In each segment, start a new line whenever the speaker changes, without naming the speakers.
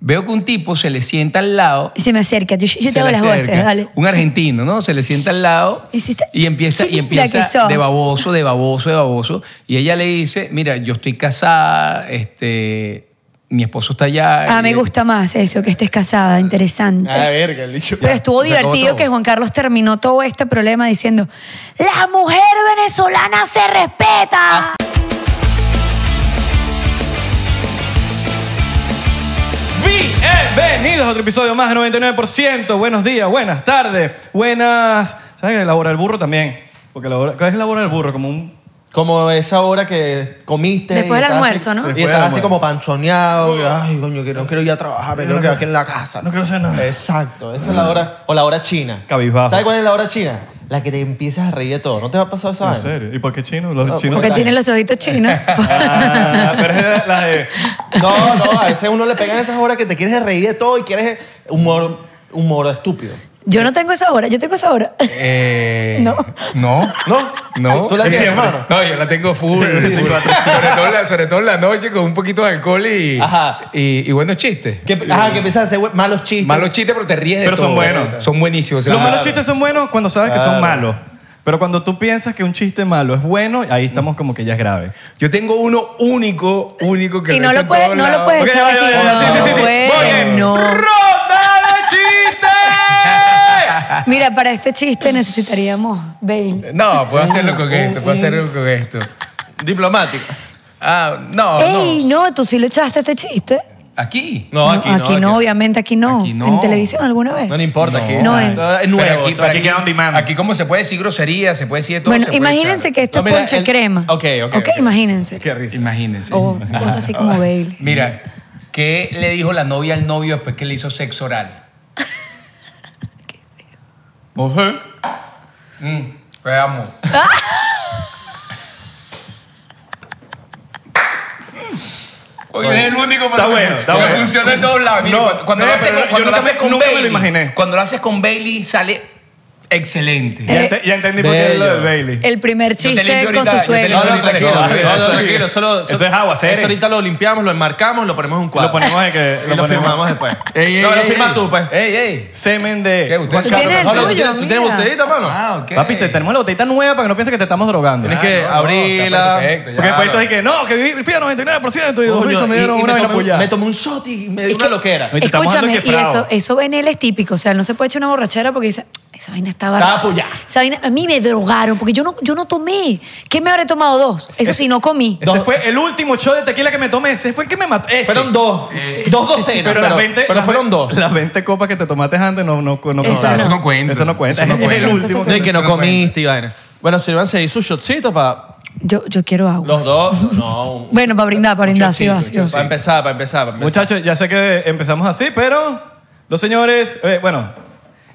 Veo que un tipo se le sienta al lado.
Y se me acerca. Yo, yo
se
te hago
le
las
acerca,
voces, dale.
Un argentino, ¿no? Se le sienta al lado
Y si está-
y empieza,
qué
y
linda que
empieza
sos.
de baboso, de baboso, de baboso. Y ella le dice, mira, yo estoy casada, este, mi esposo está allá.
Ah,
y-
me gusta más eso, que estés casada, interesante.
Ah, verga, el bicho.
Pero estuvo
se acabó
divertido
todo.
que Juan Carlos terminó todo este problema diciendo, la mujer venezolana se respeta.
Bienvenidos a otro episodio más de 99%. Buenos días, buenas tardes, buenas. ¿Sabes que elabora el burro también? Porque la hora- ¿cuál es la hora del burro? Como un.
Como esa hora que comiste.
Después
y
del
estás
almuerzo,
así-
¿no?
Y
Después del
estás así
almuerzo.
como panzoneado. que, Ay, coño, que no quiero ir a trabajar, me
Yo
quiero
no quiero-
quedar aquí en la casa.
no quiero hacer nada.
Exacto, esa es la hora. O la hora china.
Cabizbajo.
¿Sabes cuál es la hora china? La que te empiezas a reír de todo. ¿No te va a pasar esa
¿En
vaina?
serio? ¿Y por qué chino? Los
No,
chinos.
Porque
está
tiene
bien.
los ojitos chinos.
Ah, pero es de- la de.
No, no, a veces uno le pegan esas horas que te quieres reír de todo y quieres humor, humor estúpido.
yo no tengo esa hora, yo tengo esa hora.
Eh,
No.
No.
¿No?
No.
¿Tú la tienes,
Siempre.
hermano?
No, yo la tengo full. full. Sobre, todo en la, sobre todo en la noche con un poquito de alcohol y,
Ajá.
y, y buenos chistes.
Que, ajá, que empiezas a hacer we- malos chistes.
Malos chistes, pero te ríes de
Pero son
todo.
buenos.
Son buenísimos. o sea,
Los malos chistes son buenos cuando sabes que son malos. Pero cuando tú piensas que un chiste malo es bueno, ahí estamos como que ya es grave.
Yo tengo uno único, único que
y
he
no
hecho
lo,
en
puede,
todos
no lo
lados.
puedes
Ok,
echar
ya, ya,
aquí.
ya, ya, sí, sí, sí, sí. Voy en-
No, bueno.
¡Ronda de chistes!
Mira, para este chiste necesitaríamos bail.
No, puedo hacerlo con esto, puedo hacerlo con esto.
Diplomático.
Ah, no,
Ey,
no.
no. tú sí lo echaste este chiste.
Aquí.
No, aquí no.
aquí no, obviamente aquí no.
Aquí no.
¿En televisión alguna vez?
No, no importa. aquí
No,
está-
en-
está- es
Ah. Pero
nuevo.
aquí,
está-
para
aquí queda on demand.
Aquí como se puede decir grosería, se puede decir de todo.
bueno,
se puede
imagínense
echar.
que esto
No,
es
mira,
ponche
el-
crema.
Ok,
Ok,
ok, ok.
imagínense.
Qué risa.
Imagínense.
O cosas así como bail.
Mira, ¿qué le dijo la novia al novio después que le hizo sexo oral?
Mujer.
Mm, te amo. Oye, es el único
Está bueno, está
porque
bueno.
funciona en todos lados. Mira,
No,
cuando- cuando
no,
lo haces
pero
con,
yo
cuando lo
nunca me-
haces con
nunca me lo
Bailey,
imaginé.
Cuando lo haces con Bailey sale excelente.
Ya,
Eh,
ente- ya entendí por qué es lo del
bello.
Bailey.
El primer
Yo te
chiste
limpio
con
ahorita,
su
yo te
suegro.
limpio
No, no, tranquilo,
No,
tranquilo,
no,
no,
tranquilo.
tranquilo, solo,
Eso
solo-
es agua, serio.
Eso ahorita lo limpiamos, lo enmarcamos, lo ponemos en un cuadro.
Lo ponemos en que.
y lo firmamos después.
Ey, ey,
no, lo
ey,
firmas
ey.
tú, pues.
Ey, ey.
Semen de.
¿Qué? ¿Usted
Juan
es
Carlos
tienes
Rosales.
No, ¿tú
tuyo,
tienes- ¿Tú tienes
mira.
botellita, mano?
Ah, ok.
Papi, te tenemos la botellita nueva para que no pienses que te estamos drogando.
Tienes
Ah,
que
no, no,
abrirla.
está perfecto, ya.
Porque después
Claro.
tú dijiste, no, que vi- fui a 99% y los
Coño,
bichos me
y-
dieron
y
una vaina
tomé un-
puya.
Me tomé un shot y me dio
Es
una
que-
loquera.
Oye, te estamos dando
Escúchame,
que
y eso,
frao.
eso en él es típico. O sea, no se puede echar una borrachera porque dice, esa vaina está barata.
Estaba puya.
Esa vaina, a mí me drogaron porque yo no, yo no tomé. ¿Qué me habré tomado dos? Eso sí, no comí.
Ese fue el último show de tequila que me tomé. Ese fue el que me mató. Ese.
Fueron dos. Dos docenas.
Pero, las 20,
pero
las
fueron
ve-
dos.
Las 20 copas que te tomaste antes no, no, no,
Eso
contaron.
no. Eso
no cuenta.
Eso no cuenta.
Eso no
es
cuenta.
el último.
No, y que no
Eso no
comiste y vaina. Bueno, Silvan se hizo un shotcito para...
Yo, yo quiero agua.
Los dos, no. un-
Bueno, para brindar, para brindar, sí,
shotcito,
va,
un
sí va.
Para empezar, para empezar, para empezar.
Muchachos, ya sé que empezamos así, pero los señores, eh, bueno,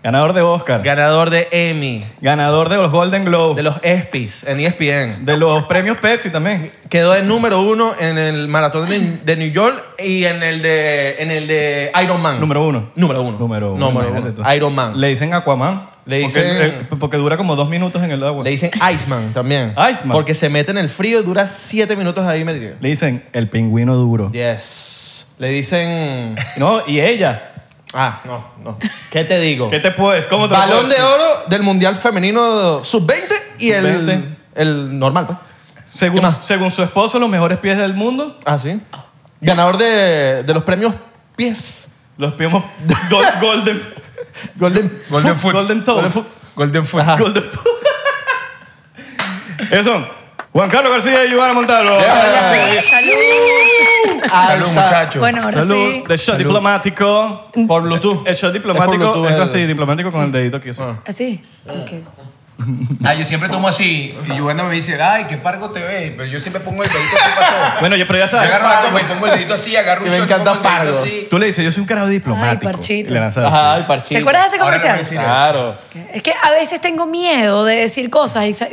ganador de Oscar,
Ganador de Emmy,
ganador de los Golden Globes,
de los ESPYs en E ESPN.
de los premios Pepsi también.
Quedó de número uno en el maratón de, de New York y en el de, en el de Iron Man.
Número uno.
Número uno.
Número uno.
Número
imagínate
uno.
tú.
Iron Man.
Le
Le,
dicen Aquaman.
Le
porque-
dicen-
eh, Porque, dura como dos minutos en el agua. Le,
dicen Iceman también.
Iceman.
Porque se mete en el frío y dura siete minutos ahí metido.
dicen el pingüino duro.
Yes. Le dicen...
No, y ella.
Ah, no, no. ¿Qué te digo?
¿Qué te puedes? ¿Cómo te lo puedo
Balón de
decir?
oro del Mundial Femenino Sub-20 y el,
Sub-20.
el normal, pues. ¿Qué
Según,
más?
según su esposo, los mejores pies del mundo.
Ah, sí. Ganador de, de los premios pies.
Los pies mo- gol- Golden.
Golden,
Golden
Foot.
Foot.
Golden Toes.
Golden Foot. Golden Foot.
Ajá.
Golden. Eso. Juan Carlos García y Giovanna Montalvo.
Hola, Salud.
Alta.
Salud, muchachos.
Bueno, ahora
Salud.
sí.
De shot diplomático.
Por Bluetooth.
El shot
Es
diplomático
por
es,
Bluetooth,
así,
el-
diplomático con el dedito aquí. así.
¿Así? Ah, Ok.
Ah, yo siempre tomo así. Y Giovanna me dice, ay, qué pargo te ves. Pero yo siempre pongo el dedito así para todo.
Bueno, yo, pero ya
Yo
sabes.
agarro la copa y pongo el dedito así, agarro
Que
un
me
shot y
encanta
pongo el dedito
pargo.
así.
Tú le dices, yo soy un carajo diplomático.
parchito.
Y le lanzas así.
Ajá, el parchito.
¿Te acuerdas de ese
Ahora no me
comercial?
decís.
Claro.
Es que a veces tengo miedo de decir cosas. y sa-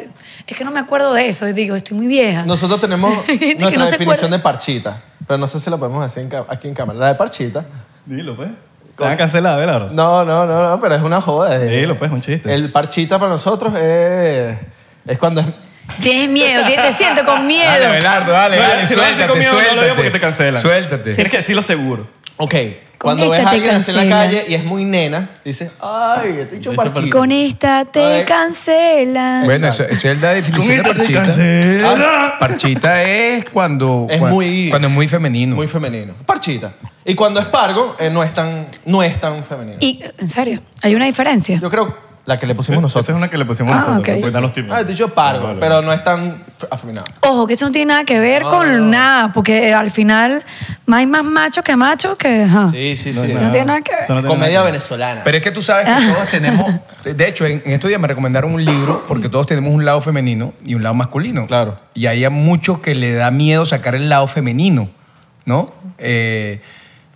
es que no me acuerdo de eso. Y digo, estoy muy vieja.
Nosotros tenemos
Que no
nuestra
se
definición
acuerda.
de parchita. Pero no sé si la podemos hacer en ca- aquí en cámara. La de parchita.
Dilo, pues. Te van a cancelar, ¿verdad? Laura?
No, no, no, no, pero es una joda. eh.
Dilo, pues, un chiste.
El parchita para nosotros es, es cuando es
Tienes miedo, ti- te siento con miedo.
Abelardo, dale,
No, si lo haces conmigo, no lo digo porque te cancelan.
Suéltate.
Tienes que decirlo seguro.
Ok,
Con
Cuando ves
esta
a
te
alguien así en la
cancela.
calle y es muy nena, dices, ay, este hecho parchito.
Con esta te
Ay.
cancelan.
Bueno, eso, esa es la definición de parchita. Ah, Parchita es cuando
Es
cua-
muy-
cuando es muy femenino.
Muy femenino. Parchita. Y cuando es pargo, eh, no, es tan, no es tan femenino.
Y, en serio, hay una diferencia.
Yo creo la que le pusimos
Esa es
nosotros.
una que le pusimos
Ah,
nosotros.
ok.
porque están los tipos.
Ah, he dicho pargo,
Vale,
pero
vale.
no es tan f- afeminado.
Ojo, que eso no tiene nada que ver con nada, porque eh, al final más hay más macho que macho que... ajá.
Sí, sí,
No
sí.
es
No tiene nada que ver.
Eso no tiene
Comedia
nada que ver.
venezolana.
Pero es que tú sabes que todos tenemos. De hecho, en, en estos días me recomendaron un libro porque todos tenemos un lado femenino y un lado masculino.
Claro.
Y hay a muchos que le da miedo sacar el lado femenino, ¿no? Eh,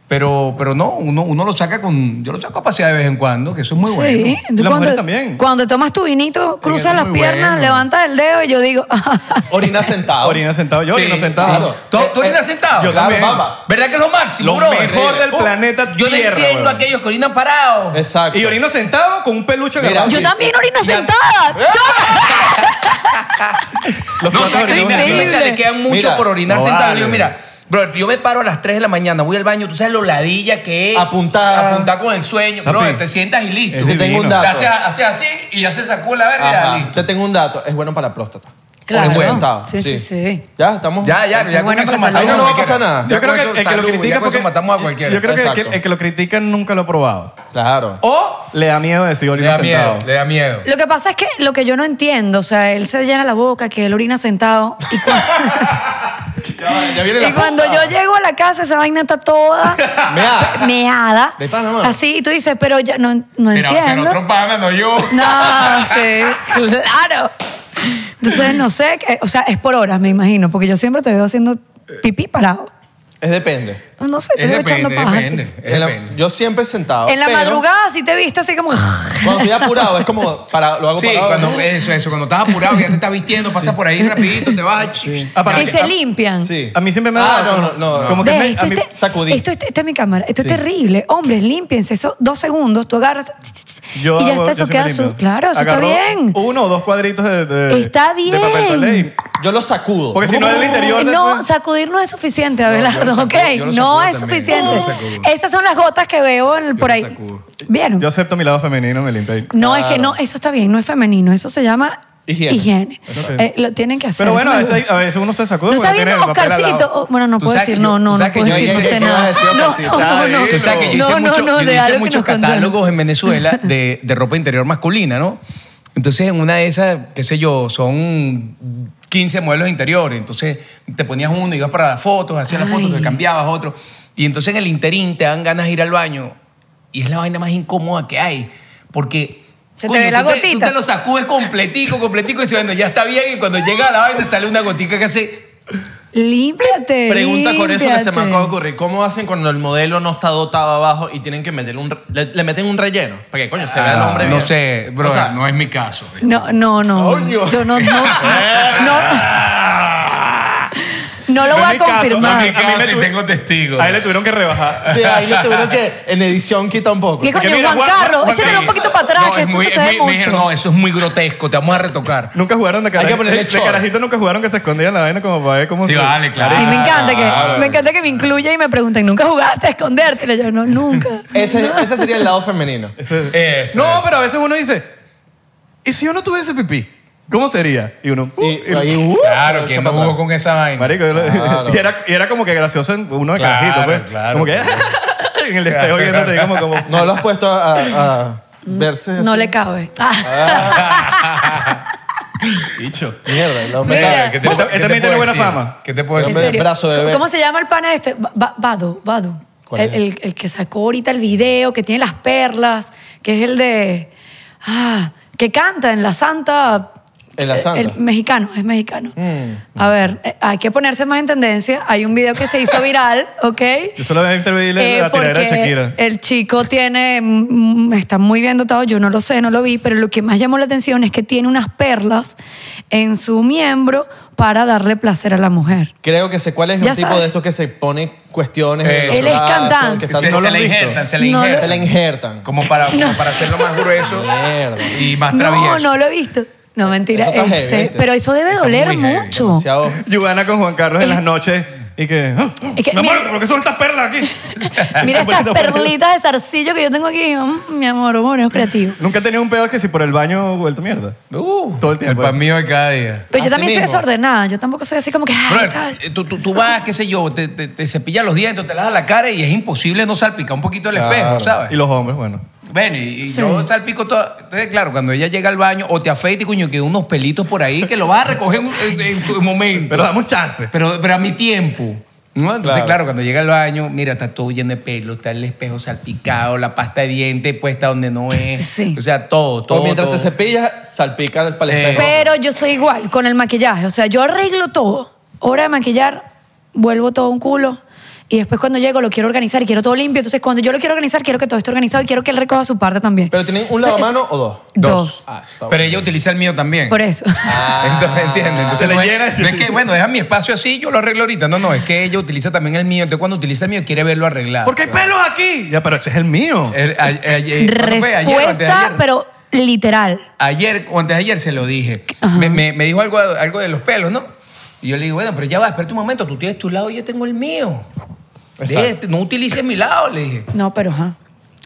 pero, pero no, uno, uno lo saca con. Yo lo saco a pasear de vez en cuando, que eso es muy
sí,
bueno.
tú
Y las
cuando,
mujeres también.
cuando tomas tu vinito, cruzas
es
las
muy
piernas,
bueno.
levantas el dedo y yo digo,
Orina sentado.
Orina sentado. Yo
Sí,
orino
claro.
sentado.
¿Tú, tú orinas sentado?
yo
claro,
también.
papá.
¿Verdad que es lo máximo,
Lo
bro?
mejor del
Uh,
planeta
Yo no
Tierra,
entiendo
weón.
a aquellos que orinan parados.
Exacto.
Y orino sentado con un peluche agarrado.
yo
sí.
también orino
Ya-
sentada.
Los
No,
cuatro
¿sabes qué?
orinos
increíble.
Me
sentados.
echa, le quedan mucho
Mira,
por orinar
no
sentado.
vale.
Yo, mira, bro, yo me paro a las 3 de la mañana, voy al baño, tú sabes lo ladilla que es.
Apuntar.
Apuntar con el sueño.
Papi,
Bro, te sientas y listo.
es
Te tengo
divino.
un
Te
dato.
haces, haces así y ya se sacó la verga y ya
Ajá.
listo.
Te tengo un dato. Es bueno para la próstata.
Claro.
Orina sentada.
Sí, sí, sí.
Ya, estamos.
Ya, ya,
Es
ya.
bueno
con eso matamos
para la salud.
a
No, no va a
cualquiera.
pasar nada.
Ya
Yo creo
con
que
eso
el que lo
salud, ya
critica
con eso
porque
matamos a cualquiera.
Yo creo que el que
Exacto.
el que lo critica nunca lo ha probado.
Claro.
O
Le da miedo decir
le
orino
da miedo,
sentado.
le da miedo.
Lo que pasa es que lo que yo no entiendo, o sea, él se llena la boca, que él orina sentado. Y, cu-
Ya, ya viene
y
la
cuando
puta.
yo llego a la casa, esa vaina está toda
Mea.
meada.
De pana, mano.
Así, y tú dices, pero ya no, no
Será- será
entiendo.
otro pana, no yo.
No, sí, claro. Entonces, no sé, eh, o sea, es por horas, me imagino, porque yo siempre te veo haciendo pipí parado.
Es depende.
No sé, te
Es
veo
depende,
echando paja.
depende. es
En la-
depende.
yo siempre sentado.
En la
pero
madrugada sí te he visto así como...
Cuando estoy apurado, es como. Para, lo hago
Sí,
parado,
cuando,
¿no?
eso, eso, cuando estás apurado, ya te estás vistiendo, pasas por ahí rapidito, te vas.
Aparte-
Y se limpian.
Sí.
A mí siempre me da.
Ah, no, no, no.
Como que
Ve, este- esto,
me- a mí-
es te-
sacudí.
esto es te- esta es mi cámara. Esto es terrible. Hombres, límpiense. Eso, dos segundos, tú agarras.
Yo
y ya
hago-
está,
yo
eso
siempre
queda
limpio.
su. Claro, eso
Agarro
está bien.
Uno o dos cuadritos de. de-
Está
De papel
bien.
toalé y-
Yo lo sacudo.
Porque si no, el interior. de-
No, sacudir no es suficiente,
yo
Abelardo,
lo sacudo,
¿ok?
yo lo
No
sacudo
es
también,
suficiente.
yo lo sacudo.
Esas son las gotas que veo en- por
lo
ahí.
sacudo.
¿Vieron?
Yo acepto mi lado femenino, me limpio ahí.
No, es que no, eso está bien, no es femenino. Eso se llama
Higiene.
higiene.
Ok.
Eh, lo tienen que hacer. eso
Pero bueno, a
me
veces,
gusta.
a veces uno se sacude.
¿No está
porque tiene
viendo
el papel al
Oscarcito?
lado.
Oh, bueno, no
Tú
puedo
sabes que
decir,
yo-
no,
tú
no, no
sabes que
puedo
yo
decir, no
hice- yo
sé nada.
decía
No,
Oscarcito.
no, no.
Tú sabes que yo hice,
No, no,
mucho-
no,
yo
de
hice
algo que
muchos
nos contaron.
catálogos en Venezuela de, de ropa interior masculina, ¿no? Entonces, en una de esas, qué sé yo, son 15 modelos interiores. Entonces, te ponías uno, ibas para las fotos, hacías las fotos,
Ay.
te cambiabas otro. Y entonces, en el interín, te dan ganas de ir al baño. Y es la vaina más incómoda que hay. Porque.
Se te ve la
tú Te, tú
gotita.
te lo sacudes completico, completico, y dices, bueno, ya está bien. Y cuando llega a la vaina, sale una gotica que hace.
Límpiate.
Pregunta con eso que se me
límpiate.
acaba de ocurrir. ¿Cómo hacen cuando el modelo no está dotado abajo y tienen que meter un. re- Le, le meten un relleno? Para que coño se vea el hombre bien.
Ah, no sé, bro,
O sea,
no es mi caso.
No, no, no.
Coño.
Yo no, no, no,
Ah.
no lo
No
voy
es
a
mi caso, no
No es
confirmar.
es mi
mi caso
caso y
y tengo
tengo
testigos.
Ahí le tuvieron que rebajar.
Sí, ahí yo seguro que en edición quita un poco.
¿Qué
Porque
coño,
mira,
Juan,
Juan-
Carlos?
Juan-
Échale
Juan-
un poquito para atrás,
No,
que
es
esto
muy-
no
es
se ve
muy- me dijeron,
mucho.
no, eso es muy grotesco, te vamos a retocar.
Nunca jugaron de carajito.
que ponerle
de, de
short.
carajito nunca jugaron que se escondían la vaina como para ver cómo
Sí,
se-
vale, claro.
Y me encanta
Claro.
que me encanta que me incluya y me pregunten, ¿nunca jugaste a esconderte? Y yo, no, nunca.
Eh,
Ese, ese sería el lado femenino.
Eso,
no,
eso.
pero a veces uno dice, ¿y si yo no tuviese pipí? ¿Cómo sería? Y uno, uh,
Y, ahí, uh,
Claro,
se
¿quién
echa
no
para
jugó
atrás.
con esa vaina?
marico, yo lo-
Claro.
y, era, y era como que gracioso en uno de
Claro,
carajito, pues.
claro.
como que en el espejo viéndote como, como
No lo has puesto a, a- a verse.
No
así?
le cabe. Ah,
bicho.
Mierda, el hombre.
Mira.
Claro, ¿qué te- qué
Este- este
te
también
puedo
tiene buena
decir?
fama.
¿Qué te puedo
No,
¿en
decir?
hombre,
serio?
brazo de bebé.
¿Cómo se llama el pana este? Ba- Ba- Bado, Bado.
¿Cuál
El,
es?
el- el que sacó ahorita el video, que tiene las perlas, que es el de. Ah, que canta en la Santa.
En la
eh,
Santa. Mm.
El, mexicano, es mexicano. A ver, eh, hay que ponerse más en tendencia. Hay un video que se hizo viral, ¿ok?
Yo solo había intervenido
Eh,
la tiradera de Shakira.
porque el chico tiene, mm, está muy bien dotado, yo no lo sé, no lo vi, pero lo que más llamó la atención es que tiene unas perlas en su miembro para darle placer a la mujer.
Creo que sé cuál es
Ya
un tipo
sabe.
de estos que se pone cuestiones. en los
Él es
brazos,
cantante.
que están-
se,
no
se
lo
la
han visto.
injertan, se la
No lo-
injertan.
Se la injertan.
Como para, como para hacerlo más grueso
Mierda.
y más travieso.
No, no lo he visto. No, mentira.
Eso está
este,
heavy, ¿viste?
pero eso debe
Está
doler
muy heavy,
mucho.
Demasiado-
Yuvana con Juan Carlos en las noches. Y que, ¡ah!
Es que,
mi amor,
mira-
¿por qué son estas perlas aquí?
Mira estas
Bueno, pues, bueno.
perlitas de zarcillo que yo tengo aquí. Mm, mi amor, bueno, es creativo.
Nunca he tenido un pedo que si por el baño vuelto mierda.
Uh,
Todo el tiempo.
pan mío de cada día.
Pero yo
Así
también soy
mismo.
desordenada. Yo tampoco soy así como que. Ay,
Brother,
tal.
eh, tú, tú- tú vas, qué sé yo, te, te- te cepillas los dientes, te lavas la cara y es imposible no salpicar un poquito el espejo, ¿sabes?
Y los hombres, bueno.
Bueno, y, y
Sí.
yo salpico todo. Entonces, claro, cuando ella llega al baño o te afeita y coño, quedan unos pelitos por ahí que lo vas a recoger en, en- en tu momento.
Pero damos chance.
Pero, pero a mi tiempo. ¿no? Entonces,
Claro.
claro. cuando llega al baño, mira, está todo lleno de pelo, está el espejo salpicado, la pasta de dientes puesta donde no es.
Sí.
O sea, todo, todo.
o mientras te
todo.
cepillas, salpica el
Eh,
palestino.
Pero yo soy igual con el maquillaje. O sea, yo arreglo todo. Hora de maquillar, vuelvo todo un culo. Y después cuando llego lo quiero organizar y quiero todo limpio. Entonces cuando yo lo quiero organizar, quiero que todo esté organizado y quiero que él recoja su parte también.
Pero tienen un
O sea, es-
lavamano o dos.
Dos.
Ah, está
Pero
bueno.
ella utiliza el mío también.
Por eso.
Entonces, ¿entiendes? Entonces,
Se le
no,
llena
es,
el-
no es que, bueno, deja mi espacio así, yo lo arreglo ahorita. No, no, es que ella utiliza también el mío. Entonces, cuando utiliza el mío, quiere verlo arreglado.
Porque hay pelos aquí. Ya, pero ese es el mío.
Eh,
El- a- a- ayer- ¿cuándo Eh, fue? Ayer o antes de
Respuesta,
ayer.
pero literal.
Ayer o antes de ayer se lo dije.
Ajá.
Me, me- me dijo algo, algo de los pelos, ¿no? Y yo le digo, bueno, pero ya va, espérate un momento, tú tienes tu lado y yo tengo el mío.
Exacto.
Déjate, no utilices mi lado, le dije.
No, pero ajá.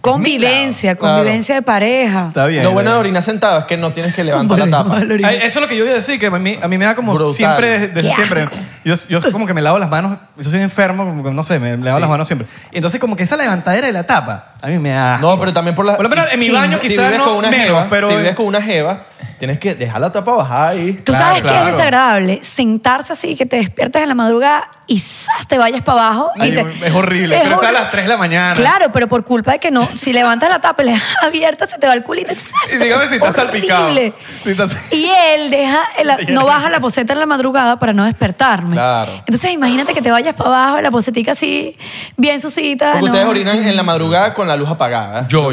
Convivencia, convivencia de pareja.
Está bien.
Lo bueno de orinar sentado es que no tienes que levantar la tapa.
Ay, eso es lo que yo iba a decir, que a mí, a mí me da como
Brutal.
siempre, desde- desde
Qué
siempre.
asco.
Yo, yo como que me lavo las manos, yo soy enfermo, como que, no sé, me lavo las manos siempre. Y entonces como que esa levantadera de la tapa, a mí me da... asco.
No, pero también por la.
Por lo menos en mi
Sí.
baño
si
quizás
vives
no
con una
menos,
jeva,
pero...
si vives con una jeva, tienes que dejar la tapa bajada ahí.
Tú
Claro,
sabes que
claro.
es desagradable sentarse así, que te despiertas en la madrugada y ¡zas! te vayas para abajo. y
Ay,
te-
es horrible, pero está a
horri-
las 3 de la mañana.
Claro, pero por culpa de que no, si levantas la tapa y la dejas abierta, se te va el culito. ¡zas!
Y dígame si está
Es horrible.
salpicado. Si está-
Y él deja el- no baja la poseta en la madrugada para no despertarme.
Claro.
Entonces imagínate que te vayas para abajo, la posetica así, bien sucita.
Porque
Ah, no,
ustedes orinan
sí.
en la madrugada con la luz apagada.
yo,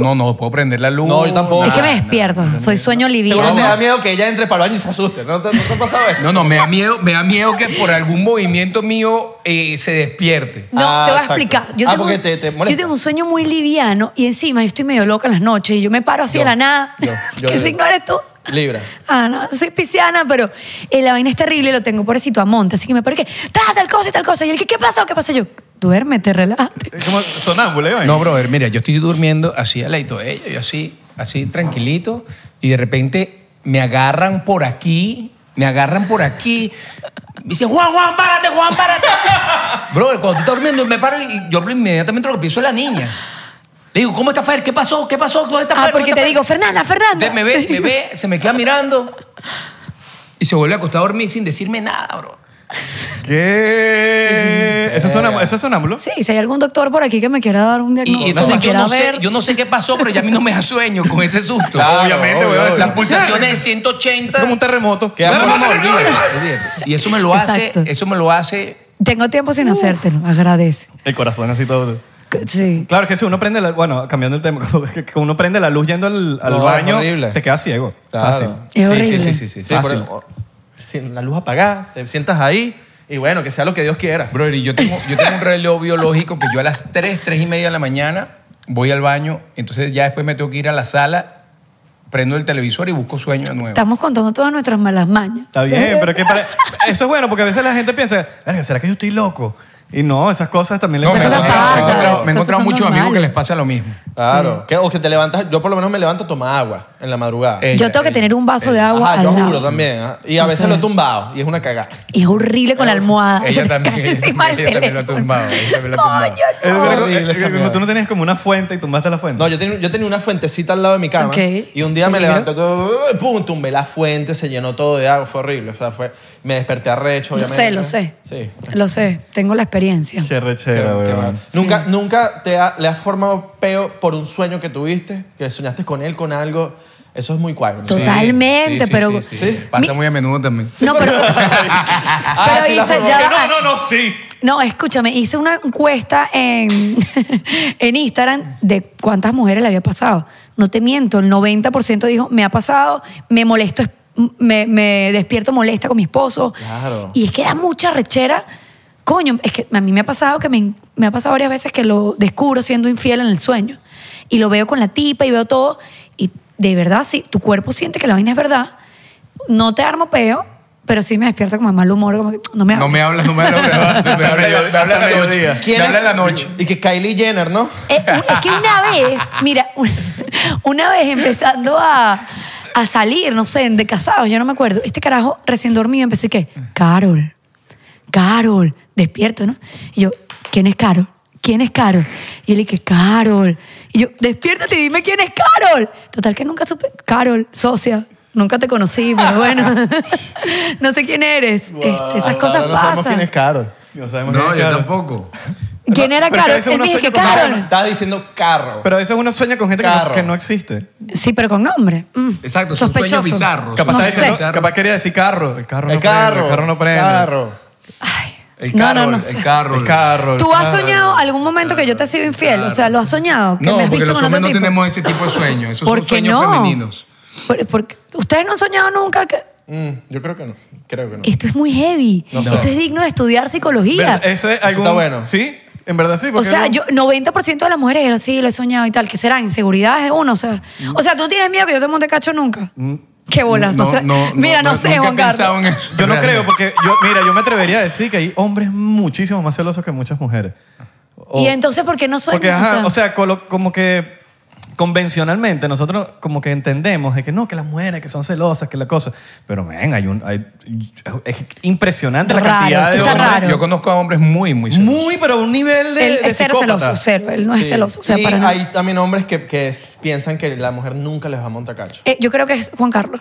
no, no, puedo prender la luz.
No, yo tampoco.
Es que me
Ah,
despierto, soy sueño
Seguro te
liviano.
da miedo que ella entre para el baño y se asuste. ¿No te, no te ha pasado eso?
No, no, me da miedo, me da miedo que por algún movimiento mío eh, se despierte.
No,
Ah,
te voy a
exacto.
explicar. Yo
Ah,
tengo,
porque te- te molesta.
yo tengo un sueño muy liviano y encima yo estoy medio loca en las noches y yo me paro así de la nada.
yo, yo,
¿Qué
yo.
signo eres tú?
Libra.
Ah, no, soy pisciana, pero eh, la vaina es terrible, lo tengo pobrecito a monte, así que me paro y que, "Tra, tal cosa y tal cosa. Y él, ¿qué, qué pasó? ¿Qué pasó? Yo, duérmete, relájate.
Es como sonámbulo, ¿eh?
No, brother, mira, yo estoy durmiendo así al ladito de ellos, yo así, así tranquilito, y de repente me agarran por aquí, me agarran por aquí. Me dicen, Juan, Juan, párate, Juan, párate. brother, cuando tú estás durmiendo, me paro y yo inmediatamente lo que pienso es la niña. Le digo, ¿cómo está Fer? ¿Qué pasó? ¿Qué pasó? ¿Dónde está
Ah,
Fer? ¿Dónde
porque
está
te
Fer?"
digo, Fernanda, Fernanda.
Entonces me ve, me ve, se me queda mirando y se vuelve a acostar a dormir sin decirme nada, bro.
¿Qué? ¿Eso es sonámbulo? ¿Eso es sonámbulo?
Sí, si hay algún doctor por aquí que me quiera dar un
Y,
diagnóstico,
y entonces
me
yo
quiera
no, sé,
ver.
yo no sé qué pasó, pero ya a mí no me da sueño con ese susto.
Claro,
Obviamente,
obvio,
weón.
obvio.
Las pulsaciones de
Es
180.
como un terremoto.
¿Qué hago?
No, no, no, olvídate, olvídate. Y eso me lo hace,
Exacto.
eso me lo hace.
Tengo tiempo sin hacértelo, agradece.
El corazón así todo.
Sí.
Claro, es que si uno prende la... Bueno, cambiando el tema, como que uno prende la luz yendo al, al
No, es
baño,
horrible.
te quedas ciego.
Claro.
Fácil.
Es
Sí, Sí,
horrible.
sí, sí, sí.
Sí,
Fácil.
por- sin la luz apagada, te sientas ahí y bueno, que sea lo que Dios quiera.
Brother, y yo tengo, yo tengo un reloj biológico que yo a las 3, 3 y media de la mañana voy al baño, entonces ya después me tengo que ir a la sala, prendo el televisor y busco sueño de nuevo.
Estamos contando todas nuestras malas mañas.
Está bien, pero que para... Eso es bueno porque a veces la gente piensa, "Verga, ¿será que yo estoy loco? Y no, esas cosas también le
No, me he
Esas
pasan a
cosas
la
encontrado- me he
gente.
pasan.
encontrado- me he
esas
encontrado
son
muchos amigos que
normales.
les pasa lo mismo.
Claro. Que- o que te levantas, yo por lo menos me levanto a tomar agua en la madrugada.
Eh,
yo
ella,
tengo que
ella,
tener un vaso de agua
Ajá,
al
yo
lado.
juro también. ajá. Y a
O
veces
sea.
lo he tumbado y es una cagada.
Es horrible con la almohada. Se
Ella
te
también,
cae
ella
encima
también,
el
ella también lo ha
teléfono.
tumbado. Ella también lo ha tumbado.
Coño,
Es
no.
verdad,
Horrible esa
eh, como
mierda.
tú no tenías como una fuente y tumbaste la fuente.
No, yo tenía, yo tenía una fuentecita al lado de mi cama.
Ok.
Y un día me
Peligro.
levanté, ¡uh! pum, tumbé la fuente, se llenó todo de agua, fue horrible. O sea, fue, me desperté arrecho.
Lo
obviamente.
sé, lo sé.
Sí.
Lo sé, tengo la experiencia.
Qué
Qué-
rechera,
qué
weón.
mal. ¿Nunca, nunca te ha- le has formado peo por un sueño que tuviste, que soñaste con él, con algo. Eso es muy cuadro.
Totalmente,
Sí, sí,
pero...
sí, sí, sí.
Sí.
Pasa
Mi-
muy a menudo también.
No, pero... pero
Ah, sí, la
hice
formó.
ya...
Que
va.
No, no, no, sí.
No, escúchame, hice una encuesta en, en Instagram de cuántas mujeres le había pasado. No te miento, el 90% dijo, me ha pasado, me molesto, es- me, me despierto molesta con mi esposo.
Claro.
Y es que da mucha rechera. Coño, es que a mí me ha pasado que me, me ha pasado varias veces que lo descubro siendo infiel en el sueño. Y lo veo con la tipa y veo todo. Y de verdad, sí, tu cuerpo siente que la vaina es verdad. No te armo peo, pero sí me despierto como de mal humor, como que no me
No
hables.
me hablas, no me hablas. Me hablas me hablas en la noche. Me
¿Quién es-
hablas en la noche.
Y que Kylie Jenner, ¿no?
Eh, u- es que una vez, mira, un- una vez empezando a, a salir, no sé, de casados, yo no me acuerdo, este carajo recién dormido empezó y que, Carol, Carol, despierto, ¿no? Y yo, ¿quién es Carol? ¿Quién es Carol? Y él que Carol. Y yo, despiértate y dime quién es Carol. Total que nunca supe, Carol, socia. Nunca te conocí, pero bueno. no sé quién eres. Este,
Ah,
esas cosas
Ahora no
pasan.
sabemos quién es Carol.
No sabemos quién
No,
es
yo
Carol.
tampoco.
¿Quién era
Pero a
Carol?
veces
Él
uno
me dijo
sueña
que
con
Carol.
Estaba diciendo carro.
Pero a veces uno sueña con gente que no,
Carro.
que no existe.
Sí, pero con nombre. Mm.
Exacto, son sueños
Sospechoso.
bizarros.
Capaz,
no
está
sé.
diciendo- capaz quería decir carro. El carro
El
no prende,
carro,
El carro no prende.
Carol.
Ay,
El
no,
carro,
no, no
el
sé.
carro.
El carro. el
¿Tú has
carro.
soñado algún momento que yo te he sido infiel? O sea, ¿lo has soñado? ¿Que
No,
me has
porque
visto
los
con otro
hombres no
tipo?
tenemos ese tipo de sueños. Esos
¿Por
son
qué
sueños
no?
femeninos.
Por- porque ustedes no han soñado nunca que...
Mm, yo creo que no. Creo que no.
Esto es muy heavy.
No sé.
Esto es digno de estudiar psicología.
¿Verdad? Eso es
Eso
algún...
está bueno.
Sí, en verdad sí.
o
porque
sea,
algo-
yo 90% de las mujeres dijeron, sí, lo he soñado y tal. ¿Qué serán? ¿Inseguridades de uno? O sea, o sea, ¿tú tienes miedo que yo te monte cacho nunca? ¿Qué bolas? No, sé. Mira, no, sé,
nunca he
Juan
pensado
Carlos.
en eso.
Yo no creo porque... Yo, mira, yo me atrevería a decir que hay hombres muchísimo más celosos que muchas mujeres. O-
Y entonces, ¿por qué no sueñas?
Porque, ajá,
O sea,
o sea, colo- como que convencionalmente nosotros como que entendemos de que no, que las mujeres que son celosas, que la cosa. Pero, ven, hay un... hay- es impresionante la
Raro,
cantidad de
esto está
hombres.
raro.
Yo conozco a hombres muy, muy celosos.
Muy, pero a un nivel de,
él
de
es cero
psicópata.
celoso, cero. Él no es
Sí.
celoso. O sea,
y
para nada.
hay también hombres que, que es- piensan que la mujer nunca les va a montar cacho.
Eh, yo creo que es Juan Carlos.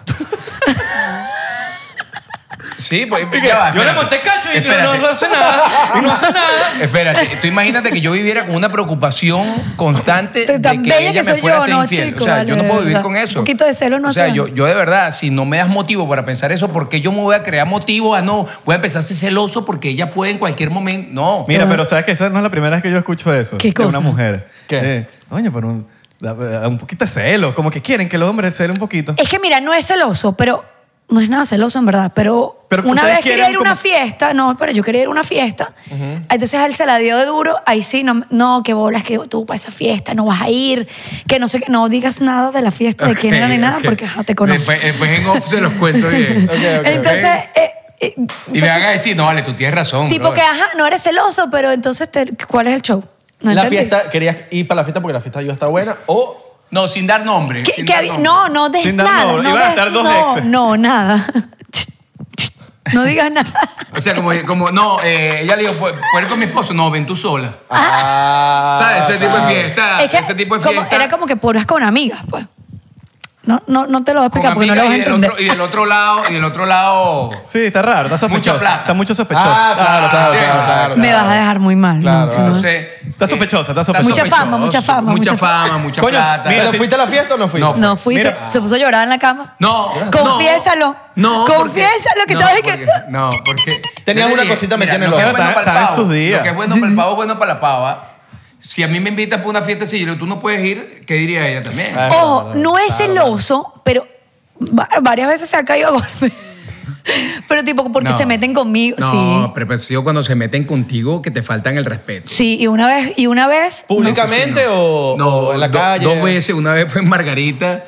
Sí, pues ya va,
Yo le
espérate.
monté cacho y no,
Espérate.
no hace nada. Y no hace nada.
Espérate, tú imagínate que yo viviera con una preocupación constante
Tan
de que
bella
ella
que
me
soy
fuera
yo,
a ser
no,
infiel.
chico,
o sea,
vale,
yo no
de
puedo vivir
verdad.
con eso.
Un poquito de celo no
O sea,
hace
yo,
daño.
yo de verdad, si no me das motivo para pensar eso, ¿por qué yo me voy a crear motivo a no? Voy a empezar a ser celoso porque ella puede en cualquier momento. No.
Mira, pero sabes que esa no es la primera vez que yo escucho eso.
¿Qué
De
cosa?
una mujer.
¿Qué?
Eh, Oye, pero un, da- da un poquito de celo. Como que quieren que el hombre cele un poquito.
Es que mira, no es celoso, pero no es nada celoso en verdad, pero,
Pero
una vez
ustedes
quería
quieren
ir a una
como-
fiesta, no, pero yo quería ir a una fiesta, entonces él se la dio de duro, ahí sí, no, no, que bolas, que tú para esa fiesta no vas a ir, que no sé, qué, no digas nada de la fiesta, de quién era ni
Ok,
nada,
ok.
porque ajá, te conozco.
Después, después en off se los cuento bien.
entonces, eh, eh,
Y me
entonces,
van a decir, no, vale, tú tienes razón.
tipo
brother.
que, ajá, no eres celoso, pero entonces, te- ¿cuál es el show? No
la
entendí.
fiesta, querías ir para la fiesta porque la fiesta iba a estar buena o
No, sin dar nombre.
¿Qué-
Eh, sin
qué
dar
había-
nombre.
no, no des
Sin dar
nada.
nombre.
No,
Iban a
des-
estar dos
no,
exes.
no, nada. No digas nada.
O sea, como, como no, eh, ella le dijo, "Pu- ¿puedo ir con mi esposo? No, ven tú sola.
Ah,
¿Sabes? Ese tipo de fiesta.
Es que
ese tipo de
como-
fiesta.
era como que poras con amigas, pues. No, no, no te lo voy a
con
explicar porque no lo
amigas
vas a
y del
entender.
otro- y del otro lado, y del otro lado.
Sí, está raro, está sospechoso.
Mucha plata.
Está mucho sospechoso.
Ah, claro, claro, claro, claro.
Me vas a dejar muy mal.
Claro,
si no-
Entonces,
Está sospechosa, está sospechosa.
Mucha fama, mucha fama,
eh, Mucha,
mucha
fama, mucha
Coño,
plata.
mira,
¿Pero
si-
fuiste a la fiesta o no fuiste?
No.
No, fui, se,
Mira.
se puso a llorar en la cama.
no,
Confiésalo.
No, no,
Confiésalo
porque,
que te vas a
no,
que-
porque- no, porque.
Tenías
yo
una
dije,
cosita
mira,
metida en el
lo que es
ojo.
bueno para el
Está- está en
pavo,
sus días.
Lo que es bueno para el pavo, es bueno para la pava. Si a mí me invitas para una fiesta, si yo- tú no puedes ir, ¿qué diría ella también?
Ah,
Ojo, no es celoso, pero va- varias veces se ha caído a golpe. pero tipo, porque
No.
se meten conmigo.
No,
sí.
pero preciso cuando se meten contigo que te faltan el respeto.
Sí, y una vez, y una vez.
¿Públicamente o,
No,
o en la
do-
calle?
dos veces. Una vez fue en Margarita.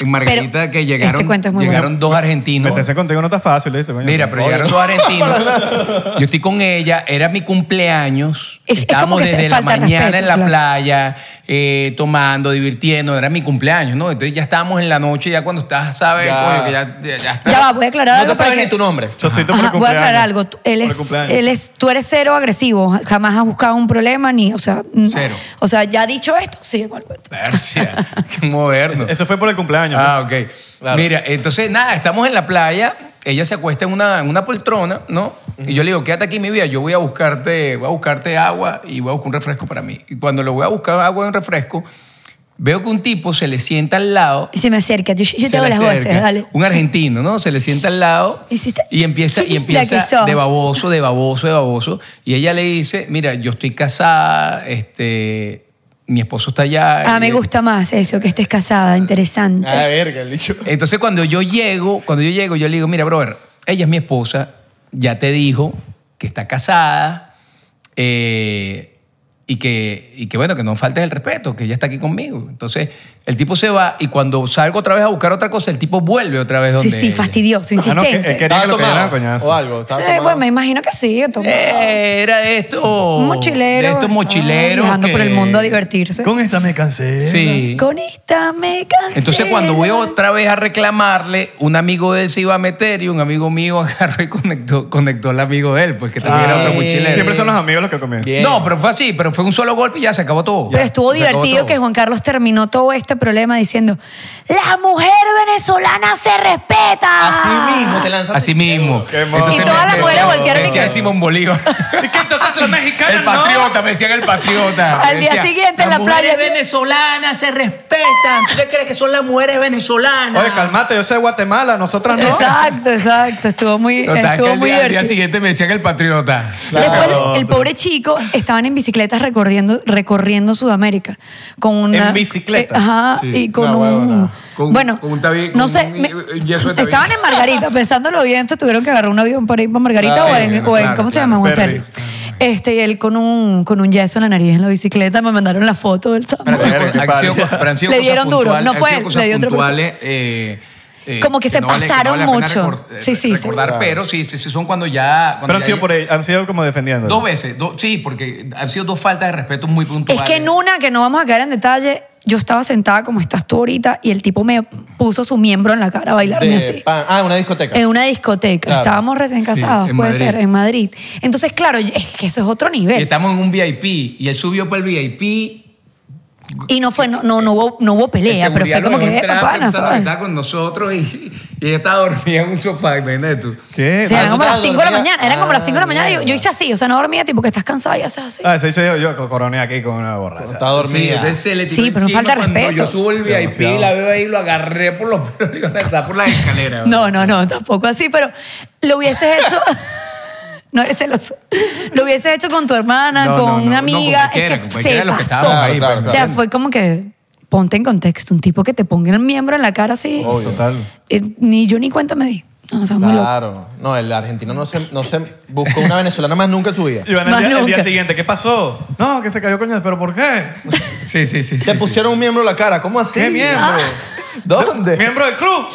En Margarita
Pero
que llegaron,
este cuento es muy
llegaron dos argentinos.
Meterse contigo no está fácil, ¿viste? coño?
Mira, pero llegaron dos argentinos. Yo estoy con ella, era mi cumpleaños.
Es- es como
Estábamos
que se-
desde la
falta de
mañana
respeto,
en la
claro.
playa, eh, tomando, divirtiendo. Era mi cumpleaños, ¿no? Entonces ya estábamos en la noche, ya cuando estás, ¿sabes?
Ya.
Coño, que ya, ya, ya está.
Ya va, pues. voy a aclarar
No
algo.
te
para
sabes ni
que-
tu nombre.
Chocito por
Ajá,
el
Ah, voy a
cumpleaños.
aclarar algo. Tú- Él
Por el
es,
cumpleaños.
él es, tú eres cero agresivo. Jamás has buscado un problema ni, o sea, n-
Cero.
O sea, ya dicho esto, sigue con el cuento.
Versia, qué moderno.
Eso fue por el cumpleaños.
Ah, ok. Mira, entonces, nada, estamos en la playa. Ella se acuesta en una, en una poltrona, ¿no? Y yo le digo, quédate aquí mi vida, yo voy a buscarte, voy a buscarte agua y voy a buscar un refresco para mí. Y cuando lo voy a buscar agua y un refresco, veo que un tipo se le sienta al lado.
Y se me acerca. Yo, yo
se
te hago
le
las
acerca,
voces, dale.
Un argentino, ¿no? Se le sienta al lado
Hiciste-
y empieza,
Qué
y
linda que
empieza
sos.
de baboso, de baboso, de baboso. Y ella le dice, mira, yo estoy casada, este, mi esposo está allá.
Ah, me
Y-
gusta más eso, que estés casada, interesante.
Ah, verga, el bicho.
entonces cuando yo llego, cuando yo llego, yo le digo, mira, brother, ella es mi esposa, ya te dijo que está casada, eh, y que, y que bueno, que no faltes el respeto, que ella está aquí conmigo. Entonces, el tipo se va y cuando salgo otra vez a buscar otra cosa, el tipo vuelve otra vez donde
Sí, sí,
ella.
fastidioso,
Ah, no, que-
insistente.
él quería que lo
tomado
cayeran a coñazo.
o algo.
Sí,
estaba tomado.
bueno, me imagino que sí. tomado.
Eh, era de esto.
un mochilero.
De estos
estaba
mochileros.
Viajando por
que-
el mundo a divertirse.
Con esta me cansé.
Sí.
Con esta me cansé.
Entonces, cuando voy otra vez a reclamarle, un amigo de él se iba a meter y un amigo mío agarró y conectó, conectó al amigo de él, pues que también
Ah,
era otro
Ay.
mochilero.
Siempre son los amigos los que comienzan.
No, pero fue así, pero fue un solo golpe y ya se acabó todo.
Pero estuvo
Se acabó
divertido
todo.
que Juan Carlos terminó todo este problema diciendo: La mujer venezolana se respeta.
Así mismo te lanzas.
Así mismo.
Qué mono.
Y todas
me-
las
me
mujeres
decían-
voltearon y
Me decían
que-
Simón Bolívar.
¿Y qué entonces los mexicanos
El patriota, me decían el patriota.
Al
Me
día
decían,
siguiente en
"Las
la playa".
mujeres venezolanas se respetan. ¿Tú qué crees que son las mujeres venezolanas?
Oye, calmate, yo soy de Guatemala, nosotras no.
Exacto, exacto. Estuvo muy,
Total, que
estuvo
al
muy
día- al día
divertido.
siguiente me decían el patriota.
Después, el pobre chico estaban en bicicletas recorriendo, recorriendo Sudamérica. Con una,
¿En bicicleta?
eh, ajá, y con
una
un.
huevona.
Con-
bueno,
con un tabi-
no
con
sé.
un-
me-
un yeso de tabique.
estaban en Margarita, pensándolo bien, entonces tuvieron que agarrar un avión para ir para Margarita
Claro,
o en.
claro,
o en-
claro,
¿Cómo se
claro,
llama? Un
ferry.
ferry. Este, y él con un, con un yeso en la nariz en la bicicleta, me mandaron la foto del chamo.
Pero han sido-
Verga, qué
han sido-
padre.
pero han sido
Le
cosas
dieron duro,
puntuales,
no
han
fue
sido
él,
cosas
le dio otra persona.
puntuales, eh, eh,
Como que se
no vale-
pasaron
no vale la pena
mucho.
recor- eh,
Sí, sí, sí.
recordar, pero sí, sí, sí, son cuando ya. cuando
Pero han
ya-
sido, por ahí, han sido como defendiendo.
Dos veces, dos- sí, porque han sido dos faltas de respeto muy puntuales.
Es que en una que no vamos a caer en detalle, yo estaba sentada como estás tú ahorita y el tipo me puso su miembro en la cara a bailarme
De
así.
pan. Ah, una discoteca.
En una discoteca.
Claro.
Estábamos recién
Sí,
casados,
en
puede
Madrid.
ser, en Madrid. Entonces, claro, es que eso es otro
Y
nivel.
estamos en un VIP y él subió para el VIP.
Y no fue, no, no, no hubo, no hubo
el
pelea, pero
seguridad
fue
lo
como que,
dejó
eh,
entrar
pana,
pensando que
¿sabes?
Estaba con nosotros y, y ella estaba dormida en un sofá, imagínate tú.
¿Qué?
O sea,
Ah,
eran
tú
como las
estabas
5 de la
dormida.
mañana, eran como las 5 de la mañana. y Yo,
mierda.
yo hice así, o sea, no dormía, tipo que estás cansada y haces así.
Ah, ese hecho yo, yo coroné aquí con una borracha.
Está
Sí,
dormida.
entonces se le tiró
Sí, pero no
encima
falta
cuando
respeto.
Yo subo el VIP y la veo ahí y lo agarré por los pelos y lo lanzaba por la escalera.
No, no, no, tampoco así, pero lo hubieses hecho. No eres celoso. Lo hubieses hecho Ah, con tu hermana,
No,
con
no, no,
una
no, con
amiga.
cualquiera,
es
con
que
cualquiera
se
de los que
pasó.
estábamos
ahí,
o sea,
claro.
fue como que ponte en contexto. Un tipo que te ponga el miembro en la cara así.
Obvio.
Total.
eh, ni yo ni cuenta me di. No, o sea, muy loco.
Claro. No, el argentino no se, no se buscó una venezolana más nunca en su vida.
Y van
Más
al día, el día
nunca.
siguiente, ¿qué pasó? No, que se cayó coño, pero ¿por qué?
Sí, sí, sí.
Se pusieron un miembro en la cara. ¿Cómo así? Ah.
¿Qué miembro?
¿Dónde?
¿Miembro del club?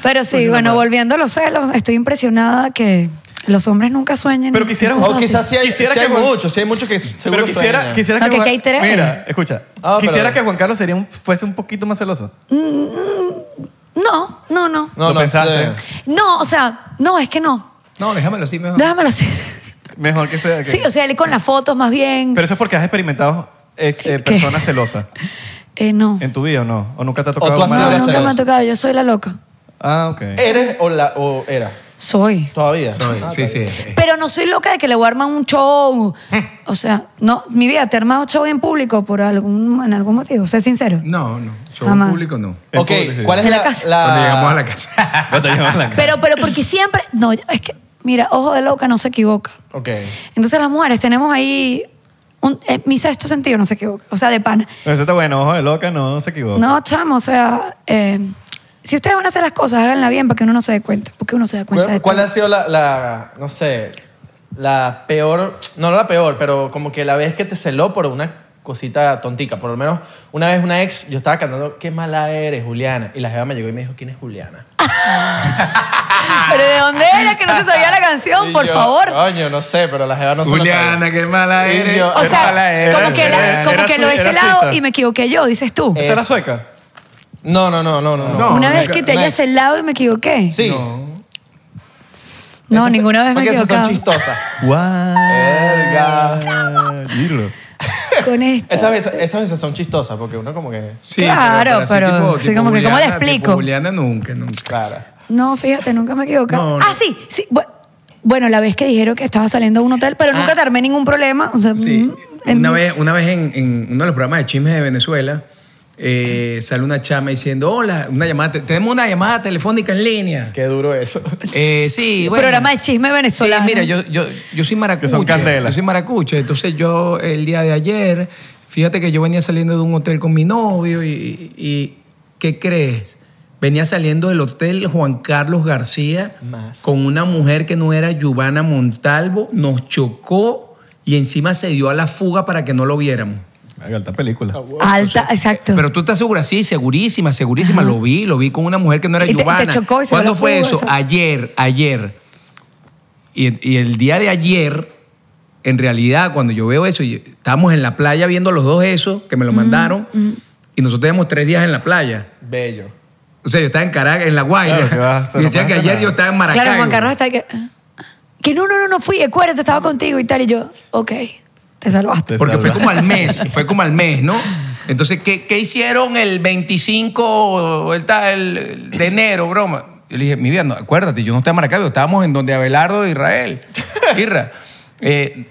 Pero sí, bueno, volviendo a los celos, estoy impresionada que los hombres nunca sueñen.
Pero quisieras-
cosas
O
así.
quizás sí hay,
Quisiera
sí
que
hay
Juan-
muchos, sí hay muchos que
Pero
seguro
quisiera,
sueñan.
quisiera
No, que
Juan-
hay tres.
Mira, escucha.
Ah, pero-
quisiera que Juan Carlos sería un- fuese un poquito más celoso.
No, no, no.
No,
Lo
no,
pensaste.
sí.
No, o sea, no, es que no.
No, déjamelo así mejor.
Déjamelo así.
Mejor que sea. que-
Sí, o sea, él con las fotos más bien.
Pero eso es porque has experimentado eh, eh, personas celosas
Eh, no.
en tu vida o no. O nunca te ha
tú
tocado
has
una-
sido
No,
la
nunca me
celosa.
ha tocado. Yo soy la loca.
Ah, ok.
¿Eres o, la, o era?
Soy.
Todavía.
Soy,
Ah,
sí, sí.
Pero no soy loca de que le voy a armar un show. O sea, no, mi vida, te he armado show en público por algún, en algún motivo. Sé sincero.
No, no. Yo
Jamás.
público no.
En
Ok,
público, sí.
¿cuál es
En
la,
la casa.
la-
Cuando llegamos a la casa.
No te llevas la cara.
Pero, pero porque siempre. No, es que, mira, ojo de loca no se equivoca.
Ok.
Entonces las mujeres tenemos ahí. un- eh, mi sexto sentido no se equivoca. O sea, de pana.
Eso está bueno, ojo de loca, no se equivoca.
No, chamo, o sea. eh, si ustedes van a hacer las cosas, háganla bien para que uno no se dé cuenta. Porque uno se da cuenta de
¿Cuál, cuál
todo.
ha sido la, la, no sé, la peor, no, no la peor, pero como que la vez que te celó por una cosita tontica? Por lo menos una vez una ex, yo estaba cantando, qué mala eres, Juliana. Y la jeva me llegó y me dijo, ¿quién es Juliana?
Ah, Pero ¿de dónde era? Que no se sabía la canción,
Y
por
yo,
favor.
Coño, no sé, pero la jeva no se lo sabía.
Juliana, qué mala
Sí,
eres.
yo-
O
qué mala
sea,
eres,
como que, la-
Juliana.
como
era
que
su-
lo he
era
celado
suiza.
y me equivoqué yo, dices tú.
Eh,
¿Esa era
Eso.
sueca?
No, no, no, no, no.
No.
Una vez
ex-
que te
una
hayas
ex.
celado y me equivoqué.
Sí.
No.
No,
Esas-
ninguna vez me he
porque esas
equivocado.
son chistosas.
¡Guau! Dilo.
Con esto.
Esas veces, esas veces son chistosas porque uno como que...
Sí,
Claro,
así
pero sí, como que, ¿cómo te
tipo
explico?
Juliana nunca, nunca.
Claro.
No, fíjate, nunca me he equivocado.
No, no.
Ah, sí, sí. bu- Bueno, la vez que dijeron que estaba saliendo de un hotel, pero nunca te armé ningún problema. o sea,
Ah. Sí.
mm, en-
Una vez, una vez en, en uno de los programas de chismes de Venezuela, eh, sale una chama diciendo, hola, una llamada, te- tenemos una llamada telefónica en línea.
Qué duro eso.
Eh, sí, bueno.
Programa de chisme venezolano.
Sí, mira, yo, yo, yo soy maracucho.
Que son candela.
Yo soy maracucho. Entonces yo el día de ayer, fíjate que yo venía saliendo de un hotel con mi novio y, y ¿qué crees? Venía saliendo del hotel Juan Carlos García
Más.
con una mujer que no era Giovanna Montalvo, nos chocó y encima se dio a la fuga para que no lo viéramos.
Alta película.
Alta, exacto.
Pero tú estás segura, sí, segurísima, segurísima. Lo vi, lo vi con una mujer que no era
Y te- y te
Giovanna.
chocó y se
¿Cuándo
la
fue
fuga,
eso?
exacto.
Ayer, ayer. Y, y el día de ayer, en realidad, cuando yo veo eso, yo- estábamos en la playa viendo los dos eso, que me
Mm,
lo mandaron, y nosotros teníamos tres días en la playa.
Bello.
O sea, yo estaba en Caracas, en La Guaira.
Claro, que vas, te
y
lo
decía que
pasas
ayer
nada.
yo estaba en Maracaibo.
claro, Juan Carlos está ahí que. Que no, no, no, no fui, acuérdate, estaba contigo y tal. Y yo, ok, te salvaste.
Te
Porque fue
salva.
como al mes, fue como al mes, ¿no? Entonces, ¿qué, qué hicieron el 25 o el, ta- el- de enero, broma? Yo le dije, mi vida, no, acuérdate, yo no estaba en Maracaibo, estábamos en donde Abelardo de Israel. Irra. Eh,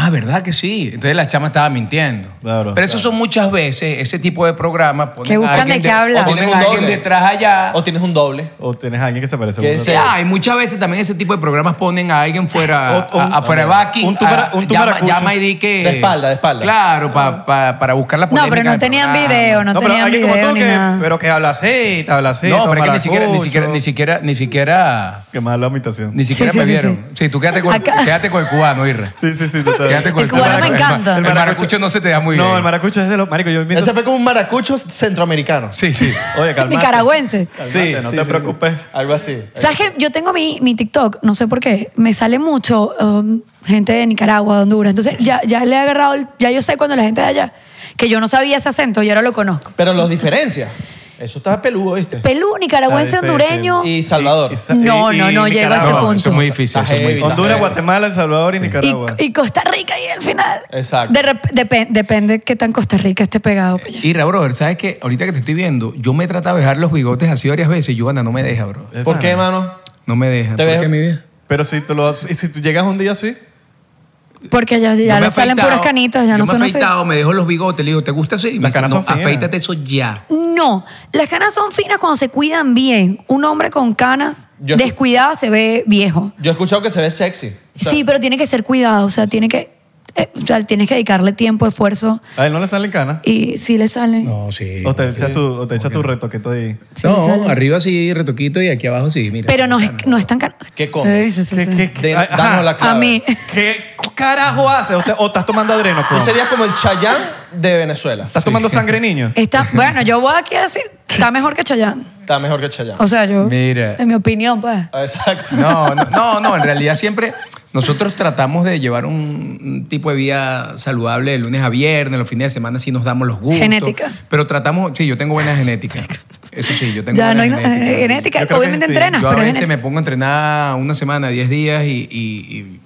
ah, ¿verdad que sí? Entonces la chama estaba mintiendo.
Claro,
Pero eso
claro.
son muchas veces, ese tipo de programas. ponen
Que
a
buscan
alguien
de qué hablar.
O tienen
Ponen
a
un
alguien
doble.
detrás allá.
O tienes un doble.
O tienes a alguien que se parece a
Que
uno.
sea-
Ah, y muchas veces también ese tipo de programas ponen a alguien fuera,
O- o
a-
Ah, un-
afuera de backing.
un
a-
tumara- un Ah.
llama-
tumaracucho.
llama y di que...
De espalda, de espalda.
Claro, pa- pa- para buscar la
No,
polémica
pero no
del
tenían
programa.
video, no,
pero
tenían
alguien como
video
tú
ni
que,
nada.
pero que habla así, te habla así.
No,
toma
pero es que ni siquiera, ni
maracucho.
siquiera, ni siquiera, ni siquiera,
Qué mala imitación.
ni siquiera
sí,
me
sí,
vieron. Sí, tú quédate con,
Acá-
quédate con el cubano, Irra.
Sí, sí, sí. total.
Quédate con el,
El cubano me
El ma-
encanta.
El, maracucho no se te da muy bien.
No, el maracucho es de los... Marico, yo invito...
Ese fue como un maracucho centroamericano.
Sí, sí.
Oye, calmate.
Nicaragüense.
Calmate, no te preocupes.
Algo así.
¿Sabes qué? Yo tengo mi, mi TikTok, no sé por qué, me sale mucho um, gente de Nicaragua, de Honduras. Entonces ya, ya le he agarrado, el- ya yo sé cuando la gente de allá, que yo no sabía ese acento y ahora lo conozco.
Pero los diferencias. Eso está peludo, ¿viste?
Pelú, nicaragüense,
Está difícil.
hondureño.
Y Salvador.
sa-
No, no, no, llego a ese
Nicaragua.
No, eso
punto.
es muy difícil. Eso es muy difícil.
Honduras, Guatemala, El Salvador y
Y,
Nicaragua.
y Costa Rica y el final.
Exacto.
De rep- depen- depende qué tan Costa Rica esté pegado. pa' allá.
Irra, brother, ¿sabes qué? Ahorita que te estoy viendo, yo me he tratado de dejar los bigotes así varias veces y Giovanna no me deja, bro.
Es
¿Por qué,
pana.
mano?
No me deja.
Te
¿Por
veo.
qué, mi vida?
Pero si tú, lo, y si tú llegas un día así...
Porque ya,
Yo
ya
me
le
he
salen
afeitado,
puras canitas, ya
yo
no
me he
son así.
afeitado, me dejo los bigotes, le digo, ¿te gusta así? Y me
Las canas
dice,
son
"No,
finas".
afeítate eso ya.
No, las canas son finas cuando se cuidan bien. Un hombre con canas
Yo-
descuidada se ve viejo.
Yo he escuchado que se ve sexy. O sea,
sí, pero tiene que ser cuidado, o sea, tiene que, eh, o sea, tienes que dedicarle tiempo, esfuerzo
A él no le salen canas.
y si le salen.
No, sí.
O te echas tu, o te echas tu retoquito ahí.
sí le
No,
salen.
arriba sí, retoquito y aquí abajo sí, mira.
Pero no es, no es tan caro.
¿Qué comes?
Sí, sí, sí,
¿Qué,
sí.
qué, qué-
de-
ah,
danos la
A
clave.
mí.
¿Qué carajo haces? ¿O, te- o estás tomando adreno?
Tú serías como el Chayán de Venezuela.
¿Estás tomando sangre niño?
Está, bueno, yo voy aquí a decir, está mejor que Chayanne.
Está mejor que Chayán.
O sea, yo,
Mira.
en mi opinión, pues.
Exacto.
No, no, no, no, en realidad siempre nosotros tratamos de llevar un, un tipo de vida saludable de lunes a viernes, los fines de semana sí nos damos los gustos.
Genética.
Pero tratamos, sí, yo tengo buena genética. Eso sí, yo tengo
Ya no
buena
hay nada-
genética.
genética.
Yo creo que
Obviamente
sí.
entrenas,
Yo a
pero
veces
es
me pongo a entrenar una semana, 10 días y, y- y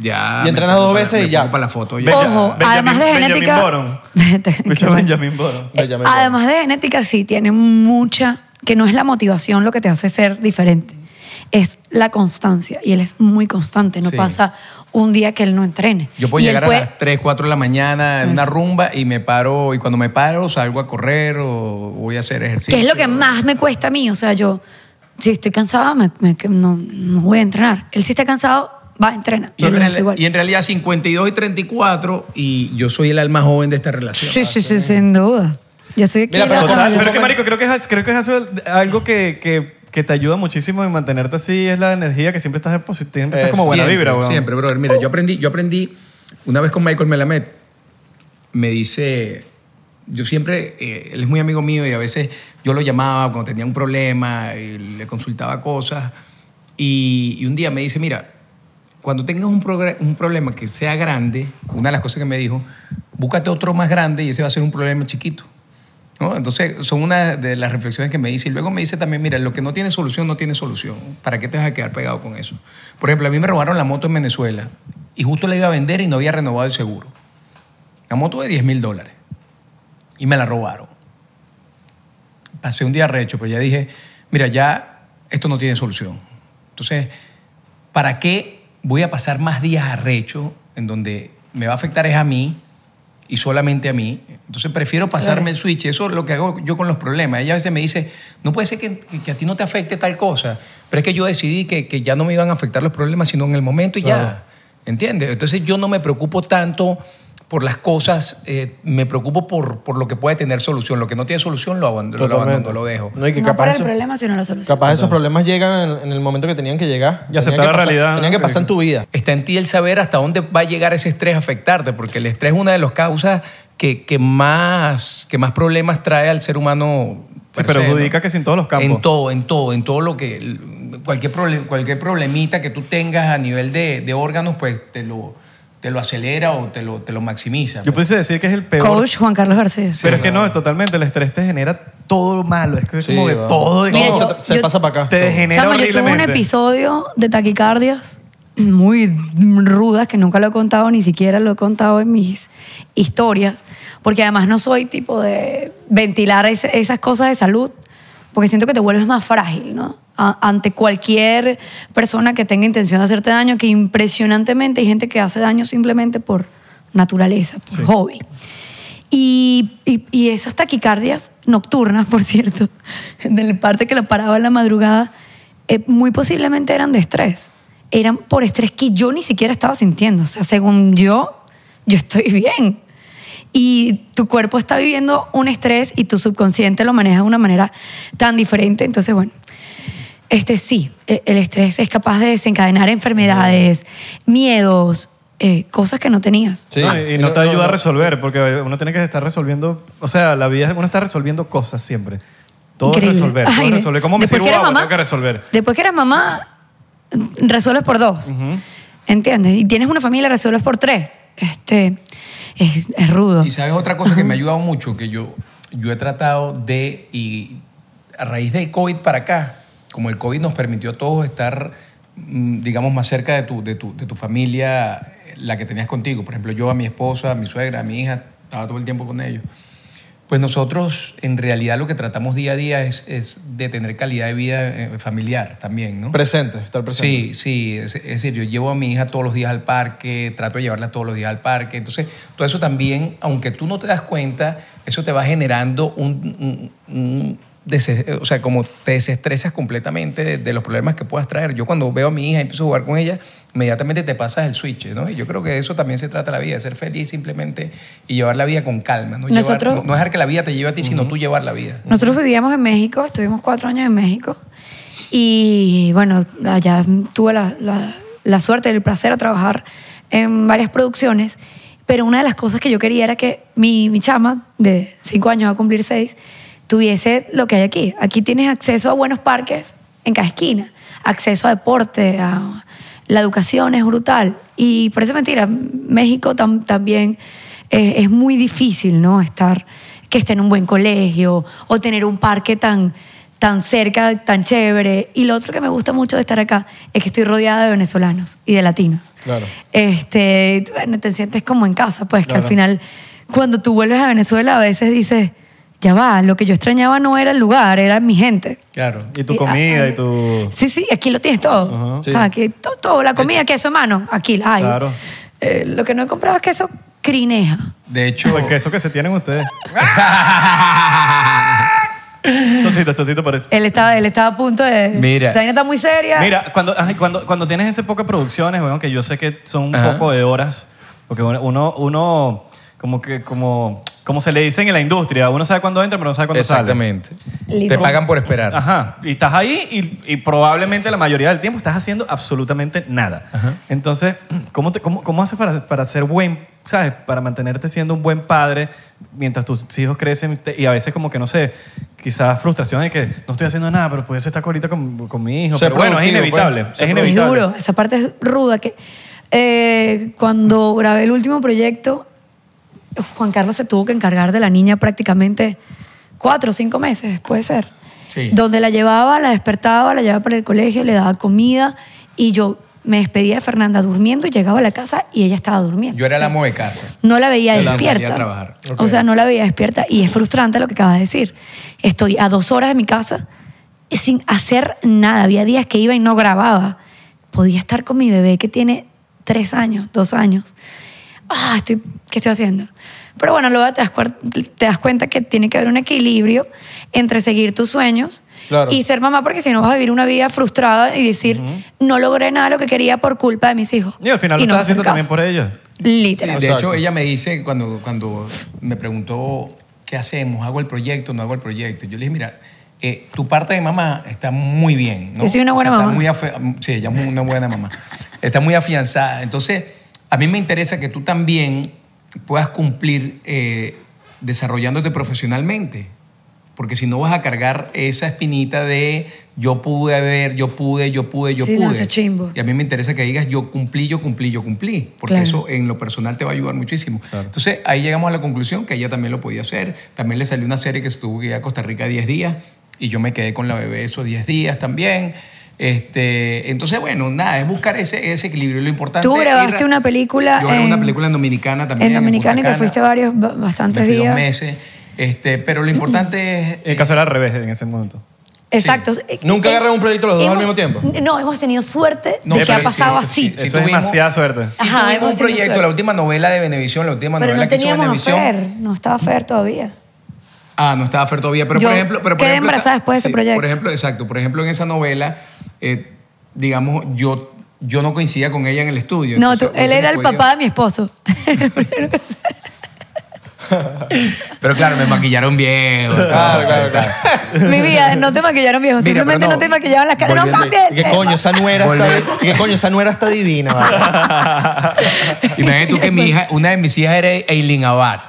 ya.
Y
me
entrenas
pongo
dos
para-
veces
me
y ya.
pongo Para la foto.
Ve-
Ya.
Ojo,
Benjamin-
además de
Benjamin
genética.
Boron. Escucha Benjamin Boron.
Eh,
Benjamin Boron.
además de genética, sí, tiene mucha, que no es la motivación lo que te hace ser diferente, es la constancia. Y él es muy constante, no
Sí.
pasa un día que él no entrene.
Yo puedo
Y él
llegar
puede-
a las 3, 4 de la mañana en una rumba y me paro, y cuando me paro salgo a correr o voy a hacer ejercicio.
Que es lo que más me cuesta a mí. O sea, yo, si estoy cansada, me- me- que no, no voy a entrenar. Él si está cansado, va a entrenar.
Y en,
Pero lo
reali-
hace igual.
y en realidad 52 y 34 y yo soy el alma joven de esta relación.
sí, sí, sí, sin duda. Yo soy aquí
Mira,
la-
pero
Total,
Ojalá.
pero es que, Marico, creo que es, creo que es eso el- algo que, que, que te ayuda muchísimo en mantenerte así, es la energía que siempre estás, posi- siempre estás
Eh,
como buena
siempre,
vibra, weón.
Siempre, brother. Mira, yo aprendí, yo aprendí una vez con Michael Melamed, me dice, yo siempre, eh, él es muy amigo mío y a veces yo lo llamaba cuando tenía un problema y le consultaba cosas y, y un día me dice, mira, cuando tengas un, progre- un problema que sea grande, una de las cosas que me dijo, búscate otro más grande y ese va a ser un problema chiquito. ¿no? Entonces, son una de las reflexiones que me dice. Y luego me dice también, mira, lo que no tiene solución, no tiene solución. ¿Para qué te vas a quedar pegado con eso? Por ejemplo, a mí me robaron la moto en Venezuela y justo la iba a vender y no había renovado el seguro. La moto de 10 mil dólares. Y me la robaron. Pasé un día recho, pero ya dije, mira, ya esto no tiene solución. Entonces, ¿para qué voy a pasar más días arrecho en donde me va a afectar es a mí y solamente a mí? Entonces prefiero pasarme el switch. Eso es lo que hago yo con los problemas. Ella a veces me dice, no puede ser que, que- que a ti no te afecte tal cosa, pero es que yo decidí que, que ya no me iban a afectar los problemas, sino en el momento y ya. ¿Entiendes? Entonces yo no me preocupo tanto por las cosas, eh, me preocupo por, por lo que puede tener solución. Lo que no tiene solución lo abandono, lo, abandono,
Totalmente.
lo dejo.
No, y que
no
capaz
por el
eso-
problema, sino la solución.
Capaz esos problemas llegan en, en el momento que tenían que llegar.
Y aceptar
Tenían que
la
pasar-
realidad,
Tenían que
¿no?
pasar en tu vida.
Está en ti el saber hasta dónde va a llegar ese estrés a afectarte, porque el estrés es una de las causas que, que, más, que más problemas trae al ser humano.
Sí,
per se,
perjudica
¿no?
que sí en todos los campos.
En todo, en todo, en todo lo que. Cualquier, problem- cualquier problemita que tú tengas a nivel de, de órganos, pues te lo, te lo acelera o te lo, te lo maximiza. pues.
Yo pudiese decir que es el peor.
Coach Juan Carlos García.
pero es que no, es totalmente. El estrés te genera todo lo malo. Es que es
Sí,
como de
va.
todo. de
Mira,
todo.
Todo
yo-
se, se
yo-
pasa para acá.
Te degenera.
Chamo, yo tuve un
horriblemente.
episodio de taquicardias muy rudas que nunca lo he contado, ni siquiera lo he contado en mis historias, porque además no soy tipo de ventilar es- esas cosas de salud, porque siento que te vuelves más frágil, ¿no? A- ante cualquier persona que tenga intención de hacerte daño, que impresionantemente hay gente que hace daño simplemente por naturaleza, por hobby. Y, y- y esas taquicardias nocturnas, por cierto, de la parte que la paraba en la madrugada, eh, muy posiblemente eran de estrés. Eran por estrés que yo ni siquiera estaba sintiendo. O sea, según yo, yo estoy bien. Y tu cuerpo está viviendo un estrés y tu subconsciente lo maneja de una manera tan diferente. Entonces, bueno, este sí, e- el estrés es capaz de desencadenar enfermedades, miedos, eh, cosas que no tenías.
Sí.
No, y- y no te ayuda a resolver, porque uno tiene que estar resolviendo, o sea, la vida, uno está resolviendo cosas siempre. Todo es
Increíble.
resolver, todo
Ay,
es
de-
resolver. ¿Cómo me
después
sirvo
que eres
agua?
mamá-
Tengo que resolver.
Después que eres mamá, resuelves por dos. ¿Entiendes? Y tienes una familia, resuelves por tres. Este, es, es rudo.
Y sabes otra cosa que me ha ayudado mucho, que yo, yo he tratado de, y a raíz del COVID para acá, como el COVID nos permitió a todos estar, mm, digamos, más cerca de tu, de tu, de tu familia, eh, la que tenías contigo. Por ejemplo, yo a mi esposa, a mi suegra, a mi hija, estaba todo el tiempo con ellos. Pues nosotros, en realidad, lo que tratamos día a día es, es de tener calidad de vida eh, familiar también, ¿no?
Presente, estar
Sí,
presente.
sí. Es, es decir, yo llevo a mi hija todos los días al parque, trato de llevarla todos los días al parque. Entonces, todo eso también, aunque tú no te das cuenta, eso te va generando un... un- un dese- o sea, como te desestresas completamente de, de los problemas que puedas traer. Yo cuando veo a mi hija y empiezo a jugar con ella, inmediatamente te pasas el switch, ¿no? Y yo creo que de eso también se trata la vida, de ser feliz simplemente y llevar la vida con calma, ¿no? Llevar-
Nosotros-
no, no dejar que la vida te lleve a ti, sino tú llevar la vida.
Nosotros vivíamos en México, estuvimos cuatro años en México. Y bueno, allá tuve la, la- la suerte y el placer de trabajar en varias producciones. Pero una de las cosas que yo quería era que mi, mi chama, de cinco años va a cumplir seis, tuviese lo que hay aquí. Aquí tienes acceso a buenos parques en cada esquina, acceso a deporte, a, la educación es brutal. Y parece mentira, México tam- también eh, es muy difícil, ¿no? Estar, que esté en un buen colegio o tener un parque tan, tan cerca, tan chévere. Y lo otro que me gusta mucho de estar acá es que estoy rodeada de venezolanos y de latinos.
Claro.
Este, bueno, te sientes como en casa, pues que al final, cuando tú vuelves a Venezuela, a veces dices, ya va, lo que yo extrañaba no era el lugar, era mi gente.
Claro.
Y tu
Eh,
comida
ah,
y tu...
Sí, sí, aquí lo tienes todo.
Ajá.
O sea, aquí to- todo, la comida, queso, mano, aquí la hay.
Claro.
Eh, lo que no he comprado es queso crineja.
De hecho...
Pues que eso que se tienen ustedes. chocito, chocito parece.
Él estaba, él estaba a punto de...
Mira.
Esa vaina está muy seria.
Mira, cuando, ay, cuando, cuando tienes ese poco de producciones, weón, que yo sé que son un
Ajá.
poco de horas, porque uno, uno, uno como que, como, como se le dice en la industria, uno sabe cuándo entra, pero no sabe cuándo sale.
Exactamente.
Listo.
Te pagan por esperar.
Ajá, y estás ahí y, y probablemente la mayoría del tiempo estás haciendo absolutamente nada. Entonces, ¿cómo, te- cómo, cómo haces para, para ser buen, sabes, para mantenerte siendo un buen padre mientras tus hijos crecen te- y a veces como que, no sé, quizás frustración de que no estoy haciendo nada, pero puede ser estar ahorita con, con mi hijo.
Ser
pero bueno, es
productivo,
inevitable,
pues.
es
Ser
Es
inevitable.
duro, esa parte es ruda. Que, eh, cuando grabé el último proyecto, Juan Carlos se tuvo que encargar de la niña prácticamente cuatro o cinco meses, puede ser.
Sí.
Donde la llevaba, la despertaba, la llevaba para el colegio, le daba comida y yo me despedía de Fernanda durmiendo y llegaba a la casa y ella estaba durmiendo.
Yo era el
O sea,
amo de casa.
no la veía
Yo la salía
despierta.
a trabajar.
O sea, no la veía despierta y es frustrante lo que acabas de decir. Estoy a dos horas de mi casa eh, sin hacer nada. Había días que iba y no grababa. Podía estar con mi bebé que tiene tres años, dos años. ah, estoy, ¿qué estoy haciendo? Pero bueno, luego te das, cuer- te das cuenta que tiene que haber un equilibrio entre seguir tus sueños
Claro.
y ser mamá, porque si no vas a vivir una vida frustrada y decir, no logré nada de lo que quería por culpa de mis hijos.
Y al final lo
no
estás
me hacen
haciendo también
caso.
por ellos.
Sí,
Literal.
de
Exacto.
hecho, ella me dice cuando, cuando me preguntó qué hacemos, hago el proyecto, no hago el proyecto. Yo le dije, mira, eh, tu parte de mamá está muy bien. ¿no?
Yo soy una buena
está
mamá.
muy afi- sí, ella es una buena mamá. Está muy afianzada. Entonces, a mí me interesa que tú también puedas cumplir eh, desarrollándote profesionalmente. Porque si no vas a cargar esa espinita de yo pude haber, yo pude, yo pude, yo
Sí, no,
pude.
eso es chimbo.
Y a mí me interesa que digas yo cumplí, yo cumplí, yo cumplí. Porque
Claro.
eso en lo personal te va a ayudar muchísimo. Entonces ahí llegamos a la conclusión que ella también lo podía hacer. También le salió una serie que se tuvo que ir a Costa Rica 10 días y yo me quedé con la bebé esos 10 días también. Este, entonces, bueno, nada, es buscar ese, ese equilibrio. Lo importante
Tú
es ir
grabaste
a-
una película
Yo grabé una
en-
película en Dominicana también.
En Dominicana y
Punta
te
Cana.
fuiste varios, ba- bastantes
Me fui dos
días.
meses. Este, pero lo importante es.
El caso era al revés en ese momento.
Exacto. Eh,
¿Nunca agarran un proyecto los dos al
Hemos-
mismo tiempo?
No, hemos tenido suerte
No,
de que
pero
ha
sí,
pasado
sí, sí,
así.
sí.
Eso es
tuvimos-
demasiada suerte.
Sí,
Ajá,
tuvimos
hemos
un
tenido
proyecto,
suerte.
la última novela de Venevisión, la última
Pero
novela
no
que hizo
teníamos a
Venevisión.
Fer, no estaba Fer todavía.
Ah, no estaba Fer todavía, pero
Yo
por ejemplo... Pero por
quedé
ejemplo,
embarazada después de ese proyecto.
Por ejemplo, exacto. Por ejemplo, en esa novela, eh, digamos, yo, yo no coincidía con ella en el estudio.
No,
entonces
tú- él
hubiésemos
era el
podido-
papá de mi esposo.
Pero claro, me maquillaron bien.
Claro, claro, claro.
mi vida, no te maquillaron viejo,
Mira,
simplemente
pero
no,
no,
te maquillaban las caras. No,
volviendo-
cambia el
¿Qué
tema.
coño? Esa nuera está, ¿Qué coño? Esa nuera está divina, vale.
Imagínate tú que mi hija, una de mis hijas era Eileen Abad.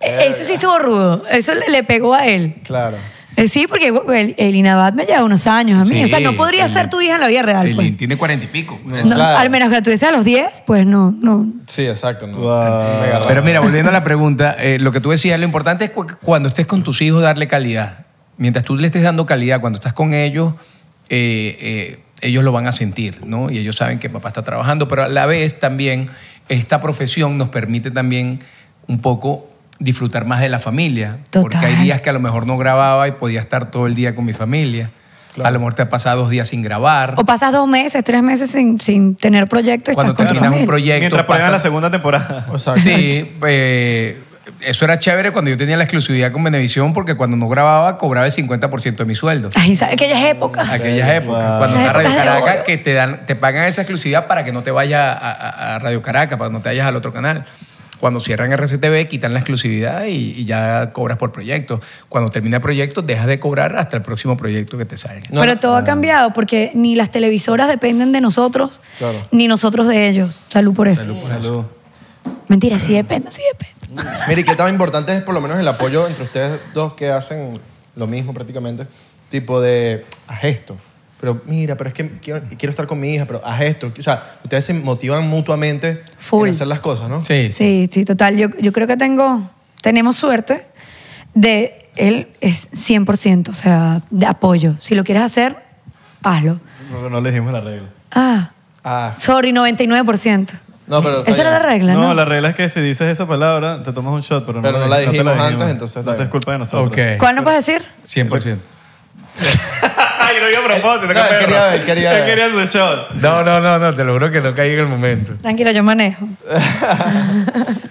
Eh, Eso sí estuvo rudo, eso le, le pegó a él.
Claro.
Eh, Sí, porque el, el Inabat me lleva unos años a mí.
Sí,
o sea, no podría
el-
ser tu hija en la vida real.
Eileen
pues.
tiene cuarenta y pico.
No,
Claro.
Al menos que tú dices a los 10, pues no, no.
Sí, exacto. No.
Wow.
Mega raro.
Pero mira, volviendo a la pregunta, eh, lo que tú decías, lo importante es cu- cuando estés con tus hijos darle calidad. Mientras tú le estés dando calidad, cuando estás con ellos, eh, eh, ellos lo van a sentir, ¿no? Y ellos saben que papá está trabajando, pero a la vez también esta profesión nos permite también un poco disfrutar más de la familia. Porque hay
Total.
días que a lo mejor no grababa y podía estar todo el día con mi familia. A lo mejor te ha pasado dos días sin grabar.
O pasas dos meses, tres meses sin, sin tener proyecto y
Cuando
estás con tu
terminas un
familia.
proyecto.
Mientras ponían la
pasas-
segunda temporada.
Exacto.
Sí, eh, eso era chévere cuando yo tenía la exclusividad con Venevisión porque cuando no grababa cobraba el 50% de mi sueldo.
Ay, ¿sabes? Aquellas épocas.
Aquellas épocas,
Wow.
cuando
Esas
está Radio
épocas de
Caracas,
oro.
que te, dan, te pagan esa exclusividad para que no te vayas a, a- a Radio Caracas, para que no te vayas al otro canal. Cuando cierran RCTV, quitan la exclusividad y, y ya cobras por proyecto. Cuando termina el proyecto, dejas de cobrar hasta el próximo proyecto que te salga.
No,
Pero
no.
Ah.
todo ha cambiado porque ni las televisoras dependen de nosotros,
Claro.
ni nosotros de ellos. Salud por eso.
Salud.
Mentira, sí depende, sí depende.
Mira, y qué tan importante es por lo menos el apoyo entre ustedes dos que hacen lo mismo prácticamente, tipo de haz esto. Pero mira, pero es que quiero, quiero estar con mi hija, pero haz esto. O sea, ustedes se motivan mutuamente
Full.
en hacer las cosas, ¿no?
Sí,
Sí, sí, total. Yo, yo creo que tengo, tenemos suerte de él es 100%, o sea, de apoyo. Si lo quieres hacer, hazlo.
Pero no le dijimos la regla.
Ah,
Ah,
sorry, 99%.
no, pero está
Esa era la
bien.
regla, ¿no?
No, la regla es que si dices esa palabra, te tomas un shot, pero,
Pero
no,
no la dijimos antes, entonces está
Entonces
bien.
es culpa de nosotros.
Ok.
¿Cuál no puedes decir?
100%.
Ay, lo digo a propósito.
No, él quería ver, quería ver.
Él quería su shot.
No, no, no, no, te lo juro que no caí en el momento.
Tranquilo, yo manejo.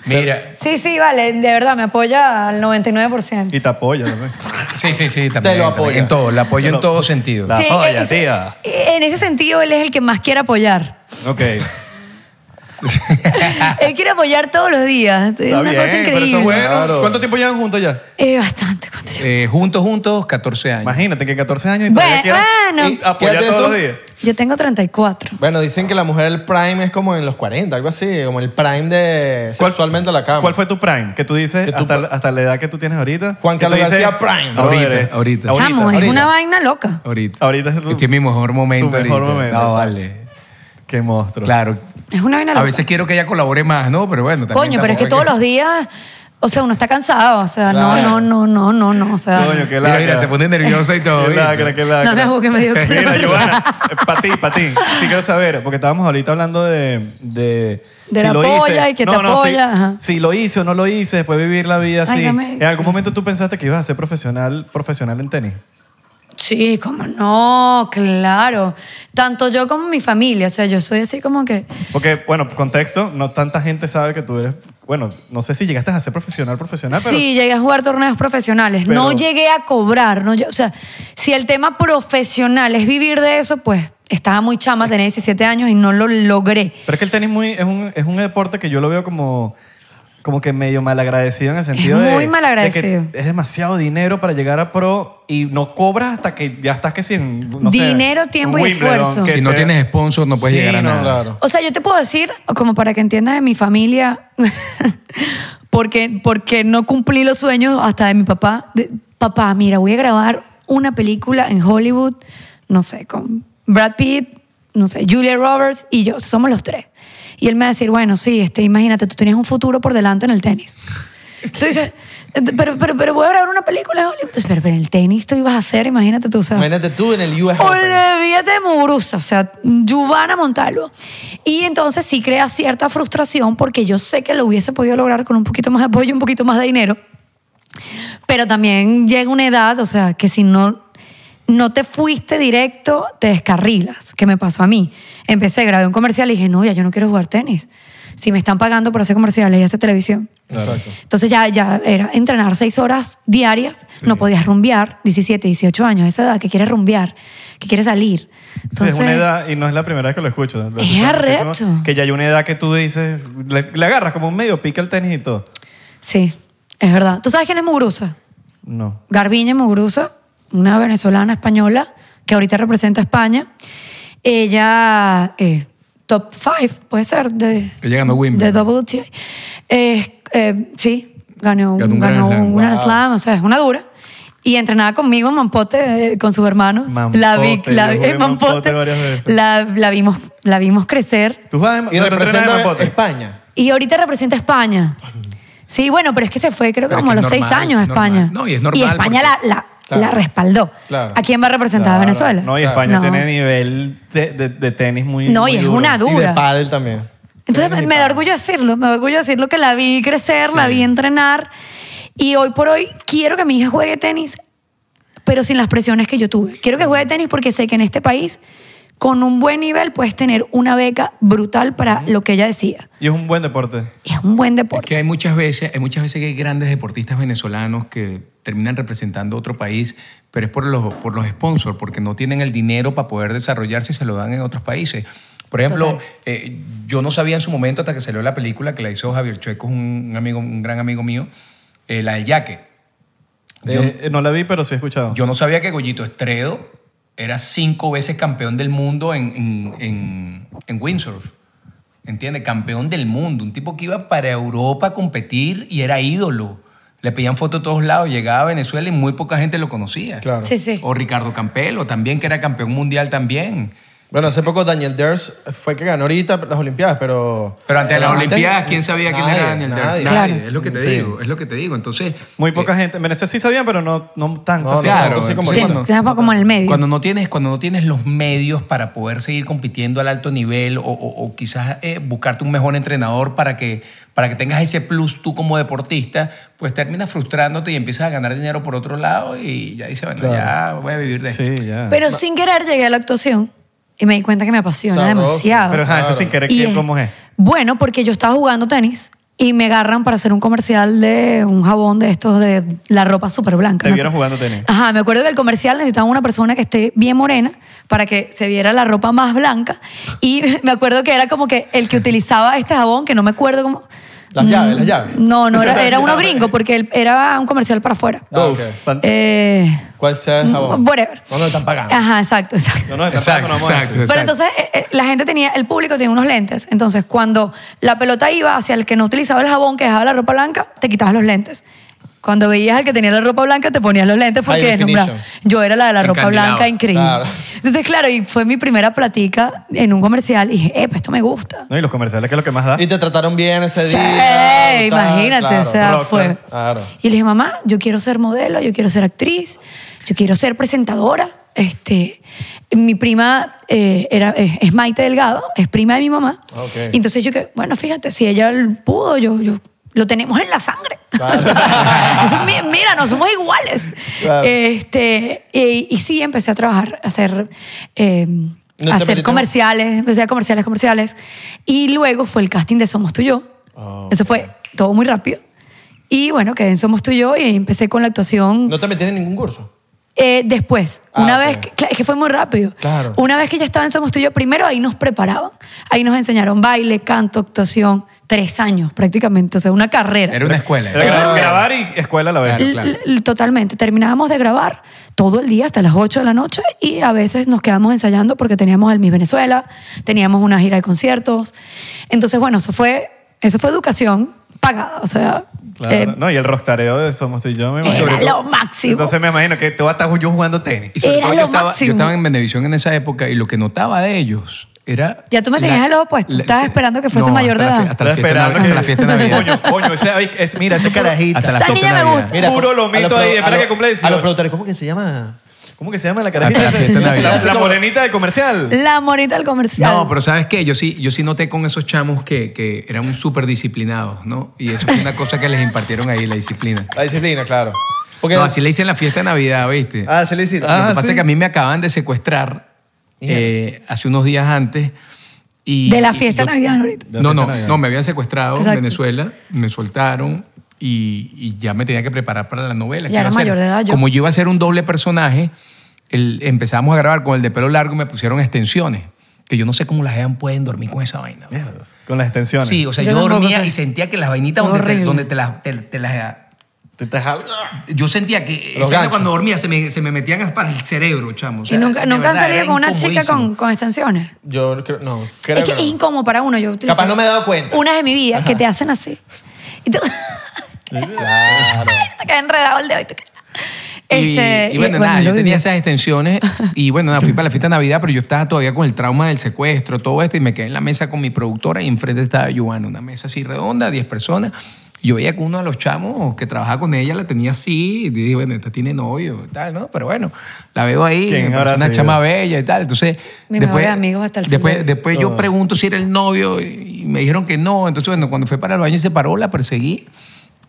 Mira,
Sí, sí, vale, de verdad, me apoya al 99%.
Y te apoya también.
Sí, sí, sí, también.
Te
también,
lo apoya.
En todo, la apoyo en
lo-
todo sentido.
La joya,
ese-
tía.
En ese sentido, él es el que más quiere apoyar.
Ok.
él quiere apoyar todos los días. Es
Está
una
bien,
cosa
pero eso
increíble.
es bueno.
Claro.
¿Cuánto tiempo llevan juntos ya?
Eh, bastante. ¿cuánto yo?
Eh, juntos, juntos, 14 años.
Imagínate que en 14 años y todavía
Bueno,
quieras
bueno.
y apoyar
Quédate
todos
tú.
los días.
Yo tengo 34.
Bueno, dicen que la mujer el prime es como en los 40, algo así, como el prime de
¿Cuál-
sexualmente a la cama.
¿Cuál fue tu prime? Que tú dices
Que tú-
hasta, hasta la edad que tú tienes ahorita.
Juan
Que tú
Carlos
dices,
García prime.
brother,
Ahorita,
eh,
ahorita.
Chamo, es
ahorita.
una vaina loca.
Ahorita.
Ahorita es tu-
Estoy en mi mejor momento.
tu mejor
ahorita.
momento,
No,
exacto.
vale.
Qué monstruo.
Claro.
Es una vaina loca.
A veces quiero que ella colabore más, ¿no? Pero bueno, también.
Coño, pero es que todos los días, o sea, uno está cansado. O sea,
Claro.
no, no, no, no, no, no. O sea,
Coño, qué
Mira,
lacra.
mira, se pone nerviosa y todo,
Qué
¿viste?
lacra, qué lacra.
no me juzgues, me dio
Mira,
frío.
Giovanna, para ti, para ti. Sí quiero saber, porque estábamos ahorita hablando de... De,
De la polla y que te
si-
apoya, ajá.
Si, lo hice o no lo hice, después vivir la vida así.
Ay, dame-
¿En algún momento tú pensaste que ibas a ser profesional, profesional en tenis?
Sí, como no, claro. Tanto yo como mi familia. O sea, yo soy así como que.
Porque, bueno, contexto, no tanta gente sabe que tú eres. Bueno, no sé si llegaste a ser profesional, profesional, pero.
Sí, llegué a jugar torneos profesionales.
Pero-
No llegué a cobrar. No, lle- o sea, si el tema profesional es vivir de eso, pues estaba muy chama, tenía 17 años y no lo logré.
Pero es que el tenis muy, es, un, es un deporte que yo lo veo como, como que medio malagradecido en el sentido de.
muy malagradecido.
de que es demasiado dinero para llegar a pro y no cobras hasta que ya estás que sin. No sé,
Dinero, tiempo y
Wimbledon,
esfuerzo.
que
Si no
te-
tienes sponsor, no puedes
Sí,
llegar a
no,
nada.
Claro.
O sea, yo te puedo decir, como para que entiendas de mi familia, porque, porque no cumplí los sueños hasta de mi papá. De, papá, mira, voy a grabar una película en Hollywood, no sé, con Brad Pitt, no sé, Julia Roberts y yo, somos los tres. Y él me va a decir, bueno, sí, este, imagínate, tú tienes un futuro por delante en el tenis. Tú dices, pero, pero, pero voy a grabar una película en Hollywood. Entonces, pero, pero en el tenis tú ibas a hacer, imagínate tú, o sea,
Imagínate tú en el US Open.
Olvídate de Muguruza, o sea, Giovanna Montalvo. Y entonces sí crea cierta frustración porque yo sé que lo hubiese podido lograr con un poquito más de apoyo, un poquito más de dinero. Pero también llega una edad, o sea, que si no, no te fuiste directo, te descarrilas, que me pasó a mí. Empecé, grabé un comercial y dije, no, ya yo no quiero jugar tenis. Si me están pagando por hacer comerciales y hacer televisión.
Exacto.
Entonces ya, ya era entrenar seis horas diarias, no podías rumbear, 17, 18 años, esa edad que quieres rumbear, que quieres salir.
Sí,
Entonces,
es una edad, y no es la primera vez que lo escucho. Lo
Es
escucho
arrecho.
muchísimo, Que ya hay una edad que tú dices, le, le agarras como un medio pica el tenis y todo.
sí, es verdad. ¿Tú sabes quién es Muguruza?
No.
Garbiñe Muguruza, una venezolana española que ahorita representa a España. Ella, eh, top 5, puede ser, de,
Ella ganó Wimbledon.
de WTA. Eh, eh, sí, ganó,
Ganó
ganó
un
un
Grand Slam.
Grand
Wow.
Slam, o sea, es una dura. Y entrenaba conmigo en Mampote, eh, con sus hermanos.
Mampote,
la vi, la,
yo jugué
en Mampote,
Mampote varias veces.
la, la vimos, la vimos crecer.
Tú vas
Y
o sea, tú entrenas en
representa
Mapote.
España.
Y ahorita representa a España. Sí, bueno, pero es que se fue creo que
Pero
como a
es
los
que es
seis
normal,
años a
es normal.
España.
No, y es normal
España
porque-
la, la,
Claro.
la respaldó.
Claro.
¿A quién va a representar? ¿A
Claro.
Venezuela?
No, y España
No.
tiene nivel de, de- de tenis muy
No,
muy
y es
duro.
una
Y de
dura.
pádel también.
Entonces me, me da orgullo decirlo, me da orgullo decirlo que la vi crecer, la vi entrenar y hoy por hoy quiero que mi hija juegue tenis, pero sin las presiones que yo tuve. Quiero que juegue tenis porque sé que en este país con un buen nivel puedes tener una beca brutal para lo que ella decía.
Y es un buen deporte.
Es un buen
Es
deporte.
que hay muchas veces, hay muchas veces que hay grandes deportistas venezolanos que terminan representando otro país, pero es por los, por los sponsors, porque no tienen el dinero para poder desarrollarse y se lo dan en otros países. Por ejemplo,
Total.
eh, yo no sabía en su momento hasta que salió la película que la hizo Javier Chueco, un, un amigo, un gran amigo mío, eh, la del Yaque. Yo-
Eh, no la vi, pero sí he escuchado.
Yo no sabía que Goyito Estredo era cinco veces campeón del mundo en, en, en, en windsurf. ¿Entiendes? Campeón del mundo. Un tipo que iba para Europa a competir y era ídolo. Le pedían fotos a todos lados. Llegaba a Venezuela y muy poca gente lo conocía.
Claro.
Sí, sí.
O Ricardo Campelo también, que era campeón mundial también.
Bueno, hace poco Daniel Ders fue que ganó ahorita las Olimpiadas, pero.
Pero antes de las
antes-
Olimpiadas, ¿quién sabía quién
nadie,
era Daniel Ders?
nadie.
Claro.
Es lo que te
Sí.
digo, es lo que te digo. Entonces, eh,
Muy poca gente. En Venezuela sí sabían, pero no, no tanto.
No,
así.
no.
Claro,
así como
entonces,
cuando-
Se llama como en el medio.
Cuando no tienes, cuando no tienes los medios para poder seguir compitiendo al alto nivel o, o- o quizás eh, buscarte un mejor entrenador para que, para que tengas ese plus tú como deportista, pues terminas frustrándote y empiezas a ganar dinero por otro lado y ya dices, bueno, ya voy a vivir de esto.
Sí, ya.
Pero sin querer llegué a la actuación y me di cuenta que me apasiona
Sabroso.
demasiado.
Pero, ajá, eso
Claro.
sin querer,
Y
¿qué- ¿cómo es?
Bueno, porque yo estaba jugando tenis y me agarran para hacer un comercial de un jabón de estos de la ropa súper blanca.
Te
Me
vieron
acuerdo.
jugando tenis.
Ajá, me acuerdo que el comercial necesitaba una persona que esté bien morena para que se viera la ropa más blanca. Y me acuerdo que era como que el que utilizaba este jabón, que no me acuerdo cómo.
Las llaves,
Mm,
las llaves.
No, no, era, era uno gringo, porque él- era un comercial para afuera.
Ah, ok.
Pan-
Eh,
¿Cuál sea el jabón?
Mm, whatever. Ah.
No nos están pagando.
Ajá, exacto, exacto.
No, no, de tampoco no vamos a decir.
Pero entonces eh, eh, la gente tenía, el público tenía unos lentes. Entonces, cuando la pelota iba hacia el que no utilizaba el jabón, que dejaba la ropa blanca, te quitabas los lentes. Cuando veías al que tenía la ropa blanca, te ponías los lentes porque
High definition.
deslumbraba. Yo era la de la ropa
Encandilado.
blanca, increíble.
Claro.
Entonces, claro, y fue mi primera platica en un comercial y dije, eh, pues esto me gusta.
No, y los comerciales, que es lo que más da.
Y te trataron bien ese
Sí,
día. tal,
imagínate,
claro.
o sea,
Rockstar.
fue.
Claro.
Y le dije, mamá, yo quiero ser modelo, yo quiero ser actriz, yo quiero ser presentadora. Este, mi prima eh, era, es, es Maite Delgado, es prima de mi mamá.
Ah, Ok.
Y entonces yo que, bueno, fíjate, si ella l- pudo, yo, yo lo tenemos en la sangre. Eso, mi- mira, no somos iguales.
Claro.
Este, y, y sí, empecé a trabajar, a hacer, eh,
¿No te
a hacer
metiste?
comerciales, empecé a comerciales, comerciales. Y luego fue el casting de Somos Tú y Yo.
Oh.
Eso fue todo muy rápido. Y bueno, quedé en Somos Tú y Yo y empecé con la actuación.
No te metí en ningún curso.
Eh, después,
Ah,
una
ok.
vez, que, cla- es que fue muy rápido.
Claro.
Una vez que ya estaba en Somos Tuyo, primero ahí nos preparaban. Ahí nos enseñaron baile, canto, actuación, tres años prácticamente, o sea, una carrera.
Era una escuela.
Era
Eso Eh,
gra-
era-
grabar y escuela a la vez.
Claro.
L- l- Totalmente. Terminábamos de grabar todo el día hasta las 8 de la noche y a veces nos quedamos ensayando porque teníamos al Miss Venezuela, teníamos una gira de conciertos. Entonces, bueno, eso fue, eso fue educación pagada, o sea.
Claro.
eh,
no, y el rostareo de Somos tú y yo, me
Era
imagino.
lo máximo.
Entonces me imagino que tú vas a estar yo jugando tenis.
Y sobre
Era
todo
lo
yo, estaba,
máximo.
yo estaba en Venevisión en esa época y lo que notaba de ellos era...
Ya tú me tenías el ojo puesto, estabas esperando que fuese mayor
hasta
de
la
edad.
fie- Hasta la fiesta de
Esperando
Navidad.
que-
Hasta la fiesta de Navidad.
Coño, coño, ese- ay, es- mira, ese carajito.
Hasta la
Esa
fiesta de
niña me
Navidad.
gusta.
Puro
por-
lomito
a los
ahí,
pro-
espera
a
que
lo-
cumpla 18.
A los productores, ¿cómo que se llama?
¿Cómo que se llama la carajita?
Hasta la fiesta de
la,
Navidad.
la morenita del comercial.
La morita del comercial.
No, pero ¿sabes qué? Yo sí, yo sí noté con esos chamos que, que eran súper disciplinados, ¿no? Y eso fue una cosa que les impartieron ahí, la disciplina.
La disciplina, claro. Porque,
No, así le dicen la fiesta de Navidad, ¿viste?
Ah, se le dice.
lo
Ah,
que pasa
sí.
es que a mí me acaban de secuestrar eh, hace unos días antes. Y,
De la
y
fiesta
yo-
navideña ahorita.
De la
No,
fiesta
no,
navideña.
no, me habían secuestrado
Exacto.
en Venezuela, me soltaron y, y ya me tenía que preparar para la novela. que iba
Ya era
a hacer.
mayor de edad yo.
Como yo iba a ser un doble personaje, el- empezamos a grabar con el de pelo largo y me pusieron extensiones, que yo no sé cómo las vean pueden dormir con esa vaina.
Con las extensiones.
Sí, o sea,
Yo
yo,
tampoco
dormía
sé.
y sentía que las vainitas
Fue
donde, te,
horrible.
donde te las... te- te las-
Te estás jab-
yo sentía que
Los
esa vaina
ganchos.
cuando dormía se me, se me metían hasta el cerebro, chamo. O sea,
y nunca,
de
nunca han
verdad,
salido
era
con una chica con,
incomodísimo.
con extensiones.
Yo creo, no, creo
Es que
no.
es incómodo para uno. Yo utilizo
Capaz no me he dado cuenta.
Unas de mi vida que te hacen así. Y tú,
Claro.
te queda enredado el dedo. Y tú, este,
y, y bueno, nada,
lo
yo tenía
viví.
esas extensiones y bueno, nada, fui para la fiesta de Navidad, pero yo estaba todavía con el trauma del secuestro, todo esto, y me quedé en la mesa con mi productora y enfrente estaba Joana, una mesa así redonda, 10 personas. Y Yo veía que uno de los chamos que trabajaba con ella la tenía así, y dije, bueno, esta tiene novio, tal, ¿no? Pero bueno, la veo ahí,
¿Quién
me parece
habrá
una
sido?
chama bella y tal. Entonces,
Mi
después,
mejor amigo hasta el
después,
sol.
después yo
Ah.
pregunto si era el novio y y me dijeron que no. Entonces, bueno, cuando fue para el baño y se paró, la perseguí.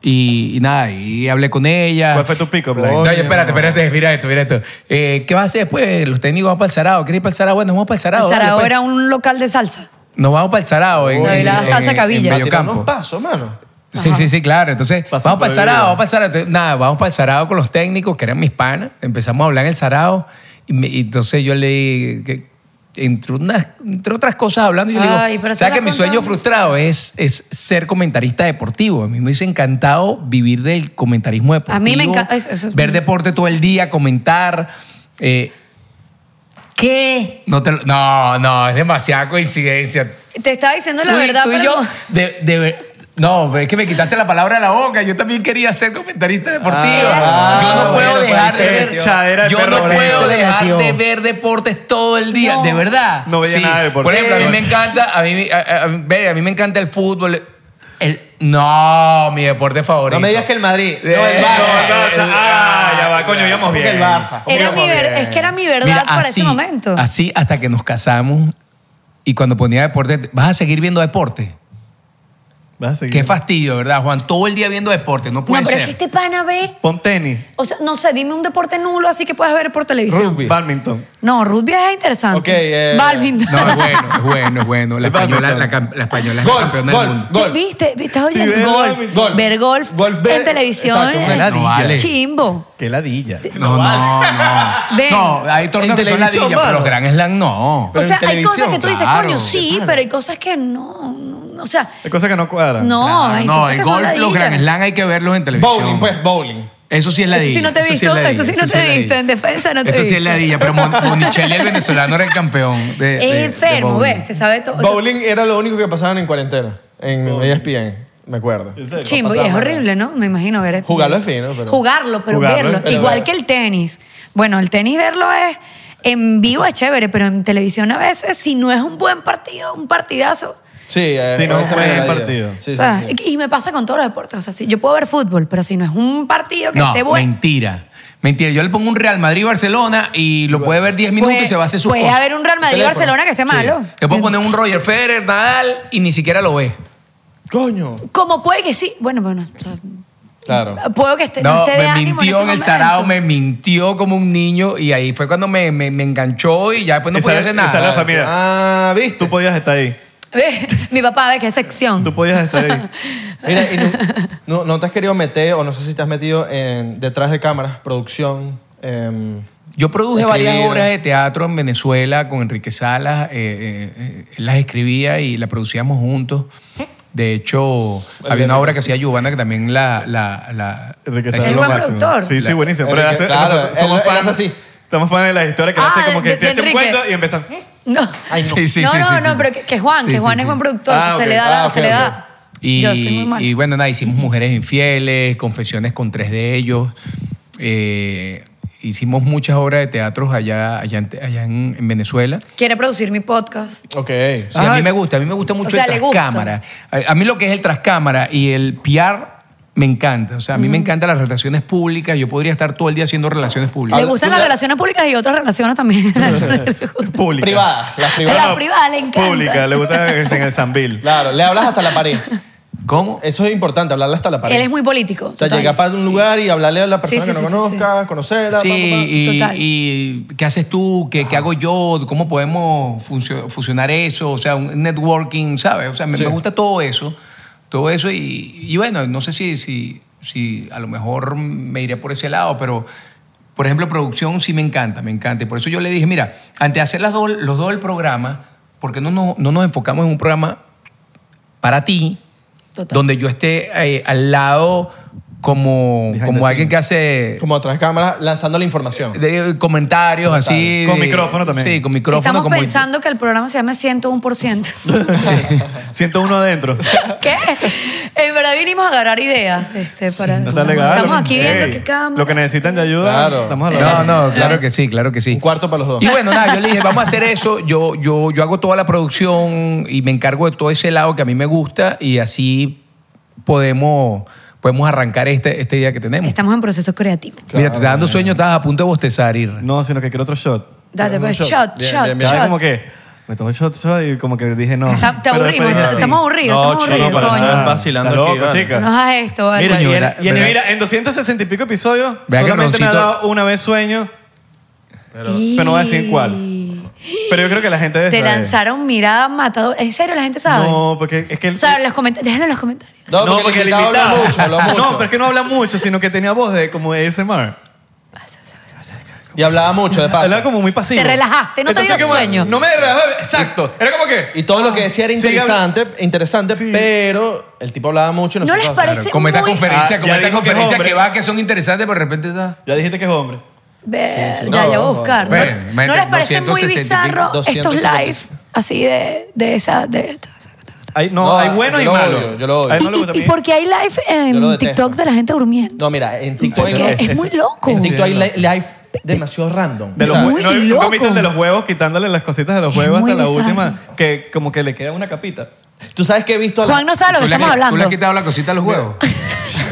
Y, y nada, y hablé con ella.
¿Cuál fue tu pico, Blaine?
Oh.
No,
Coño.
oye, espérate, espérate, mira esto, mira esto. Eh, ¿Qué vas a hacer después? Los técnicos van para el Sarao. ¿Quieres ir para el Sarao? Bueno, vamos para el Sarao.
El
dale,
Sarao
pues.
era un local de salsa.
Nos vamos para el Sarao. En,
O sea,
en-
la
en-
salsa
en-
Cavilla.
En
Para tirarnos
Bellocampo.
pasos, mano.
Sí, sí, sí, claro. Entonces,
Paso
vamos para el
prohibido.
Sarao, vamos para el Sarao. Entonces, Nada, vamos para el Sarao con los técnicos, que eran mis panas. Empezamos a hablar en el Sarao. Y, me- y entonces yo le dije que entre, unas, entre otras cosas hablando, yo
Ay,
le
pero
digo,
se
¿sabes que
la
mi sueño
contamos.
frustrado es, es ser comentarista deportivo? A mí me hubiese encantado vivir del comentarismo deportivo.
A mí me encanta- eso- eso-
Ver deporte todo el día, comentar. eh, ¿Qué? No, te lo- no, no, es demasiada coincidencia.
Te estaba diciendo la
Tú y-
verdad.
tú y
pero
yo,
no.
de- de- no, es que me quitaste la palabra de la boca. Yo también quería ser comentarista deportivo.
Ah,
yo no
bueno,
puedo
puede
dejar de
ser,
ver.
tío.
Chadera de
yo
perro
no
blanco.
puedo
Se
dejar
negativo.
de ver deportes todo el día,
No.
de verdad.
No veía nada de deporte.
Por ejemplo, a mí me encanta, a mí, a- a- a- ver, a mí me encanta el fútbol. El, no, mi deporte favorito.
No me digas que el Madrid. No, el
Eh,
Barça.
no, el Barça.
Ah, ya va, coño, íbamos
¿Cómo que
bien.
el Barça? ¿Cómo
Era
que
mi
íbamos
ver-
bien?
es que era mi verdad
Mira,
para ese momento.
Así hasta que nos casamos y cuando ponía deporte, ¿vas a seguir viendo deporte?
Vas a seguir.
Qué fastidio, ¿verdad, Juan? Todo el día viendo deporte, no
no,
puede
pero
ser.
es que este pana ve.
Pon tenis,
O sea, no sé, dime un deporte nulo así que puedas ver por televisión.
Rugby.
badminton.
No, rugby es interesante.
Ok, eh,
Badminton.
No, es bueno, es bueno, es bueno. La
El badminton.
española, la, cam- la española es la
Golf,
campeona
golf,
del mundo.
golf.
¿Viste? ¿Estás oyendo?
ver
golf,
badminton.
Golf.
Ver golf,
Golf, ver-
en televisión.
exacto, una
es
ladilla. No vale.
Chimbo.
Qué ladilla.
No, no, no.
Ven.
No, hay torneos
En
que son
televisión,
ladillas, pero
mano.
los Grand Slam no.
o
Pero
sea,
en
hay cosas que tú dices,
claro,
coño, sí, pero hay cosas que no. no, o sea,
Hay cosas que no cuadran.
no,
Claro,
hay
no,
cosas que
el
son
golf, los
ladillas.
Grand Slam hay que verlos en televisión.
Bowling, pues, bowling.
Eso sí es
Eso
ladilla.
sí no te he
sí es
visto,
ladilla,
eso sí no te he
es ladilla.
visto, en defensa no te he
Eso sí es
visto.
ladilla, pero Mon- Monicelli, el venezolano, era el campeón. de- de-
Es
de
enfermo, pues.
bowling.
¿ves? Se sabe todo. o sea,
Bowling era lo único que pasaban en cuarentena, en E ESPN, me acuerdo.
¿En serio?
Chimbo, y es horrible, ¿no? Me imagino ver.
Jugarlo es fino, pero-
Jugarlo, pero
Jugarlo
verlo.
es fino.
Igual que el tenis. Bueno, el tenis verlo es. En vivo es chévere, pero en televisión a veces, si no es un buen partido, un partidazo.
Sí, eh,
Sí, no,
esa
fue
era la
el
idea.
partido.
Sí,
o
sí,
sea,
sí.
y- Y me pasa con todos los deportes. O sea, si yo puedo ver fútbol, pero si no es un partido que
No,
esté bueno.
mentira. Mentira, yo le pongo un Real Madrid-Barcelona y lo puede ver 10 minutos y se va a hacer sus
Pues, puede
cosas.
haber un Real
Teléfono.
Madrid-Barcelona que esté malo.
Le puedo poner un Roger Federer, Nadal y ni siquiera lo ve.
Coño.
Como puede que sí. Bueno, bueno. o sea,
Claro.
Puedo que esté, no,
No,
esté de
me
ánimo
mintió en,
en,
el
ese
sarao,
momento.
me mintió como un niño y ahí fue cuando me, me, me enganchó y ya después no
Y
podía
sale-
hacer
y sale la
nada.
familia.
Ah, ¿viste?
Tú podías estar ahí.
Ve, Mi papá, ve qué sección.
Tú podías estar ahí.
Mira, y no, no- no te has querido meter, o no sé si te has metido en detrás de cámaras, producción. em,
Yo produje
Escribir.
varias obras de teatro en Venezuela con Enrique Salas, eh, eh, eh, él las escribía y las producíamos juntos. De hecho, había una obra que hacía Yubana que también la... la, la-
Enrique
la hicimos
Salas.
Es buen
máximo.
productor.
Sí, sí,
La-
buenísimo.
Enrique,
Pero hace-
claro,
nosotros
él-
somos
él
fans.
hace así.
Estamos fans de las historias que
Ah,
hace como que
de-
te
de
echa un
Enrique.
cuento y "Mm, empieza.
No.
Ay, no.
Sí, sí,
no,
sí,
no,
sí,
no,
sí.
pero que, que Juan,
Sí,
que
sí,
Juan
sí.
es buen productor,
Ah,
se
ok.
le da, la-
Ah,
se
ok,
le
ok.
da.
Y,
Yo soy muy mala.
y bueno, nada, hicimos Mujeres Infieles, Confesiones con tres de ellos. eh, hicimos muchas obras de teatros allá, allá, en, allá en- en Venezuela.
Quiere producir mi podcast.
ok.
Sí, a
Ay.
mí me gusta, a mí me gusta mucho
O sea,
el
le gusta.
trascámara. A, a mí lo que es el trascámara y el PR me encanta. O sea, a mí me encantan las relaciones públicas. Yo podría estar todo el día haciendo relaciones públicas.
Le gustan las relaciones públicas y otras relaciones también.
Pública.
Privada, las
A
privadas.
la privada le encanta.
Pública, le gusta que sea en el Sambil.
Claro, le hablas hasta la pared.
¿Cómo?
Eso es importante, hablarle hasta la pared.
Él es muy político.
o sea,
total.
llegar para un lugar y hablarle a la persona
Sí, sí,
que no
sí, sí,
conozca, conocerla.
Sí,
pa, pa, pa.
y,
Total.
y ¿qué haces tú? ¿Qué, qué hago yo? ¿Cómo podemos funcio- fusionar eso? O sea, un networking, ¿sabes? O sea, me,
Sí.
me gusta todo eso. Todo eso y, y bueno, no sé si, si, si a lo mejor me iré por ese lado, pero por ejemplo, producción sí me encanta, me encanta. Y por eso yo le dije, mira, antes de hacer las dos- los dos del programa, ¿por qué no nos, no nos enfocamos en un programa para ti,
Total.
donde yo esté eh, al lado como,
Behind the
como alguien
scenes.
que hace
Como atrás de cámaras, lanzando la información.
de eh, comentarios así.
Con
de-
micrófono también.
Sí, con micrófono.
Estamos
como-
pensando que el programa se llama 101%.
Siento uno adentro.
¿Qué? En verdad vinimos a agarrar ideas. Este, para,
No está legal.
Estamos
Lo que-
aquí viendo
Ey,
qué cámara.
Lo que necesitan de ayuda.
Claro.
Estamos
No,
hablando.
no, claro que sí, claro que sí.
Un cuarto para los dos.
Y bueno, nada, yo le dije, vamos a hacer eso. Yo, yo, yo hago toda la producción y me encargo de todo ese lado que a mí me gusta y así podemos, podemos arrancar este, esta idea que tenemos.
Estamos en proceso creativo.
Mira, te está dando sueño, estabas a punto de bostezar, Ir.
No, sino que quiero otro shot.
Date,
Un
pues,
shot.
shot,
Bien,
shot,
bien, bien.
Ya
shot.
como que me tomé shot, shot y como que dije no.
Está- te
Pero
aburrimos,
después dije,
está-
sí.
estamos aburridos, estamos
No, chico,
aburridos,
para
coño.
nada,
Ah,
vacilando
está
aquí,
loco,
vale.
chica.
No hagas esto, ¿vale?
Mira,
Coño,
y,
era-
y-
Y en-
Pero-
mira, en 260 y pico episodios,
Vea que
solamente me ha
Roncito-
dado una vez sueño,
Y-
pero no voy a decir cuál. pero yo creo que la gente debe
Te
saber.
lanzaron mirada matador. ¿En serio la gente sabe?
No, porque es que... el-
O sea, en los comentarios. Déjalo en los comentarios.
No, porque, el invitado habla
invitado-
mucho, habla mucho.
No, pero es que no habla mucho, sino que tenía voz de como de ASMR.
Y hablaba mucho, de paso.
Hablaba como muy pasivo.
Te relajaste, no te dio
como-
sueño.
No me relajaba, exacto. Era como que...
Y todo lo que decía era
Ah, sigue
interesante, interesante,
Sí.
pero el tipo hablaba mucho. y
¿No
nosotros-
les parece?
Claro, como esta
muy-
conferencia,
Ah,
como
ya
esta
dijo que
conferencia
hombre.
que va, que son interesantes, pero de repente está.
Ya dijiste que es hombre.
Ver,
Sí, sí.
ya,
No,
ya voy a
ojo.
buscar. ¿No-
Bueno,
¿No,
imagínate,
les parece muy
260 y pico,
bizarro estos
250.
live así de, de esa. De esto?
Hay- no,
No,
hay buenos y
yo lo
malos.
odio, yo lo odio.
Hay
Y,
malos
y- y
también.
porque hay live
Yo lo
en
detesto.
TikTok de la gente durmiendo.
No, mira, en TikTok,
Porque
hay,
es, muy loco.
en TikTok hay
Sí,
li- live demasiado random.
De los
O sea,
hue-
Muy
no, ¿tú
loco.
comiste el de los huevos quitándole las cositas de los
Es
huevos
muy
hasta la
bizarro.
última que como que le queda una capita
Tú sabes que he visto a la-
Juan no sabe lo que
¿Tú le has-
estamos
¿Tú le
hablando.
has quitado la cosita a los huevos?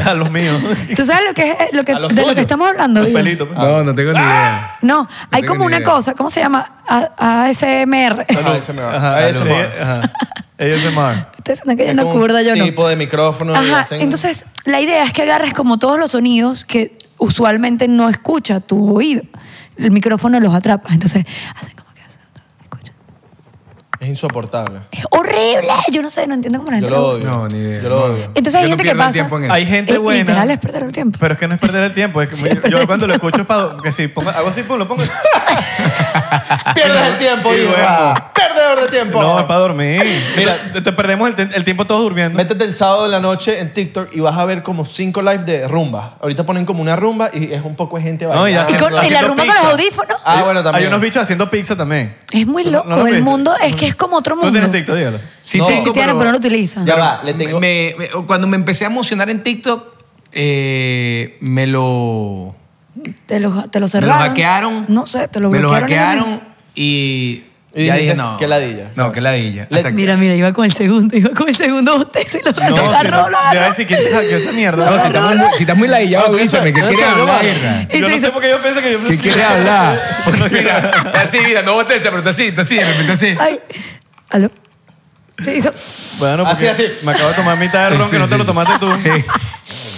a los míos.
¿Tú sabes lo que es, lo que,
A los
de lo
tuyos.
que estamos hablando?
Los
Vivi?
pelitos.
Ah,
pues.
No, no tengo ni idea.
No, hay
tengo
como
ni
una
idea.
cosa, ¿cómo se llama? A- ASMR.
Ajá, ese me va.
Ajá,
Ah, ese
salud.
me va.
Ajá. ASMR.
Ustedes están
Es
cayendo
como un
curda, yo no.
tipo de micrófono. y
Ajá,
hacen-
entonces la idea es que agarres como todos los sonidos que usualmente no escucha tu oído. El micrófono los atrapa. Entonces, hacen como que hacen, escucha.
Es insoportable.
Es horrible. Yo no sé, no entiendo cómo la
Yo
gente
lo
le gusta.
odio.
No, ni idea.
Yo lo
No.
odio.
Entonces hay
Yo no
gente que
pierdo el
pasa.
tiempo en eso.
Hay gente
Eh,
buena.
Literal es perder el tiempo.
Pero es que no es perder el tiempo. Es que
Sí,
muy-
es perder
yo cuando
el
lo escucho, es pa- que si pongo, hago así, pues lo pongo.
Pierdes el tiempo,
Ah, Y
hijo.
duermo.
Perdedor de tiempo.
No, es para dormir.
Mira.
Mira, te, te perdemos el, te- el tiempo todos durmiendo.
Métete el sábado en la noche en TikTok y vas a ver como cinco live de rumba. Ahorita ponen como una rumba y es un poco de gente
No, y
bailando.
y, con- y la
haciendo
rumba con los
pizza.
audífonos.
Ah, bueno, también.
Hay unos bichos haciendo pizza también.
Es muy
¿No-
loco.
no lo
el
viste?
mundo es que es como otro
¿Tú
mundo.
tienes TikTok, dígalo?
Sí, sí,
tengo,
tienen, pero no lo utilizan.
Ya va, le tengo...
Me- me- cuando me empecé a emocionar en TikTok, eh, me lo.
Te lo, te lo
Me
cerraron.
lo hackearon.
No sé, te lo
Me lo
bloquearon.
hackearon y.
Y
ya dije,
dijiste,
no.
"Qué ladilla".
No, qué ladilla.
Le-
Hasta que-
Mira, mira, iba con el segundo, iba con el segundo bostezo y lo lo
No, si
agarró,
no.
lo
Yo iba a
agarró.
decir, ¿quién te hackeó esa mierda?
No, si estás muy, si estás muy ladillado,
No, eso-
avísame. ¿Qué
eso
quieres
es lo
hablar?
más.
Irra?
Y
Yo
se
no sé
hizo-
por qué yo pienso que yo...
¿Qué quieres hablar? Mira, está así, mira, no botes, pero está así, está así, de repente así.
Ay, aló. Se hizo.
Bueno, porque
Así, así.
me acabo de tomar mitad de ron
Sí,
que no
sí,
te lo
sí.
tomaste tú.
Sí.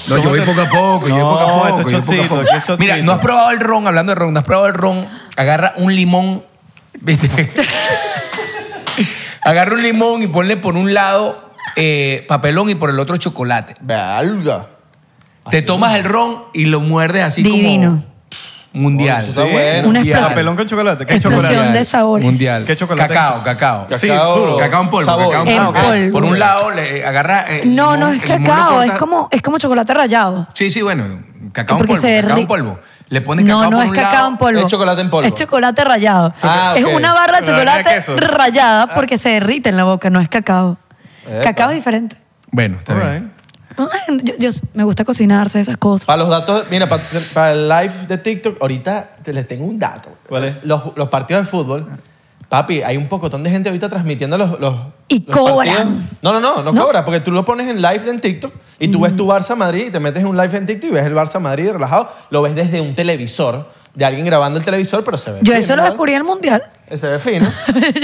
No, yo voy poco a poco, yo
No,
voy poco a poco.
esto es
yo voy
shotcito,
poco a
aquí es
poco. Mira,
shotcito.
no has probado el ron, hablando de ron, no has probado el ron, agarra un limón, ¿viste? agarra un limón y ponle por un lado eh, papelón y por el otro chocolate.
Valga.
Te tomas el ron y lo muerdes así
Divino.
como mundial.
Eso está bueno.
Una
mundial.
explosión.
Papelón con chocolate. ¿Qué
Explosión
chocolate?
de sabores.
Mundial.
¿Qué chocolate?
Cacao, cacao.
Sí, duro.
Cacao en polvo.
Sabor.
Cacao en
En
polvo.
polvo.
Por un lado, le eh, agarra. eh,
No,
limón,
no
el
es
limón lo
cacao, es
corta-
como, es como chocolate rallado.
Sí, sí, bueno. Cacao en
Porque
polvo.
se
Cacao en
derri-
polvo. Le pones cacao
No, no
por
es
un
cacao
lado.
en polvo.
es chocolate en polvo.
Es chocolate rayado.
Ah, ok.
Es una barra de
Pero
chocolate
tenía queso. Ah.
rayada porque se derrite en la boca, no es cacao.
Epa.
Cacao es diferente.
Bueno, está
All
bien.
right.
Ay, Yo, yo- me gusta cocinarse esas cosas.
Para los datos, mira, para, el live de TikTok, ahorita te les tengo un dato.
¿Cuál es?
Los, los partidos de fútbol. Papi, hay un pocotón de gente ahorita transmitiendo los. los
Y
los
cobran.
partidos. No, no, no, no,
¿No?
cobra, porque tú lo pones en live en TikTok y tú ves tu Barça Madrid y te metes en un live en TikTok y ves el Barça Madrid relajado. Lo ves desde un televisor, de alguien grabando el televisor, pero se ve.
Yo
fino,
eso lo
¿no?
descubrí en el mundial.
Se ve fino.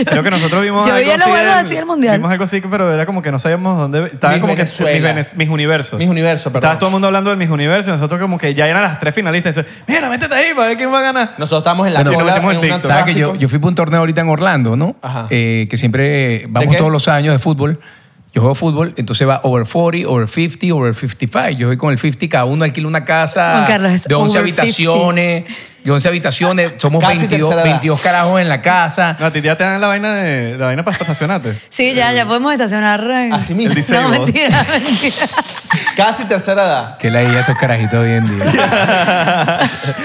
Creo que nosotros vimos
Yo
algo
veía los
así
juegos
del-
así del Mundial.
Vimos algo así, pero era como que no sabíamos dónde... Estaba
Miss
como que...
Venezuela.
Mis, Venez- mis universos.
Mis universos, perdón.
Estaba todo el mundo hablando de mis universos. Nosotros como que ya eran las tres finalistas. Entonces, mira, métete ahí para ver quién va a ganar.
Nosotros estamos en la
Bueno,
cola,
nos
en
metemos en
un
TikTok.
¿Sabes que yo,
antráfico.
yo fui para un torneo ahorita en Orlando, ¿no?
Ajá.
Eh, que siempre eh, vamos
qué?
todos los años de fútbol. Yo juego fútbol, entonces va over 40, over 50, over 55. Yo voy con el 50, cada uno alquila una casa
Juan Carlos, es
de 11
over 50.
habitaciones. De 11 habitaciones, somos
Casi
22,
tercera edad.
22 carajos en la casa.
No, a ti ya te dan la vaina, de, la vaina para estacionarte.
Sí, ya, ya podemos estacionar. eh.
Así
El
mismo.
diseño.
No, mentira, mentira.
Casi tercera edad.
Que la idea de estos carajitos hoy en día.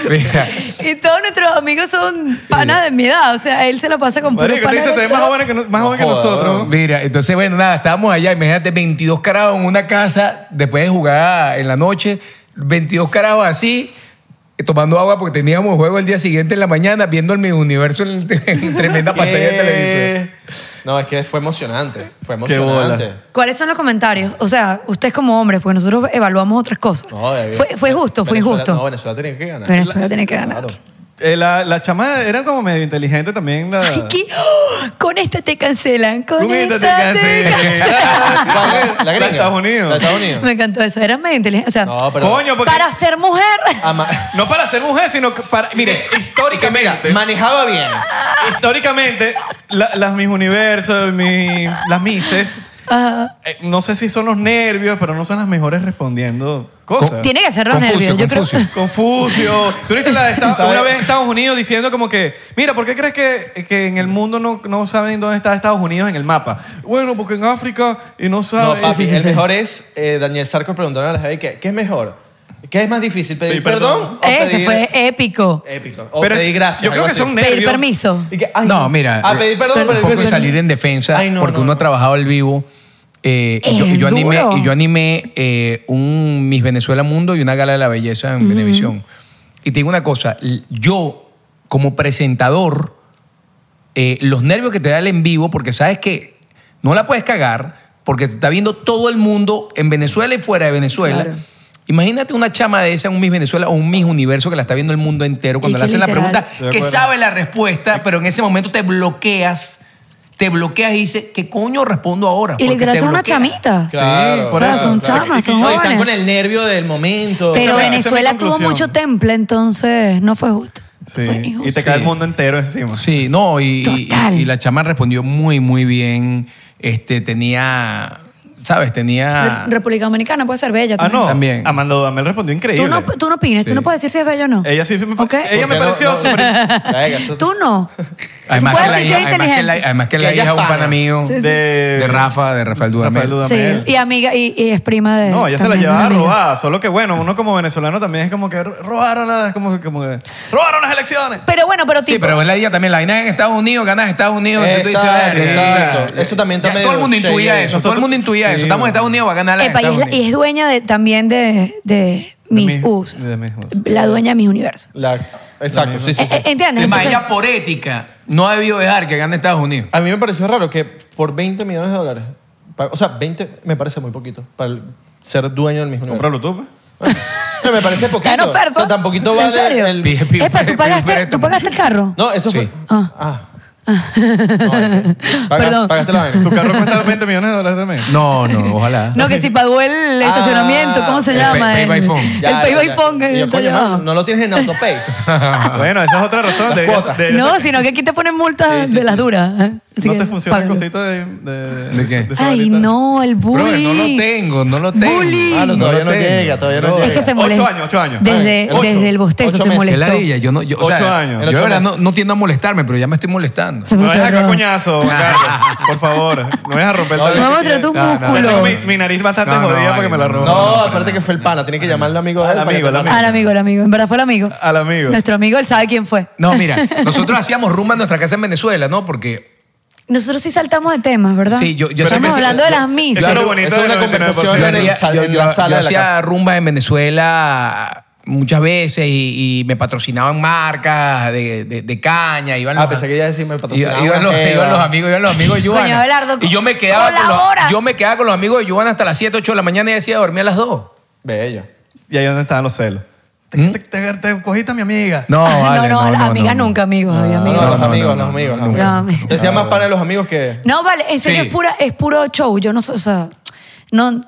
Mira,
Y todos nuestros amigos son panas de mi edad. O sea, él se la pasa con puros
Marico, te
panas.
dice,
de
te ves
nuestra
más joven que, no- más joven que
Joder,
nosotros.
mira, entonces, bueno, nada, estábamos allá, imagínate, 22 carajos en una casa, después de jugar en la noche, 22 carajos así, eh, tomando agua porque teníamos juego el día siguiente en la mañana, viendo el universo en, en tremenda pantalla de
¿Qué?
televisión.
Eh. No, es que fue emocionante. Fue
Qué
emocionante.
bola.
¿Cuáles son los comentarios? O sea, ustedes como hombres, porque nosotros evaluamos otras cosas.
No, de-
fue, fue justo, fue
Venezuela-
injusto.
No, Venezuela tenía que ganar.
Venezuela tiene que ganar.
Claro.
Eh, la, la chama era como medio inteligente también. La...
Ay, ¿qué? ¡Oh! Con esta te cancelan, con,
Con
esta,
esta te
te
cancelan.
cancelan.
La,
Ah, La
gringa.
Estados Unidos.
La Estados Unidos.
Me encantó eso, eran medio inteligentes. O sea,
No, pero.
Coño, porque...
para ser mujer,
ama-
No para ser mujer, sino que para... Mire, históricamente...
manejaba bien.
Históricamente, la- las mis universos, mi- las mises,
Ajá.
eh, no sé si son los nervios, pero no son las mejores respondiendo cosas.
tiene que ser los
Confucio,
nervios. Yo
Confucio.
creo.
Confucio. Tú viste la de Estados-
¿Sabes?
una vez Estados Unidos diciendo como que, mira, ¿por qué crees que, que en el mundo no, no saben dónde está Estados Unidos en el mapa? Bueno, porque en África y no
No,
saben.
papi,
sí, sí,
el
sí.
mejor es eh, Daniel Sarcos preguntando a la Javi que, ¿qué es mejor? ¿Qué es más difícil? ¿Pedir
Pedir perdón.
perdón? o
Ese
pedir-
fue épico.
eh,
Épico. O
Pero
pedir gracias.
yo creo
algo
que
así.
son nervios.
Pedir permiso.
Y que, ay,
no, mira.
A pedir perdón,
Un
pero
poco de salir en defensa,
Ay, no,
porque
no,
uno
no.
ha trabajado al vivo. eh, y, yo, y yo
Es
animé,
duro.
y yo animé eh, un Miss Venezuela Mundo y una gala de la belleza en Venevisión. Y te digo una cosa, l- yo como presentador, eh, los nervios que te da el en vivo, porque sabes que no la puedes cagar, porque te está viendo todo el mundo en Venezuela y fuera de Venezuela.
Claro.
Imagínate una chama de esa, un Miss Venezuela o un Miss Universo que la está viendo el mundo entero. Cuando
Y
le
que
hacen la
literal.
pregunta,
Estoy de
que
acuerdo.
sabe la respuesta, pero en ese momento te bloqueas, te bloqueas y dices, ¿qué coño respondo ahora?
Y
Porque
literal
te
son unas
bloqueas.
chamitas.
Claro.
O sea, son chamas, son
No, y están
jóvenes.
con el nervio del momento.
Pero
Esa es mi- esa es mi
Venezuela tuvo
conclusión.
mucho temple, entonces no fue justo.
Sí,
Fue
y
injusto.
te cae
Sí.
el mundo entero encima.
Sí, no, y, y-
Total.
y la chama respondió muy, muy bien. Este, tenía, ¿sabes? Tenía...
Re- República Dominicana puede ser bella
Ah,
también.
no.
También.
Amanda Dudamel respondió increíble.
Tú no, tú no opines,
Sí.
tú no puedes decir si es bella o no.
Ella sí se me,
Ok.
ella me
Porque no-
pareció
no-
súper-
Venga, eso-
Tú no.
Además
tú
que,
puedes
la
decir
hija, además que la,
inteligente.
además que la
Que ella
hija es un
es pana.
pana mío
Sí, sí.
de,
de,
Rafa, de Rafael Dudamel.
Rafael
Sí,
Dudamel.
y amiga, y, y es prima de.
No, ella se la
también de
llevaba
una amiga.
robada. Solo que bueno, uno como venezolano también es como que ro- robaron las, como, como que, robaron las elecciones.
Pero bueno, pero
Sí,
tipo.
pero es la idea también. La vaina en Estados Unidos, ganas Estados Unidos. entonces tú dices,
Exacto,
"Vale,
exacto.
o sea,
Eso también está
ya
medio
Todo el mundo intuía
shady.
eso. Todo el mundo intuía
Sí,
eso. Estamos en
bueno.
Estados Unidos, va a ganar la de
Epa, y,
Estados
es, la- y
Unidos.
es dueña de, también de, de Miss
mis-
Us.
de mis Us.
La dueña de Miss Universo.
La- exacto, sí, sí, sí.
Eh, eh, ¿Entiendes?
Además,
Entonces-
ella por ética no ha debido dejar que gane Estados Unidos.
A mí me pareció raro que por 20 millones de dólares, pa- o sea, 20 me parece muy poquito para el- ser dueño del mismo
Cómpralo tú. pues.
No, me parece poquito.
Está en oferta.
O sea, tan poquito
¿En
vale
serio?
el...
Pide- pide-
Epa,
pide
¿tú pagaste,
préstamo.
¿tú pagaste el carro?
No, eso
Sí.
fue...
Ah.
Ah. Pagas-
Perdón.
Pagaste la vaina.
¿Tu carro cuesta 20 millones de dólares también?
No, no, ojalá.
No, que si pagó el estacionamiento, ¿cómo se
el
llama?
pay- pay by
El-
phone.
El
Ya,
pay
ya,
by
ya.
phone. que
Y yo,
se
coño,
llama.
mano, no lo tienes en autopay. Ah,
Ah.
Bueno, esa es otra razón. deberías-
cuotas.
deberías-
No, sino que aquí te ponen multas
Sí, sí,
de las
sí.
duras. Así
no
que
te funciona el
págalo.
cosito de... ¿De,
¿De qué?
esa
Ay,
varita.
no, el
Bro,
bullying.
no lo tengo, no lo tengo.
Bullying.
Ah,
Mano, todavía no,
tengo.
llega, todavía no,
Bro,
llega.
Es que se
Ocho
molesta.
años, ocho años.
Desde,
Ocho.
desde el bostezo
Ocho
se
meses.
Es
molestó.
ladilla, yo no. Yo, o sea,
Ocho años.
Yo
Ocho
de verdad no,
meses.
no tiendo a molestarme, pero ya me estoy molestando.
Se
No dejes
puso
acá
rojo.
coñazo, Carlos. Por favor. No dejes a romper
No,
la
no,
Vamos a mostrar tus
No, no,
Yo
músculos.
tengo mi, mi nariz bastante
No, no,
jodida
ay,
porque me la
no,
robó.
No, acuérdate que fue el pana. Tiene que llamar al amigo de él.
Al
para que
amigo,
te
al
mande.
Al amigo, al amigo. En verdad fue el amigo.
Al amigo.
Nuestro amigo, él sabe quién fue.
No, mira, nosotros hacíamos rumba en nuestra casa en Venezuela, ¿no? Porque.
Nosotros sí saltamos de temas, ¿verdad?
Sí, yo- yo siempre-
Estamos hablando de las misas.
Eso es lo
Claro,
bonito
eso es
de
una
99%.
conversación
yo,
en el
haría-
sal-
yo-
en
yo-
la sala
yo
de la
hacía
casa.
rumba en Venezuela muchas veces y, y me patrocinaban marcas de, de- de caña. Iban
Ah,
los-
pensé que ya decía, me patrocinaba
Iba- Iban los,
una jeva.
iban los amigos, iban los amigos de
Coño,
Joana.
Abelardo,
y yo me, quedaba con
colabora.
los, yo me quedaba con los amigos de Joana hasta las 7, 8 de la mañana y decía dormía a las 2.
Bello.
Y ahí donde estaban los celos. Te,
¿Mm?
te- te- te cogiste a mi amiga.
No,
Ah, No,
vale,
no,
no, no,
amigas
no.
nunca, amigos. había
No,
amigos.
no,
los
no,
amigos,
no,
los amigos, los
no,
no,
amigos.
amigo.
Te decía más para los amigos que...
No, vale, en serio
Sí.
es, pura, es puro show. Yo no sé, o sea, no,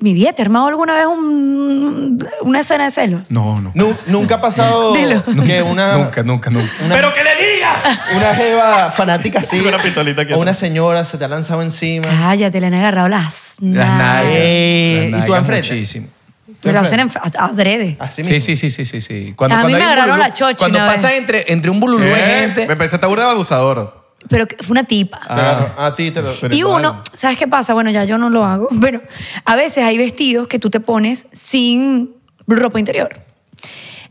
mi vida, ¿te he armado alguna vez un- una escena de celos?
No, no.
Nu- Nunca ha pasado
Dilo.
que una...
Nunca, nunca, nunca.
¡Pero que le digas!
Una jeva fanática así.
Con una pistolita aquí
o una señora se te ha lanzado encima.
Cállate, le han agarrado las
Las nalgas.
nalgas.
Eh,
Las
¿y tú
nalgas
enfrente?
Muchísimo.
Pero lo hacen en, a- adrede.
Así mismo.
Sí, sí, sí, sí, sí, sí. Cuando,
A mí
cuando hay
me
un
agarraron
bululú-
la chochi
Cuando
una
pasa
vez.
entre, entre un bululú de gente...
¿Eh? Me pensé, está burda de abusador.
Pero que fue una tipa.
Te agarró. A ti te lo...
Pero
y
igual.
uno, ¿sabes qué pasa? Bueno, ya yo no lo hago, pero a veces hay vestidos que tú te pones sin ropa interior.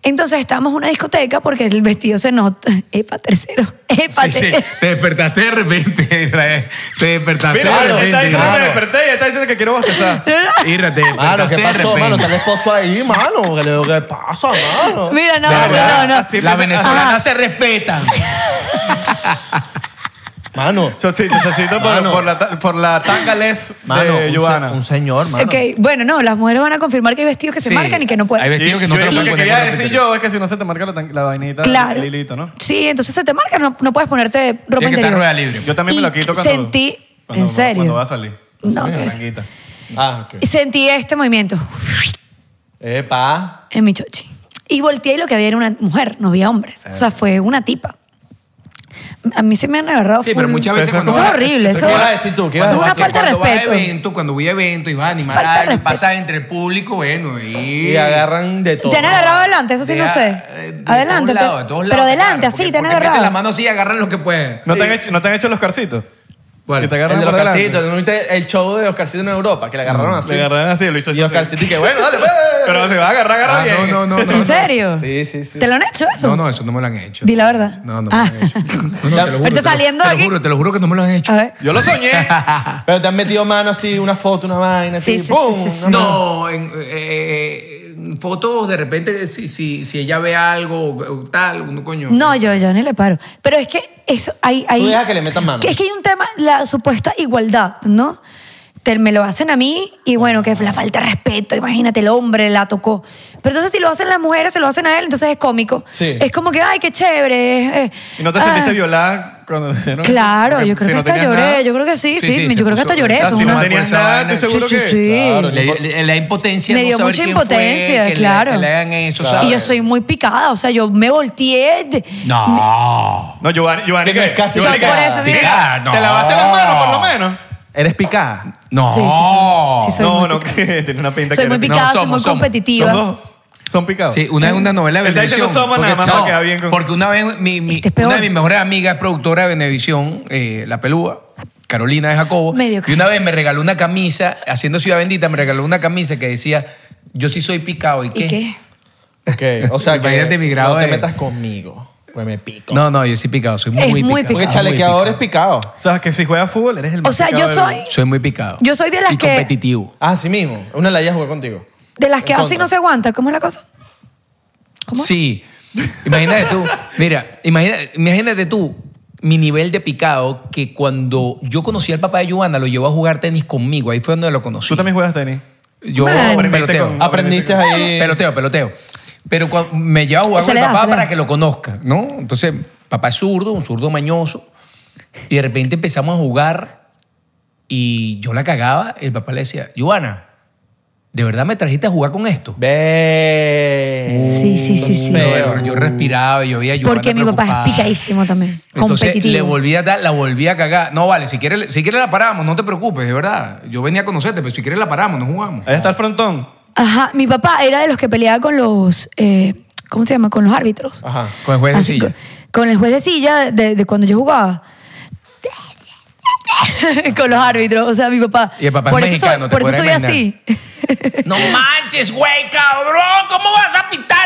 Entonces estábamos en una discoteca porque el vestido se nota. Epa, tercero. Epa,
Sí, sí.
tercero.
Te despertaste de repente, Israel. Te despertaste
Mira,
de
está
repente.
diciendo que
Israel.
me desperté y está diciendo que quiero bostezar.
Irra, te
Mano,
despertaste
¿qué
de
pasó,
repente.
mano? Está el esposo ahí, mano. ¿Qué le- qué pasa, mano?
Mira, no,
De
no,
verdad,
no, no.
así
Las
Ajá.
venezolanas se respetan.
Mano.
Chocito, chocito por,
Mano.
por la, ta- por la tanga les
Mano, un
de
se-
Giovanna.
un señor, mano.
Ok, bueno, no, las mujeres van a confirmar que hay vestidos que se
Sí.
marcan y que no
Hay
pueden.
vestidos que no
yo-
te lo
lo
pueden
que
poner
quería
con ropa
decir
interior.
yo es que si no se te marca la, tan- la vainita,
Claro.
el hilito, ¿no?
Sí, entonces se te marca, no, no puedes ponerte
Tiene
ropa
que estar
interior.
rueda libre.
Yo también me lo
Y
quito cuando...
sentí-
cuando-
¿en serio?
Cuando va a salir.
No, pues.
Sí,
que es-
blanquita.
Ah, ok.
Y sentí este movimiento
Epa.
en mi chochi. Y volteé y lo que había era una mujer, no había hombres. O sea, fue una tipa. A mí se me han agarrado
Sí, pero
full-
muchas veces
Eso
cuando
Eso
vas-
es horrible.
¿Qué
Eso
ibas a decir tú? ¿Qué ibas a
eso es
decir
una
tú?
Cuando-
falta de
cuando vas a
respeto.
evento, cuando voy a eventos y vas a animar
Falta de
algo, y
respeto.
pasa entre el público, bueno, y...
Y agarran de todo.
¿Te han agarrado adelante? Eso sí,
De
no
a-
sé.
eh, de
adelante.
todos
te-
lados, de todos
pero
lados,
adelante,
claro,
así,
porque-
te han
porque meten la
agarrado.
mano así y agarran lo que pueden.
¿No, te han hecho, ¿No te han hecho los carcitos?
¿Cuál?
Que te
El
agarran
de los
por delante. Mm.
Carcitos, ¿no viste el show de Oscarcito en Europa, que le agarraron así.
Le agarraron así, el bicho
Y
así.
Oscarcito, y que bueno, dale, pues.
Pero se va a agarrar, agarrar
Ah,
bien.
no, no, no, no,
¿En
no.
serio?
Sí, sí, sí.
¿Te lo han hecho eso?
No, no, eso no me lo han hecho.
Di la verdad.
No, no me
Ah.
lo han hecho. No, no,
Ya,
te lo juro.
ahorita
te lo-
saliendo
te
aquí.
lo juro, te lo juro que no me lo han hecho.
A ver.
Yo lo soñé.
Pero te han metido mano así, una foto, una vaina,
Sí,
así.
sí,
¡pum!
sí, sí, sí.
Una mano.
No, en, eh, en fotos de repente, si, si, si ella ve algo o tal, uno coño.
No, yo, yo ni le paro. Pero es que eso, hay... hay
dejas que le metan mano.
que es que hay un tema, la supuesta igualdad, ¿no? Te- me lo hacen a mí y bueno, que es la falta de respeto, imagínate, el hombre la tocó. Pero entonces si lo hacen las mujeres, se lo hacen a él, entonces es cómico.
Sí.
Es como que, ay, qué chévere. eh, eh,
¿Y no te
ah.
sentiste violada cuando hicieron eso?
Claro,
Porque
yo creo
si
que
no
hasta
tenías
lloré,
nada-
yo creo que sí, sí,
Sí, sí,
yo
se
creo que
puso-
hasta lloré.
o sea,
eso es
si no
una-
tenía
tenías
Por esa
nada,
vaina.
estoy seguro
Sí,
que...
sí, sí.
Claro, la, la- la impotencia.
Me
no
dio
saber
mucha
quién fue,
impotencia,
que le-
claro.
que le hagan eso,
Ah,
Claro.
¿sabes?
Y yo soy muy picada, o sea, yo me volteé. de-
No.
No, Giovanni, Giovanni,
Que no
¿qué?
es casi
Giovanni, Ah,
Yo por
¿qué?
eso, mira.
Picada, no.
¿Te lavaste las manos por lo menos?
¿Eres picada?
No.
Sí, sí, sí, sí, soy
no,
muy
no,
picada.
que tiene una pinta
Soy
que...
muy
pic-
picada, soy
somos,
muy
somos.
¿Los
competitiva.
dos son picados?
Sí, una es una novela de
Él está diciendo
Venevisión.
somos nada más para quedar bien con-
porque una vez mi, mi-
Este es peor.
una de mis mejores amigas es productora de Venevisión, eh, la pelúa, Carolina de Jacobo.
Medio
y una vez me regaló una camisa, haciendo Ciudad Bendita, me regaló una camisa que decía, yo sí soy picado, ¿y qué?
¿Y qué?
Ok, o sea que
Imagínate mi grado
no te
de-
metas conmigo, pues me pico.
No, no, yo sí picado, soy muy,
Es muy
picado.
picado.
Porque
picado,
chalequeador es picado.
O sea, que si juegas fútbol eres el más
O sea, yo
picado del-
soy
Soy muy picado.
Yo soy de las
y
que-
competitivo.
Ah, sí mismo. Una la iba a jugar contigo.
de las que
En
así
contra.
no se aguanta. ¿Cómo es la cosa? ¿Cómo?
Sí. Imagínate tú, mira, imagina- imagínate tú mi nivel de picado que cuando yo conocí al papá de Giovanna lo llevó a jugar tenis conmigo, ahí fue donde lo conocí.
Tú también juegas tenis.
Yo
Man.
peloteo.
Con-
Aprendiste ahí.
Peloteo, peloteo. Pero cuando me lleva a jugar
Se
con
le
el
da, se
papá
le da.
para que lo conozca, ¿no? Entonces, papá es zurdo, un zurdo mañoso. Y de repente empezamos a jugar y yo la cagaba. El papá le decía, Joana, ¿de verdad me trajiste a jugar con esto?
Ve.
Sí, sí, sí, sí.
Pero-
Bueno, yo respiraba y yo veía a Joana
Porque mi papá
preocupada.
es picadísimo también.
Entonces
competitivo.
le volví a dar, la volví a cagar. No, vale, si quieres, si quieres la paramos, no te preocupes, de verdad. Yo venía a conocerte, pero si quieres la paramos, no jugamos.
Ahí está el frontón.
Ajá, mi papá era de los que peleaba con los, eh, ¿cómo se llama? Con los árbitros.
Ajá.
Con el juez de
Así,
silla.
Con, con el juez de silla de, de cuando yo jugaba. con los árbitros, o sea, mi papá.
Y el papá es
por eso soy-
mexicano, te
Por eso soy
podrás
así.
No manches, güey, cabrón, ¿cómo vas a pintar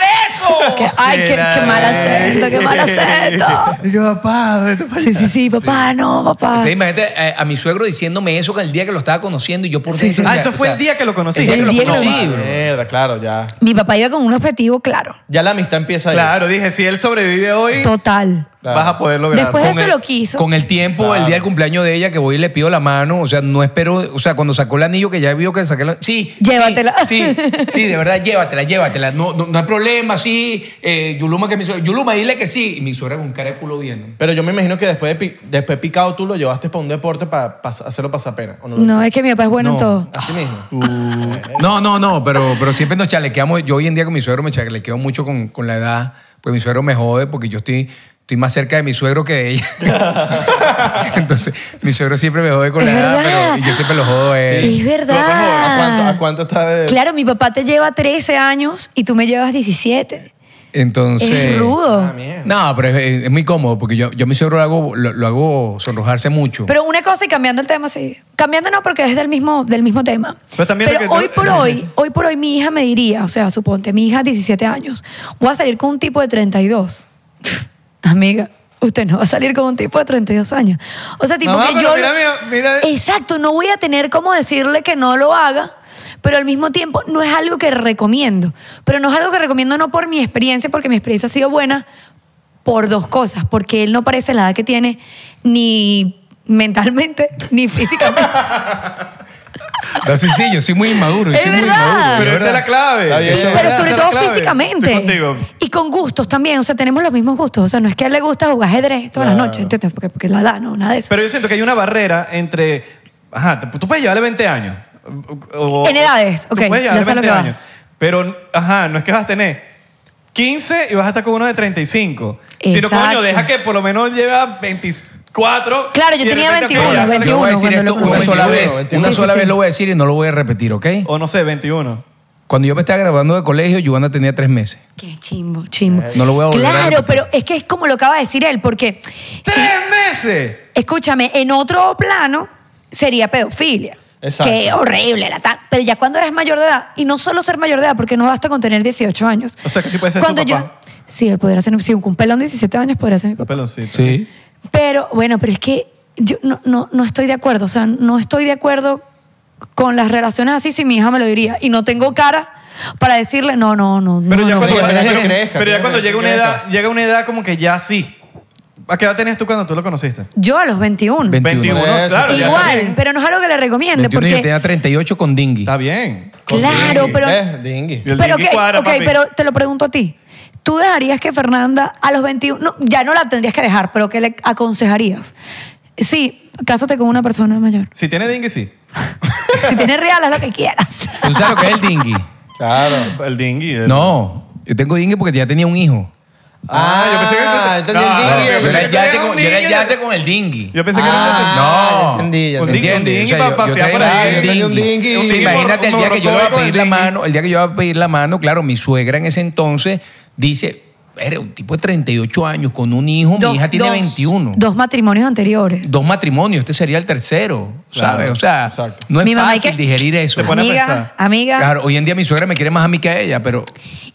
Que,
eso?
ay, qué, qué mal acento, qué mal acento.
Y yo, papá, vete pa'
Sí, sí, sí, papá, no, papá.
Entonces, imagínate eh, a mi suegro diciéndome eso el día que lo estaba conociendo y yo por
Sí,
dentro,
sí.
o
Ah,
sea,
eso fue
o sea,
el día que lo conocí.
el día que
El
lo
día que lo
conocí,
conocí.
bro.
Mierda, claro, ya.
Mi papá iba con un objetivo claro,
Ya la amistad empieza ahí.
Claro, dije, si él sobrevive hoy,
total.
Claro.
vas a poder lograr.
Después de
Con
eso
el-
lo quiso.
Con el tiempo, el día del cumpleaños de ella, que voy y le pido la mano, o sea, no espero, o sea, cuando sacó el anillo, que ya vio que saqué la... Sí.
Llévatela.
Sí, sí, sí, de verdad, llévatela, llévatela. No, no, no hay problema, sí. Eh, Yuluma, que mi suegra... Yuluma, dile que sí. Y mi suegra con cara de culo viendo.
Pero yo me imagino que después, de pi- después picado tú lo llevaste para un deporte para hacerlo pasar pena. ¿o no lo
No, es que mi papá es bueno en
No.
todo.
Así mismo.
No, no, no, pero, pero siempre nos chalequeamos. Yo hoy en día con mi suegro me chalequeo mucho con, con la edad, pues mi suegro me jode porque yo estoy, estoy más cerca de mi suegro que de ella. Entonces, mi suegro siempre me jode con
Es
la edad,
verdad.
pero yo siempre lo jodo a él.
Es verdad.
pues, ¿A cuánto, a cuánto está de.?
Claro, mi papá te lleva 13 años y tú me llevas 17.
Entonces...
Es rudo.
Ah, mierda.
No, pero es, es muy cómodo porque yo, yo a mi suegro lo hago, lo, lo hago sonrojarse mucho.
Pero una cosa y cambiando el tema, sí. Cambiando no, porque es del mismo, del mismo tema.
Pero también lo que tú-
hoy por hoy, hoy por hoy mi hija me diría, o sea, suponte, mi hija 17 años, voy a salir con un tipo de 32. Amiga, usted no va a salir con un tipo de 32 años. O sea, tipo
Mamá,
que
pero
yo...
mira, mira, mira.
Exacto, no voy a tener cómo decirle que no lo haga. Pero al mismo tiempo no es algo que recomiendo. Pero no es algo que recomiendo no por mi experiencia, porque mi experiencia ha sido buena, por dos cosas, porque él no parece la edad que tiene ni mentalmente ni físicamente.
No, sí, sí, yo soy muy inmaduro. yo
Es
soy muy
verdad.
inmaduro, de
Pero esa es la clave.
Está bien.
Esa es
Pero
la-
sobre
esa es la
todo
clave.
físicamente.
Estoy contigo.
Y con gustos también. O sea, tenemos los mismos gustos. O sea, no es que a él le gusta jugar ajedrez todas las noches, ¿entiendes? Porque, porque la edad, no, nada de eso.
Pero yo siento que hay una barrera entre. Ajá, te- tú puedes llevarle 20 años. o- o-
En edades,
tú
ok,
puedes
ya
llevarle
sé a lo
20
que
años.
vas.
Pero, ajá, no es que vas a tener 15 y vas a estar con uno de 35. Sino, coño,
Exacto.
deja que por lo menos lleva 24.
Claro, yo
y de
tenía
repente,
21,
coño,
Ahora, te voy a
21
decir
cuando
esto
lo
una
conocí.
sola
21,
vez.
21.
Una
Sí, sí,
sola
sí.
vez lo voy a decir y no lo voy a repetir, ¿ok?
O no sé, 21.
Cuando yo me estaba graduando de colegio, Giovanna tenía tres meses.
Qué chimbo,
Eh,
chimbo.
No lo voy a volver a
Claro,
repetir.
pero es que es como lo acaba de decir él, porque si-
¡Tres meses!
escúchame, en otro plano sería pedofilia.
Exacto.
Qué horrible la ta- Pero ya cuando eres mayor de edad, y no solo ser mayor de edad, porque no basta con tener 18 años.
O sea, que sí puede ser
cuando
tu
yo,
papá.
Sí, él podría ser, si un pelón de 17 años podría ser mi
Un
papá.
peloncito.
Sí.
Pero bueno, pero es que yo no, no, no estoy de acuerdo, o sea, no estoy de acuerdo con las relaciones así si mi hija me lo diría. Y no tengo cara para decirle, no, no, no.
Pero
no,
ya
no,
cuando,
no,
deja
no,
que
no.
crezca,
pero ya
que
cuando llega
crezca,
una
que
edad,
crezca.
llega una edad como que ya sí. ¿A qué edad tenías tú cuando tú lo conociste?
Yo a los 21.
21.
Eso.
claro. ya está
Igual,
bien.
pero no es algo que le recomiende.
21 y yo
Porque,
tenía 38 con Dingui.
Está bien.
claro, pero.
¿Ves? Dingui.
Y el
pero,
dinghy
ok,
cuadra,
ok,
papi.
pero te lo pregunto a ti. ¿Tú dejarías que Fernanda a los 21, no, ya no la tendrías que dejar, pero ¿qué le aconsejarías? Sí, cásate con una persona mayor.
Si tiene dengue, sí.
Si tienes real, haz lo que quieras.
¿Tú sabes lo que es el Dingui?
Claro.
El dingui. el-
No, yo tengo Dingui porque ya tenía un hijo.
Ah, yo pensé que.
Ah,
entendí
no,
el
no,
dingui.
Yo era
yo
el yate
tenía
con,
un
yo era el
dinghy,
yate con el Dingui.
Yo pensé que
Ah,
No.
ya entendí, ya
¿Me
entendí.
¿Entiendes? O sea, yo-
Un dinghy para
yo
pasear
traía
por ahí.
el
Tenía un
dinghy.
dinghy.
Sí,
Sí,
imagínate el
un
día que yo le voy a
morrocoy con
pedir
el
la
dinghy.
mano, el día que yo voy a pedir la mano, claro, mi suegra en ese entonces dice, era un tipo de 38 años con un hijo, mi hija tiene 21.
Dos matrimonios anteriores.
Dos matrimonios, este sería el tercero, ¿sabes? O sea,
Exacto.
no es
Mi mamá, ¿y
fácil
qué?
digerir eso.
Te pone a
Amiga,
pensar.
amiga.
Claro, hoy en día mi suegra me quiere más a mí que a ella, pero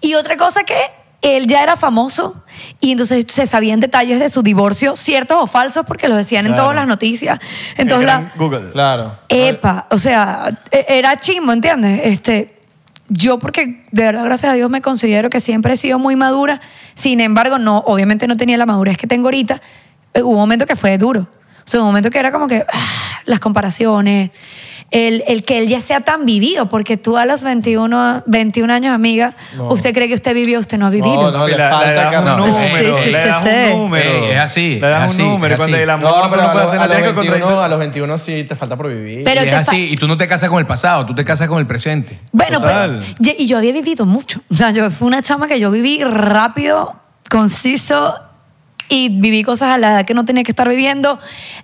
Y otra cosa que él ya era famoso y entonces se sabían detalles de su divorcio, ciertos o falsos, porque los decían en
Claro.
todas las noticias.
El
Entonces,
gran
la,
Google.
Claro.
epa, o sea, e- era chismo, ¿entiendes? Este, yo porque de verdad, gracias a Dios, me considero que siempre he sido muy madura. Sin embargo, no, obviamente no tenía la madurez que tengo ahorita. Eh, Hubo un momento que fue duro. O sea, un momento que era como que ah, las comparaciones, el, el que él ya sea tan vivido, porque tú a los 21, 21 años, amiga, usted cree que usted vivió, usted no ha vivido.
No, le
Le- le
falta
das
cam-
un
no.
número,
Sí, sí,
le
sí,
das
sí.
un número.
Ey, es así,
Le das
es así,
un número.
es
Cuando
así.
el amor
No, pero
no
a
puede
los,
hacer
a
la
los
tienes que contradictar.
21, a los 21 sí te falta por vivir.
Pero
Y es
te fa-
así, y tú no te casas con el pasado, tú te casas con el presente.
Bueno, pero,
Total.
y y yo había vivido mucho. O sea, yo fue una chama que yo viví rápido, conciso y viví cosas a la edad que no tenía que estar viviendo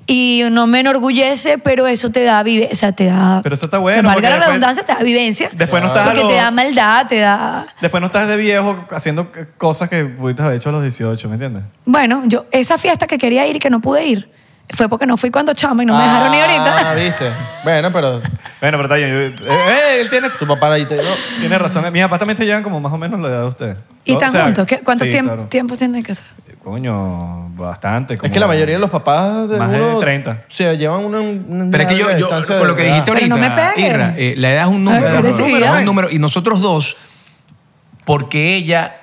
y no me enorgullece, pero eso te da vive, o sea, te da
Pero eso está bueno,
Valga
porque
la
después-
redundancia, te da vivencia.
Después no estás a
porque
los-
te da maldad, te da
Después no estás de viejo haciendo cosas que pudiste haber hecho a los 18, ¿me entiendes?
Bueno, yo esa fiesta que quería ir y que no pude ir fue porque no fui cuando chama y no me dejaron ir
Ah,
ahorita.
viste. Bueno, pero
Bueno, pero está bien. yo- eh, eh, él tiene,
su papá ahí te no.
tiene razón. Mis papás también te llevan como más o menos la edad de ustedes.
¿Y
O
están
sea,
juntos? ¿Qué- ¿Cuántos
sí,
tiemp-
claro.
tiempos tienen que ser?
Coño, bastante.
Es
como-
que la mayoría de los papás de
Más de
uno-
30.
Se llevan una, una
Pero es que yo, yo
distancia
con lo
de
que
edad.
dijiste
Pero
ahorita,
no me pegues.
Irra, eh, la edad es un
Ay,
número,
pero
es un
sí,
número,
ya.
es un número. Y nosotros dos, porque ella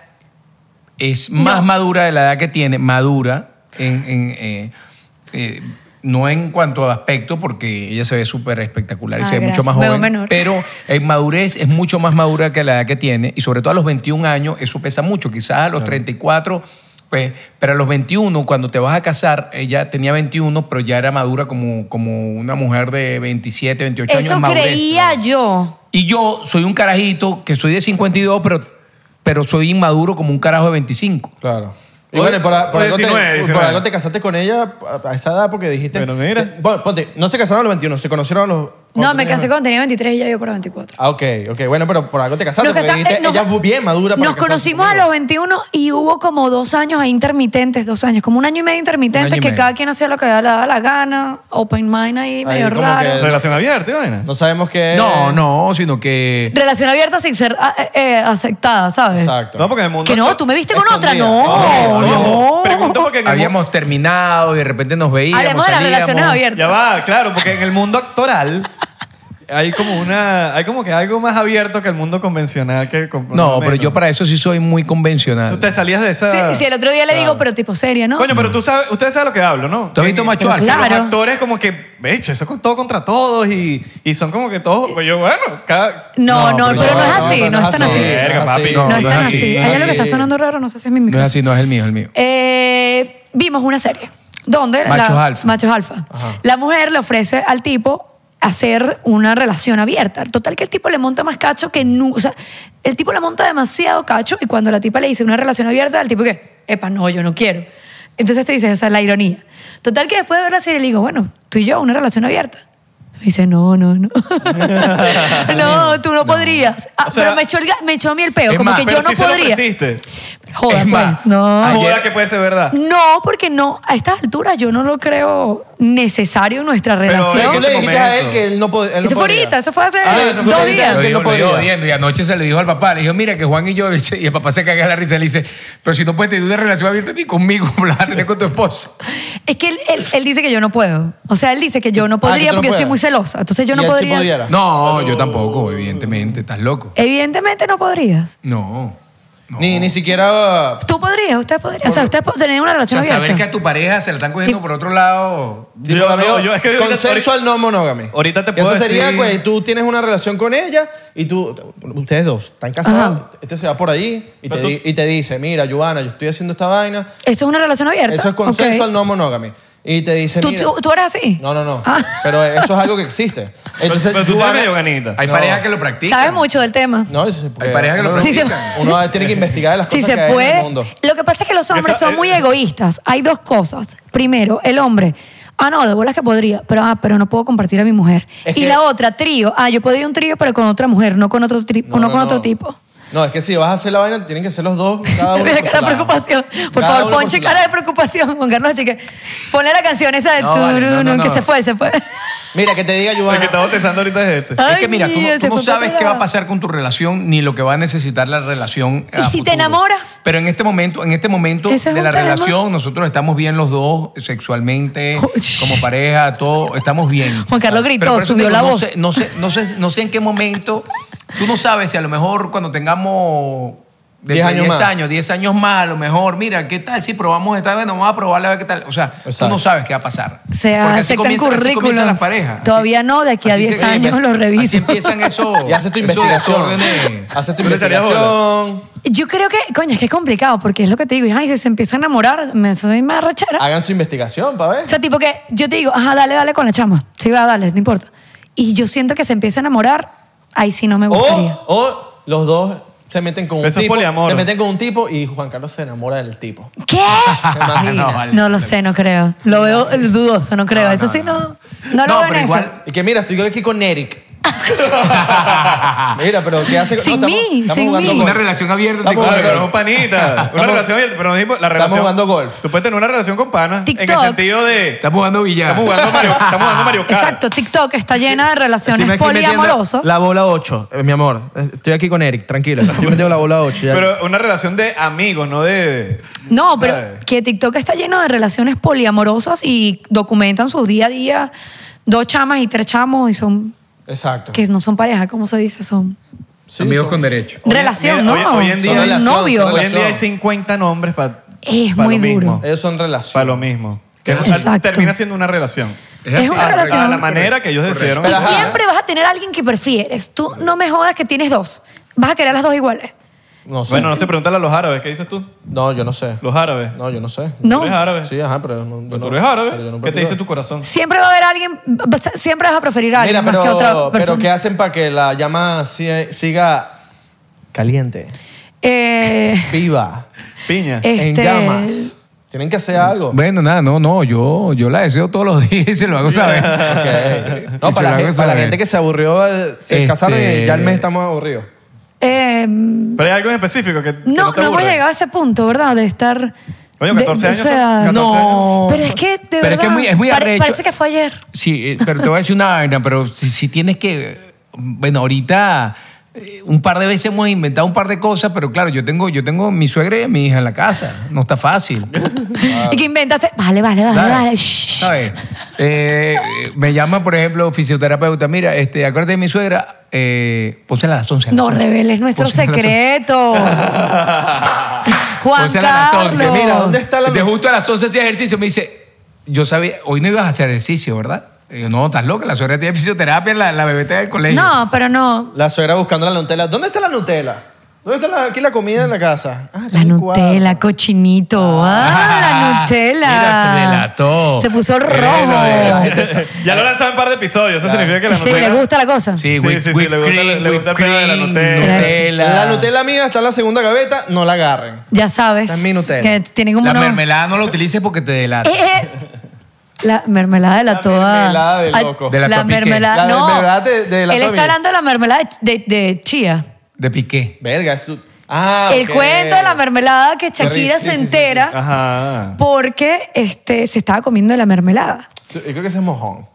es más
No.
madura de la edad que tiene, madura, en, en, eh, eh, no en cuanto a aspecto, porque ella se ve súper espectacular y
Ah,
se ve mucho
gracias.
más
Me veo
joven,
menor.
pero en madurez es mucho más madura que la edad que tiene y sobre todo a los 21 años eso pesa mucho, quizás a los 34, pues, pero a los 21 cuando te vas a casar, ella tenía 21 pero ya era madura como, como una mujer de 27, 28 años.
Eso
en madurez.
creía yo.
Y yo soy un carajito que soy de 52 pero, pero soy inmaduro como un carajo de 25.
Claro. Y
O-
bueno, por, a- por
o
algo
19,
te, por
19.
algo te casaste con ella a- a esa edad porque dijiste.
Bueno, mira.
Te- pon- ponte, no se casaron a los 21, se conocieron a los.
No, me
tenías-
casé cuando tenía 23 y ya yo para 24.
Ah, ok, ok. Bueno, pero por algo te casaste.
Nos
porque
casa-
dijiste,
eh, nos-
ella es bien madura para
Nos
casarse
conocimos a
conmigo.
los 21 y hubo como dos años ahí intermitentes, dos años, como un año y medio
Un año
intermitentes
y
que
medio.
cada quien hacía lo que le daba la gana, open mind ahí, medio
como
raro.
Relación abierta, ¿y vaina?
No sabemos
Eh.
qué.
No, no, sino que...
Relación abierta sin ser ah, eh, eh, aceptada, ¿sabes?
Exacto.
No, porque en el mundo.
Que no, tú me viste con otra,
Escondida.
no, no.
Pregunto porque en el mundo-
Habíamos terminado y de repente nos veíamos.
Hablemos de las
salíamos.
relaciones abiertas.
Ya va, claro, porque en el mundo actoral hay como una. Hay como que algo más abierto que el mundo convencional. Que
No, pero yo para eso sí soy muy convencional.
Tú te salías de esa.
Sí, sí, el otro día le digo, pero tipo seria, ¿no?
Coño, pero tú sabes, ustedes saben lo que hablo, ¿no?
¿Tú has visto
Que-
Macho
que
Alfa?
Los
Claro.
actores como que, de hecho, eso con todo contra todos y, y son como que todos, pues yo, bueno, cada...
no, no,
pero
pero no
no,
es así, no es tan así.
Verga, papi.
No es
no
tan
es así,
así.
no es
Hay algo que
así.
está sonando raro, no sé si es mi
No es
micrófono.
así, no es el mío, es el mío.
Eh, vimos una serie donde
Machos
la,
alfa.
machos alfa. la mujer le ofrece al tipo hacer una relación abierta. Total que el tipo le monta más cacho que nu o sea, el tipo le monta demasiado cacho y cuando la tipa le dice una relación abierta, el tipo que, epa, no, yo no quiero. Entonces te dices, esa es la ironía. Total que después de ver la serie le digo, bueno, tú y yo, una relación abierta. Me dice, no, no, no. no, tú no, podrías. Ah,
O sea,
pero me echó, el, ga- me echó a mí el peo,
es
como
más,
que
Pero
yo no
sí se lo
podría.
ofreciste.
Joda,
Es
pues,
más,
no.
Ayer-
Joda que puede ser verdad.
No, porque no, a estas alturas yo no lo creo necesario en nuestra
en
relación.
Tú le
ese
dijiste a él
momento.
que él no pod- él no podía.
Eso fue ahorita, eso fue hace
Ah, eso fue
dos
ahorita.
días.
Lo
Yo
dijo,
no
lo dijo
podría.
odiando y anoche se lo dijo al papá. Le dijo, mira que Juan y yo, y el papá se caga la risa. Le dice, pero si no puedes tener una relación abierta ni conmigo, la tener con tu esposo.
Es que él, él- él dice que yo no puedo. O sea, él dice que yo no
Ah, que
podría
tú no
porque yo soy
puedas.
muy celosa. Entonces yo no
Y él sí
podría.
pudiera.
No, yo tampoco, evidentemente. Estás loco.
Evidentemente no podrías.
No. no.
Ni, ni siquiera.
Tú podrías, usted podría. O sea, usted po- tener una
o sea,
relación
saber que a
abierta.
tu pareja se la están cogiendo por otro lado.
Tipo,
Yo-
amigo,
no, yo- es que ahorita-
consenso al no monogamy.
ahorita te
Que
puedo
Eso sería,
decir-
güey, tú tienes una relación con ella y tú, ustedes dos, están casados,
Ajá.
este se va por allí y te,
Pero tú-
di- y te dice, mira, Giovanna, yo estoy haciendo esta vaina,
Eso es una relación abierta.
eso es consenso
Ok.
al no monogamy. Y te dice,
¿Tú,
mira...
tú, tú eres así?
No, no, no.
Ah.
Pero eso es algo que existe. Entonces,
pero tú
Giovanna-
tienes medio ganita.
Hay
No.
parejas que lo practican.
Sabes mucho del tema.
No, eso sí, porque
Hay parejas que lo
uno-
Sí se-
Uno tiene que investigar las
Si
cosas
se
que hay en el
puede.
mundo.
Lo que pasa es que los hombres
Esa-
son muy
eh,
egoístas. Hay dos cosas. Primero, el hombre. Ah, no, de bolas que podría, pero ah, pero no puedo compartir a mi mujer.
Es
y
que-
la otra, trío. Ah, yo podría un trío, pero con otra mujer, no con otro tri- no, con otro tipo.
No, es que si vas a hacer la vaina, tienen que ser los dos, cada uno.
Mira
por su
cara de
lado.
preocupación. Por
Cada
favor,
uno por
ponche
su
cara
lado.
de preocupación, Juan Carlos. así que ponle la canción esa de
No, vale, no,
Turunun,
no,
que
no.
se fue, se fue.
Mira, que te diga
El
Giovanna.
que estaba pensando ahorita es este.
Es
Ay,
que mira, tú, no-
Dios,
tú
se
no
fue para
sabes
otro
qué va a
lado.
pasar con tu relación ni lo que va a necesitar la relación.
¿Y
a
si te
futuro.
enamoras?
Pero en este momento, en este momento
Ese es
de
un
la
tema.
relación, nosotros estamos bien los dos, eh, sexualmente,
Uy.
como pareja, todo, estamos bien. Ah,
Juan Carlos gritó,
Pero por eso
subió
te
la
no
voz.
sé- no, sé, no, sé, no sé en qué momento, tú no sabes si a lo mejor cuando tengamos de
Diez años
10
más.
años, 10 años más, a lo mejor, mira, ¿qué tal? Si probamos esta vez, vamos a probarla a ver qué tal. O sea,
Exacto.
tú no sabes qué va a pasar.
Se
Porque así
aceptan
comienza- así comienzan
currículums.
las parejas. Así-
Todavía no, de aquí a
así
10
se- eh,
años lo
Así
reviso.
empiezan esos
Y hace tu
esos
investigación.
desórdenes.
Hace tu
¿No le echarías bola?
investigación.
Yo creo que, coño, es que es complicado porque es lo que te digo. y, Ay, si se empieza a enamorar, me soy más rachera.
Hagan su investigación para ver.
O sea, tipo que yo te digo, ajá, dale, dale con la chama. Sí, va, dale, no importa. Y yo siento que se empieza a enamorar, ahí sí no
Oh.
me gustaría.
O, o los dos se meten con un
Eso es
tipo.
poliamor.
Se meten con un tipo y Juan Carlos se enamora del tipo.
¿Qué?
Ah,
No, vale.
No lo sé, no creo. Lo veo eh, dudoso, no creo. Eso sí no. No lo
No,
veo en
pero
eso.
igual-
Y que mira, estoy aquí con Eric. mira, pero ¿qué hace?
Sin mí, sin mí.
Una relación abierta.
Vamos
te-
a
Claro,
ver.
pero no panita. Una
Estamos-
relación abierta, pero no dijimos la relación.
jugando golf.
Tú puedes tener una relación con panas. En el
TikTok.
sentido de.
Estamos jugando billar.
Estamos jugando Mario, estamos jugando Mario Kart.
Exacto, TikTok está llena de
Estoy
relaciones
aquí metiendo
poliamorosas.
La bola 8, eh, mi amor. Eh, Estoy aquí con Eric, tranquila. Yo metido la bola 8. ya.
Pero una relación de amigos, no de.
No, pero
¿sabes?
que TikTok está lleno de relaciones poliamorosas y documentan su día a día. Dos chamas y tres chamos y son
Exacto.
que no son pareja, ¿cómo se dice? Son
Sí,
Amigos
son-
con derecho.
relación,
mira,
¿no?
hoy- hoy en día-
son
Relación,
novios.
son
Hoy en
relación.
día hay 50 nombres para.
Es muy
lo mismo,
duro.
Ellos son relación.
Para lo mismo. Que al-
Exacto.
termina siendo una relación.
Es
así.
una
A-
relación.
A la manera que ellos decidieron.
Y
Pero ajá.
siempre vas a tener a alguien que prefieres. Tú no me jodas que tienes dos. Vas a querer las dos iguales.
No sé.
Bueno, no se preguntan a los árabes. ¿Qué dices tú?
No, yo no sé.
Los árabes.
No, yo no sé.
No.
¿Tú eres árabe?
Sí, ajá, pero no, yo
Pero
no-
tú eres
pero yo no
árabe. ¿Qué te
practico
dice
eso.
tu corazón?
Siempre va a haber alguien, siempre vas a preferir a alguien
Mira, pero,
más que a otra
pero
persona.
¿qué hacen para que la llama si- siga caliente,
Eh,
viva,
Piña.
Eh. Este-
en llamas? Tienen que hacer algo.
Bueno, nada, no, no, yo, yo la deseo todos los días y se lo hago saber. Y
Ok. No,
se
para,
lo
la
hago
gente, para la
saber.
gente que se aburrió, eh, se
Este-
casaron y ya el mes estamos aburridos.
eh, no,
Pero hay algo en específico que. que
no,
te
hemos
aburre.
llegado a ese punto, ¿verdad? De estar.
Coño,
de-
14
o
años
sea,
son- 14 años.
No.
Pero es que, de
Pero es
verdad.
que es muy- es muy
pare-
arrecho.
Parece que fue ayer.
Sí, eh, pero te voy a decir una vaina, pero si, si tienes que. Bueno, ahorita eh, un par de veces hemos inventado un par de cosas, pero claro, yo tengo, yo tengo mi suegra y a mi hija en la casa. No está fácil.
Y que inventaste. Vale, vale, vale,
¿Sabes?
vale. Ah, shh.
¿Sabes? Eh, me llama, por ejemplo, fisioterapeuta. Mira, este, acuérdate de mi suegra, eh, pónsela a las 11. a las
No
11.
reveles nuestro
Pónsela a las 11.
secreto. Juan
Pónsela a las 11.
Carlos.
Mira, ¿dónde está la
De justo a las 11 hacía ejercicio. Me dice, yo sabía, hoy no ibas a hacer ejercicio, ¿verdad? Y yo, no, estás loca, la suegra tiene fisioterapia en la, la bebeta del colegio.
No, pero no.
La suegra buscando la Nutella. ¿Dónde está la Nutella? ¿Dónde está la- aquí la comida en la casa? Ah, está
La
en el cuarto.
Nutella, cochinito. Ah, la Nutella.
Mira, se delató.
Se puso
Mira,
rojo.
Ya lo lanzado en un par de episodios. Eso significa que la
Sí,
novela-
le gusta la cosa.
Sí,
Sí,
whipped-
sí, sí,
whipped
le gusta-
cream,
le gusta el
whipped
pedo de la
cream,
Nutella.
La Nutella mía está en la segunda gaveta, no la agarren.
Ya sabes.
Está en mi Nutella.
Que tiene como
La
unos-
mermelada no la utilices porque te delata.
Eh, eh. La mermelada de la,
La
toda.
mermelada del
Ay,
loco.
De la
la
topique.
mermelada.
La
no.
mermelada de- de la
Él
Tommy.
está hablando de la mermelada de, de- de chía.
De piqué.
Verga, es su- Ah,
El
ok.
cuento de la mermelada que Shakira se
Sí, sí, sí, sí. Ah.
entera
Ajá.
porque este, se estaba comiendo la mermelada.
Yo creo que ese es mojón.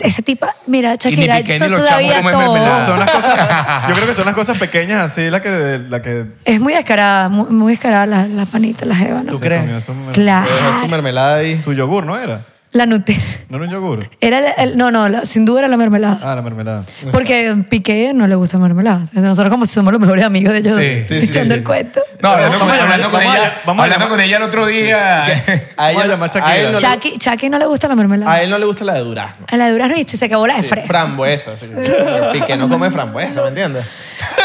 Ese tipo, mira,
ni
Shakira,
piqué,
eso
ni los
todavía
chamos comen
todo.
mermelada.
Son las cosas, yo creo que son las cosas pequeñas así la que, la que
Es muy descarada, muy, muy descarada la, la panita, la jeva, ¿no?
¿Tú
se
crees?
comió su,
Claro.
Voy a dejar su mermelada ahí.
su yogur, ¿no era?
La Nutella.
No era un yogur.
Era la- el- no, no, la- sin duda era la mermelada.
Ah, la mermelada.
Porque Piqué no le gusta mermelada. O sea, Nosotros como si somos los mejores amigos de ellos,
Sí, sí, sí,
echando
sí,
el
sí.
cuento.
No, hablando con,
Vamos a llamar-
hablando con
vamos a
ella.
llam- vamos a
hablando
llamar-
con ella el otro día.
A
Vamos a
ella-
llamar a Shakira.
a él no le-
Chucky, Chucky no le gusta la mermelada.
a él no le gusta la de durazno.
A la de Durazno y se acabó la de fresa.
Frambuesa. así que- Piqué no come frambuesa, ¿me entiendes?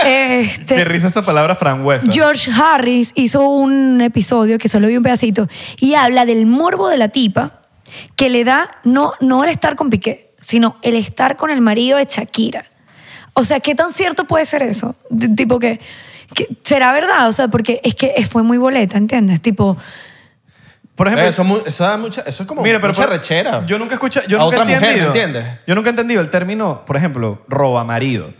Qué
Este,
risa esa palabra frambuesa.
George Harris hizo un episodio que solo vi un pedacito y habla del morbo de la tipa que le da no, no el estar con Piqué, sino el estar con el marido de Shakira. O sea, ¿qué tan cierto puede ser eso? D- tipo que, que- será verdad, o sea, porque es que fue muy boleta, ¿entiendes? Tipo,
Por
Eh,
ejemplo,
Eso, es mu- eso da mucha- eso es como
mira, pero
mucha
por-
rechera.
Yo nunca escuché, yo
A
nunca he
otra mujer,
entendido.
¿me entiendes?
Yo nunca he entendido el término, por ejemplo, roba marido.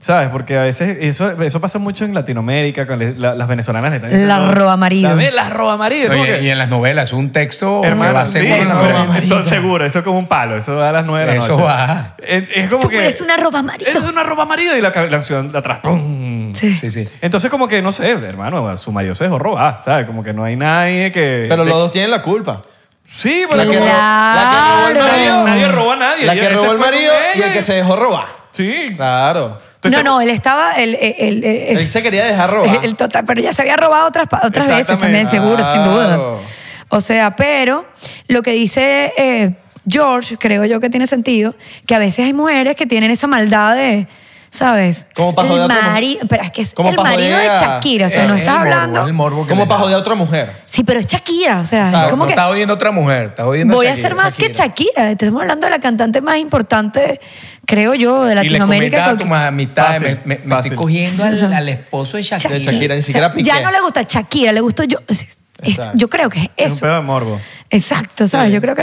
¿Sabes? Porque a veces eso, eso pasa mucho en Latinoamérica, con le- la- las venezolanas le están diciendo,
La roba marido.
Dame la roba marido. ¿Cómo
Oye,
que?
y en las novelas, un
Oh,
texto que
Hermano,
va seguro
sí,
en las
no,
novelas.
pero estoy seguro, eso es como un palo, eso va a las 9 de la
Eso
noche.
va.
Es, es como
tú
que
eres una roba marido.
es una roba marido y la, ca- la canción de atrás. ¡pum!
Sí.
Sí, sí.
Entonces como que no sé, hermano, su marido se dejó robar, ¿sabes? Como que no hay nadie que
Pero los dos tienen la culpa.
Sí,
La
pero
que, ro-
como-
la que robó el
Claro.
marido.
Nadie robó a nadie.
La que
Ella-
robó
ese
el
fue
marido
con
y el
ella.
que se dejó robar.
Sí.
Claro.
Estoy
no,
seguro-
no, él estaba. Él, él- él- él-
Él se quería dejar robar.
el total, pero ya se había robado otras, pa- otras veces
Exactamente.
también, seguro, sin
Claro.
duda. O sea, pero lo que dice eh, George, creo yo que tiene sentido, que a veces hay mujeres que tienen esa maldad de, ¿sabes?
Como para joder a
el
otra
marido, pero es que es
Como
el
para
marido de
joder a-
Shakira, o sea, no
Es
estás
Eh, el morbo,
hablando.
es el morbo que
Como
le
para
da.
joder a otra mujer.
Sí, pero es Shakira, o sea,
Exacto.
es como
no
que
estás odiando a otra mujer, estás odiando
voy a
Shakira.
ser más que Shakira. Estamos hablando de la cantante más importante, creo yo, de
Y les
Latinoamérica.
comentaba a
con-
tu amistad, me,
Fácil,
me- me
fácil.
estoy cogiendo al, al esposo de Shakira.
Shakira.
Shakira, ni siquiera
O sea, Ya
Piqué.
no le gusta Shakira, le gustó yo. es- es-
Exacto.
yo creo que es
Es un
eso.
pedo de morbo.
Exacto, ¿sabes? Yo creo que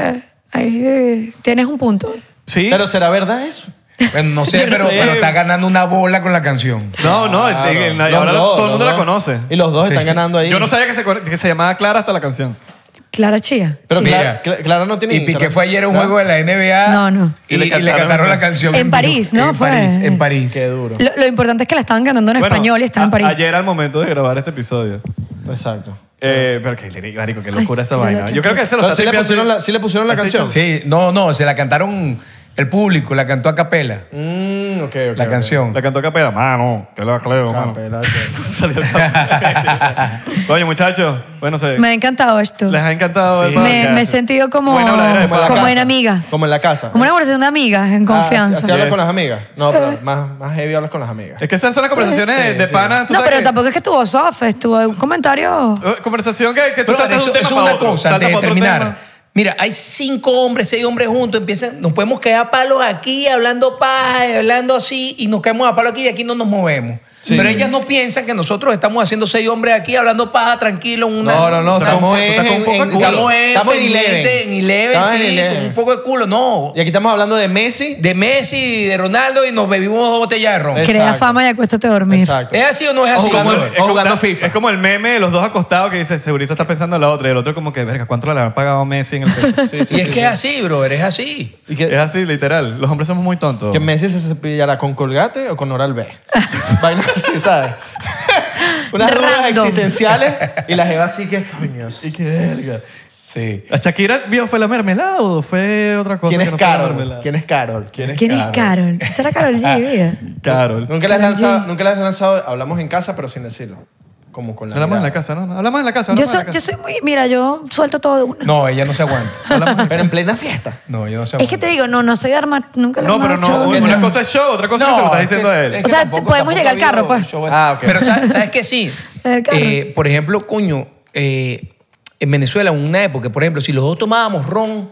ahí eh, tienes un punto.
Sí.
Pero ¿será verdad eso?
Bueno, no sé,
Yo no
pero,
sé.
pero está ganando una bola con la canción.
no, no,
Claro.
el- el-
Los
ahora
dos,
todo el
los
mundo la
dos.
conoce.
Y los dos
Sí.
están ganando ahí.
Yo no sabía que se, que se llamaba Clara hasta la canción.
Clara Chía.
Pero
Chía.
Clara,
Mira.
Cla- Clara no tiene
Y Piqué
Instagram.
fue ayer a un
¿No?
juego de la NBA.
No, no.
Y, y le cantaron, la canción.
En
vivo.
París, ¿no?
En
Fue-
París, en París.
Qué duro.
Lo, lo importante es que la estaban cantando en
Bueno,
español y estaba en
a-
París.
Ayer al momento de grabar este episodio.
Exacto.
Eh, pero qué, li- marico, qué locura
Ay,
esa
qué
vaina.
loco.
Yo creo que se lo
Pero
está
sí le
tripeando.
pusieron la, sí le pusieron la
Así
canción.
Sí, no, no, se la cantaron el público, la cantó a capela,
Mm, ok, ok.
la
ok.
canción.
La cantó Capela. Mano, que la creo,
Ah,
mano.
pela, ok.
Salió el- Coño, muchachos. Bueno, se,
Me ha encantado esto.
les ha encantado el
Sí.
Me,
podcast.
me he sentido como,
Buena habladera de
Como en la
como
casa.
en amigas.
Como
Como,
en la casa.
una conversación de amigas, en
Ah,
confianza.
Así, así hablas
Yes.
con las amigas. No, pero más, más heavy hablas con las amigas.
Es que esas son las conversaciones de- de pana. tú
no,
sabes
pero
que-
tampoco es que estuvo soft, estuvo un comentario.
Eh, Conversación que, que tú
Pero
saltas de
eso,
un tema
eso es
pa'
una
otro,
cosa,
saltas
antes de
pa' otro
terminar.
tema.
Mira, hay cinco hombres, seis hombres juntos, empiezan, nos podemos quedar a palos aquí, hablando paja, y hablando así, y nos caemos a palos aquí y aquí no nos movemos.
Sí.
Pero ellas no piensan que nosotros estamos haciendo seis hombres aquí, hablando paja, tranquilo, en una...
No, no, no,
Una-
estamos en-
estamos
en-
en, estamos en,
estamos en
pendiente,
Eleven.
en Eleven,
Estamos en
sí,
Eleven.
con un poco de culo, no.
Y aquí estamos hablando de Messi.
De Messi, de Ronaldo, y nos bebimos dos botellas de ron.
Es-
Crea
exacto.
fama y acuéstate a dormir.
Exacto.
¿Es
Eh,
así o no es
O
así?
jugando-
brother?
o jugando
está-
FIFA.
es como el meme de los dos acostados que dice, segurito está pensando en la otra. Y el otro como que, verga, ¿cuánto le han pagado a Messi en el peso?
Sí, sí,
y es
sí,
que
sí.
es así, brother, es así.
Y
Es
que,
así, literal. Los hombres somos muy tontos.
que Messi se cepillará con Colgate o con Oral B. Vainas así, ¿sabes? Unas dudas
Random.
existenciales y la jeva así que, coño, y que verga.
Sí.
¿A Shakira vio fue la mermelada o fue otra cosa?
¿Quién
que
es
no fue la
Carol?
mermelada?
¿Quién es Carol? ¿Quién es
¿Quién es Carol? ¿Será Carol G? vida?
Carol.
Nunca la has
Karol
lanzado,
G.
nunca la has lanzado, hablamos en casa, pero sin decirlo. Como con la
Hablamos en la
mirada.
casa, ¿no? no, Hablamos en la casa.
Yo
hablamos en
soy,
la
yo
casa.
soy muy. Mira, yo suelto todo de una.
No, ella no se aguanta.
Pero en plena fiesta.
No, yo no sé.
es que te digo, no, no soy de armar. Nunca lo
No,
he
pero
armado
no.
show,
Una cosa es show, otra cosa es que se lo estás diciendo a él.
O sea, podemos llegar al carro, pues.
Ah, ok.
Pero ¿sabes, sabes que sí?
El carro.
Eh, por ejemplo, coño, eh, en Venezuela, en una época, por ejemplo, si los dos tomábamos ron,